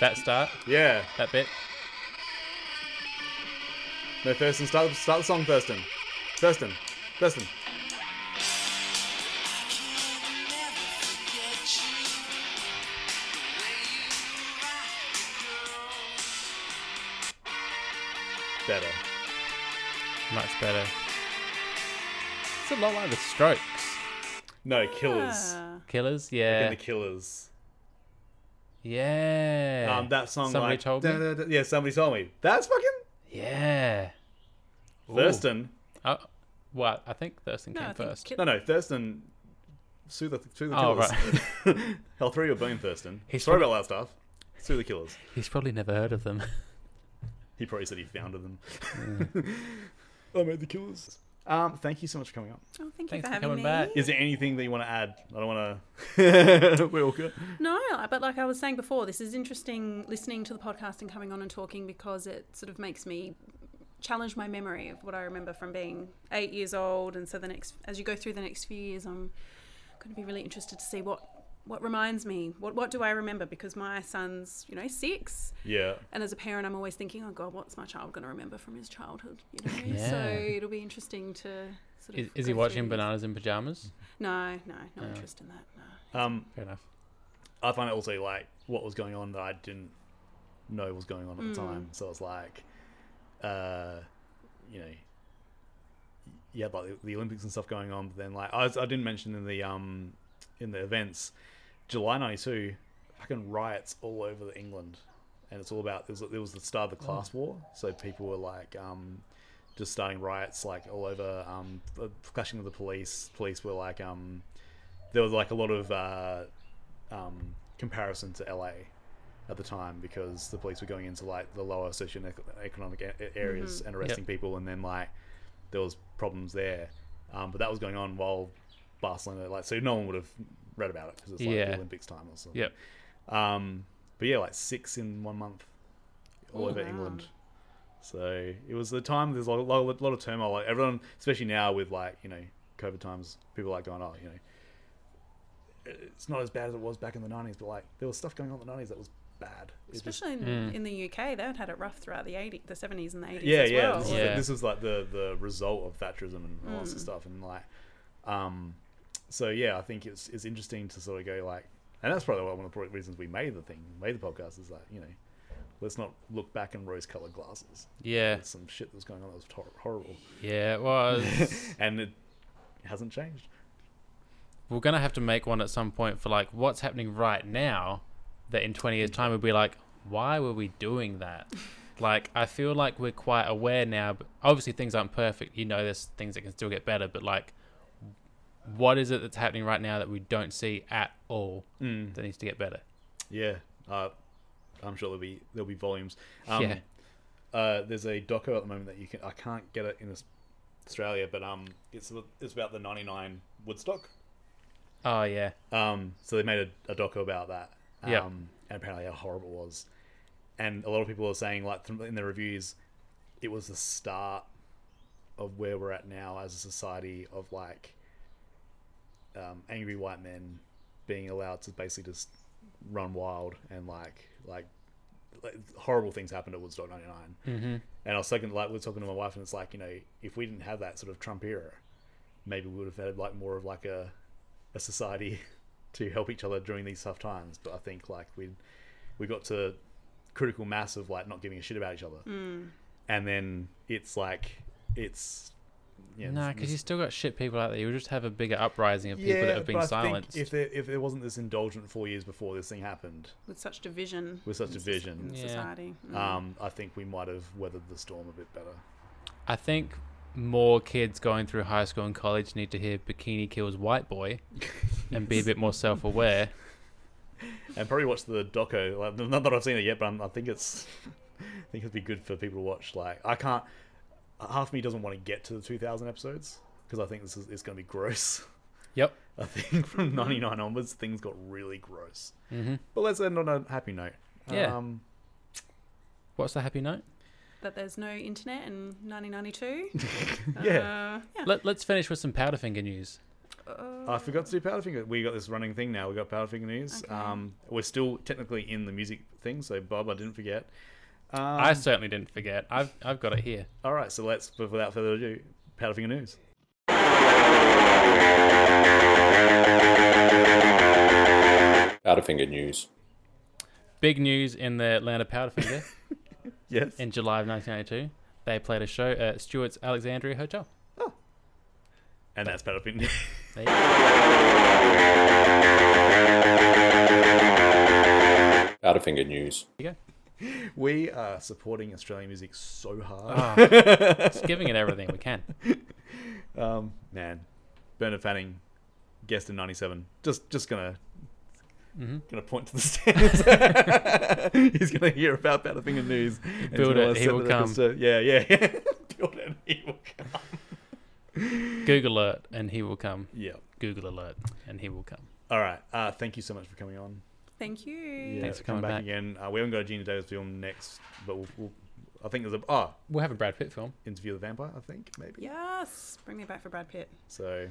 Speaker 2: That start.
Speaker 1: Yeah.
Speaker 2: That bit.
Speaker 1: No, Thurston, start start the song, Thurston. Thurston, Thurston. Better.
Speaker 2: Much better. It's a lot like the Strokes.
Speaker 1: No, Killers.
Speaker 3: Ah.
Speaker 2: Killers,
Speaker 1: Again,
Speaker 2: yeah,
Speaker 1: the Killers.
Speaker 2: yeah.
Speaker 1: Um, that song.
Speaker 2: Somebody
Speaker 1: like,
Speaker 2: told
Speaker 1: da- da-
Speaker 2: me.
Speaker 1: da- yeah, somebody told me. That's fucking
Speaker 2: Yeah. Ooh.
Speaker 1: Thurston.
Speaker 2: Oh, what? I think Thurston
Speaker 3: No, I
Speaker 2: came
Speaker 3: think
Speaker 2: first.
Speaker 3: Kill-
Speaker 1: No, no, Thurston. Sue the, sue the
Speaker 2: Oh,
Speaker 1: killers. Hell, three of Boom Thurston.
Speaker 2: He's
Speaker 1: Sorry
Speaker 2: from-
Speaker 1: about that stuff. Sue the killers.
Speaker 2: He's probably never heard of them.
Speaker 1: He probably said he founded them. I made the killers. Um, thank you so much for coming up.
Speaker 3: Oh, thank you
Speaker 2: Thanks
Speaker 3: for
Speaker 2: for
Speaker 3: having
Speaker 2: coming
Speaker 3: me.
Speaker 2: back.
Speaker 1: Is there anything that you want to add? I don't want to. We're all good.
Speaker 3: No, but like I was saying before, this is interesting listening to the podcast and coming on and talking because it sort of makes me challenge my memory of what I remember from being eight years old. And so the next, as you go through the next few years, I'm going to be really interested to see what what reminds me. What what do I remember? Because my son's, you know, six.
Speaker 1: Yeah.
Speaker 3: And as a parent, I'm always thinking, oh God, what's my child going to remember from his childhood? You know. So
Speaker 2: Yeah.
Speaker 3: it'll be interesting to sort of.
Speaker 2: Is, is he
Speaker 3: go through
Speaker 2: watching
Speaker 3: these.
Speaker 2: Bananas in Pajamas?
Speaker 3: No, no, no
Speaker 2: Oh.
Speaker 3: interest in that. No.
Speaker 1: Um,
Speaker 2: Fair enough.
Speaker 1: I find it also like what was going on that I didn't know was going on at the time. So it's like, uh, you know, you had like the Olympics and stuff going on. But then like I, was, I didn't mention in the um in the events, July '92, fucking riots all over England, and it's all about it was it was the start of the class war. So people were like um just starting riots like all over um the clashing of the police. Police were like um there was like a lot of uh, um, comparison to LA at the time because the police were going into like the lower socioeconomic a- areas
Speaker 2: Mhm.
Speaker 1: and arresting
Speaker 2: Yep.
Speaker 1: people, and then like there was problems there. Um, but that was going on while Barcelona, like, so no one would have read about it because it's like
Speaker 2: Yeah.
Speaker 1: the Olympics time or something.
Speaker 2: Yep.
Speaker 1: Um, but yeah, like six in one month, all
Speaker 3: Oh,
Speaker 1: over
Speaker 3: wow.
Speaker 1: England. So it was the time. There's a lot, lot, lot of turmoil. Like everyone, especially now with like you know COVID times, people are like going, oh, you know, it's not as bad as it was back in the '90s. But like there was stuff going on in the '90s that was bad. It just-
Speaker 3: Especially in,
Speaker 2: Mm.
Speaker 3: in the UK, they had had it rough throughout the 80, the 70s and the 80s
Speaker 1: yeah,
Speaker 3: as
Speaker 1: yeah,
Speaker 3: well.
Speaker 1: this, Is,
Speaker 2: Yeah.
Speaker 1: the- this is like the the result of Thatcherism and all that sort of
Speaker 3: Mm.
Speaker 1: stuff, and like, um, so yeah, I think it's it's interesting to sort of go like, and that's probably one of the reasons we made the thing, made the podcast, is like you know, let's not look back in rose-colored glasses.
Speaker 2: Yeah.
Speaker 1: There's some shit that's going on that was tor- horrible,
Speaker 2: Yeah, it was.
Speaker 1: and it hasn't changed.
Speaker 2: We're gonna have to make one at some point for like what's happening right now. That in twenty years' time, we'll be like, why were we doing that? Like, I feel like we're quite aware now. But obviously, things aren't perfect. You know, there's things that can still get better. But like, what is it that's happening right now that we don't see at all
Speaker 1: Hmm.
Speaker 2: that needs to get better?
Speaker 1: Yeah, uh, I'm sure there'll be there'll be volumes. Um,
Speaker 2: Yeah.
Speaker 1: Uh, there's a doco at the moment that you can I can't get it in Aus- Australia, but um, it's it's about the '99 Woodstock.
Speaker 2: Oh yeah.
Speaker 1: Um, so they made a, a doco about that. Um,
Speaker 2: Yep.
Speaker 1: And apparently how horrible it was, and a lot of people are saying like th- in the reviews, it was the start of where we're at now as a society of like um, angry white men being allowed to basically just run wild and like like, like horrible things happened at Woodstock '99.
Speaker 2: Mhm.
Speaker 1: And I was talking like we we're talking to my wife, and it's like you know if we didn't have that sort of Trump era, maybe we would have had like more of like a a society to help each other during these tough times. But I think like we we got to critical mass of like not giving a shit about each other,
Speaker 2: Mm.
Speaker 1: and then it's like it's yeah
Speaker 2: no,
Speaker 1: this-
Speaker 2: because you still got shit people out there. You just have a bigger uprising of people that have been
Speaker 1: but I
Speaker 2: silenced.
Speaker 1: Think if there if there wasn't this indulgent four years before this thing happened
Speaker 3: with such division.
Speaker 1: with such
Speaker 3: in
Speaker 1: a
Speaker 3: soc-
Speaker 1: vision,
Speaker 3: in Society. Mm.
Speaker 1: um, I think we might have weathered the storm a bit better.
Speaker 2: I think more kids going through high school and college need to hear Bikini Kills White Boy and be a bit more self aware.
Speaker 1: And probably watch the doco. Like, not that I've seen it yet, but I'm, I think it's I think it'd be good for people to watch. Like I can't. Half me doesn't want to get to the 2000 episodes because I think this is it's going to be gross.
Speaker 2: Yep.
Speaker 1: I think from 99 onwards things got really gross.
Speaker 2: Mhm.
Speaker 1: But let's end on a happy note.
Speaker 2: Yeah.
Speaker 1: Um,
Speaker 2: What's the happy note?
Speaker 3: That there's no internet in 1992.
Speaker 1: Yeah.
Speaker 3: Uh, yeah.
Speaker 2: Let, let's finish with some Powderfinger news.
Speaker 1: I forgot to do Powderfinger. We got this running thing now. We got Powderfinger news. Um, we're still technically in the music thing, so Bob, I didn't forget. Um,
Speaker 2: I certainly didn't forget. I've, I've got it here.
Speaker 1: All right, so let's, but without further ado, Powderfinger News.
Speaker 15: Powderfinger News.
Speaker 2: Big news in the land of Powderfinger.
Speaker 1: yes.
Speaker 2: In July of 1982, they played a show at Stewart's Alexandria Hotel.
Speaker 1: And that's Powderfinger News.
Speaker 15: Powderfinger News.
Speaker 2: There
Speaker 1: you go. We are supporting Australian music so
Speaker 2: Ah,
Speaker 1: hard.
Speaker 2: just giving it everything we can.
Speaker 1: Um, man, Bernard Fanning, guest in '97. Just, just gonna,
Speaker 2: Mm-hmm.
Speaker 1: gonna point to the stands. He's gonna hear about Powderfinger News. and he's
Speaker 2: Build
Speaker 1: gonna
Speaker 2: it,
Speaker 1: wanna
Speaker 2: he
Speaker 1: set
Speaker 2: will
Speaker 1: the record
Speaker 2: come.
Speaker 1: straight. Yeah, yeah, yeah. Build it, he will come.
Speaker 2: Google alert and he will come.
Speaker 1: Yeah.
Speaker 2: Google alert and he will come.
Speaker 1: All right. Uh, thank you so much for coming on.
Speaker 3: Thank you.
Speaker 1: Yeah,
Speaker 2: Thanks for
Speaker 1: come
Speaker 2: coming
Speaker 1: back,
Speaker 2: back.
Speaker 1: again. Uh, we haven't got a Gina Davis film next, but we'll, we'll I think there's a oh
Speaker 2: we'll have a Brad Pitt film.
Speaker 1: Interview with the Vampire, I think maybe.
Speaker 3: Yes. Bring me back for Brad Pitt.
Speaker 1: So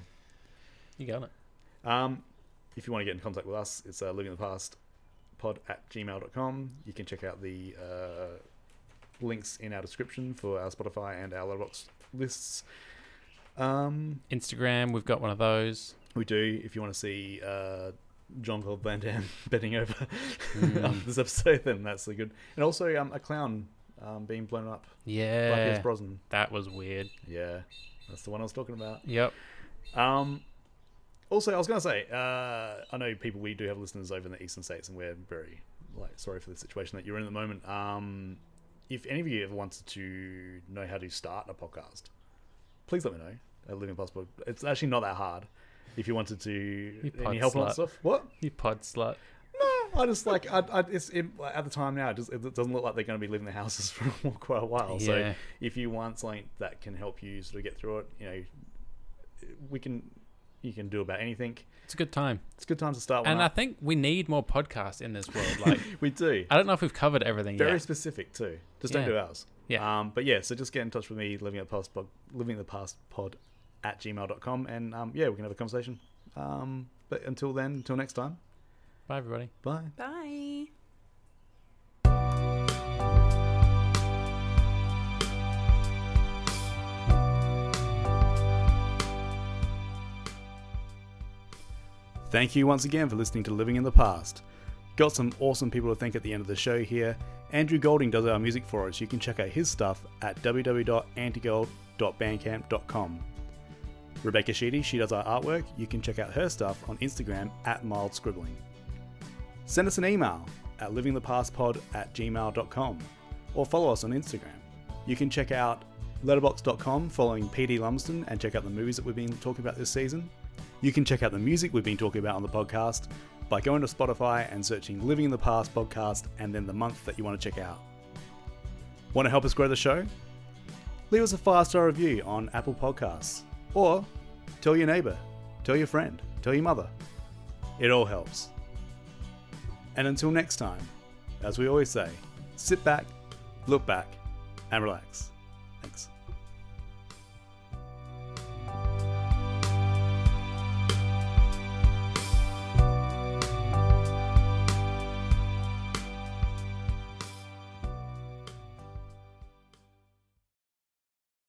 Speaker 2: you got it.
Speaker 1: Um, if you want to get in contact with us, it's uh, living in the past pod at gmail.com. You can check out the uh, links in our description for our Spotify and our letterbox lists. Um,
Speaker 2: Instagram, we've got one of those.
Speaker 1: We do. If you want to see uh, John Claude Van Damme bending over
Speaker 2: Mm.
Speaker 1: after this episode, then that's a good. And also, um, a clown um, being blown up. by
Speaker 2: Yeah.
Speaker 1: Pierce Brosnan.
Speaker 2: That was weird.
Speaker 1: Yeah, that's the one I was talking about.
Speaker 2: Yep.
Speaker 1: Um, also, I was going to say, uh, I know people, we do have listeners over in the eastern states, and we're very like sorry for the situation that you're in at the moment. Um, if any of you ever wanted to know how to start a podcast, please let me know. At Living Possible, it's actually not that hard. If you wanted to, any help on that stuff, What?
Speaker 2: You pod slut.
Speaker 1: No, I just like I, I it's it, at the time now. It, just, it doesn't look like they're going to be leaving the houses for quite a while. So
Speaker 2: Yeah.
Speaker 1: if you want something that can help you sort of get through it, you know, we can you can do about anything.
Speaker 2: It's a good time.
Speaker 1: It's a good time to start. One
Speaker 2: And I
Speaker 1: up.
Speaker 2: think we need more podcasts in this world. Like
Speaker 1: we do.
Speaker 2: I don't know if we've covered everything
Speaker 1: very
Speaker 2: yet.
Speaker 1: specific too. Just
Speaker 2: Yeah.
Speaker 1: don't do ours.
Speaker 2: Yeah.
Speaker 1: Um. But yeah. So just get in touch with me, living at past pod, living the past pod at gmail.com and um yeah we can have a conversation. Um. But until then, until next time.
Speaker 2: Bye everybody.
Speaker 1: Bye.
Speaker 3: Bye.
Speaker 1: Thank you once again for listening to Living in the Past. Got some awesome people to thank at the end of the show here. Andrew Golding does our music for us. You can check out his stuff at www.antigold.bandcamp.com. Rebecca Sheedy, she does our artwork. You can check out her stuff on Instagram at mild scribbling. Send us an email at livingthepastpod at gmail.com or follow us on Instagram. You can check out letterbox.com following PD Lumsden and check out the movies that we've been talking about this season. You can check out the music we've been talking about on the podcast by going to Spotify and searching Living in the Past podcast and then the month that you want to check out. Want to help us grow the show? Leave us a five star review on Apple Podcasts or tell your neighbor, tell your friend, tell your mother. It all helps. And until next time, as we always say, sit back, look back, and relax. Thanks.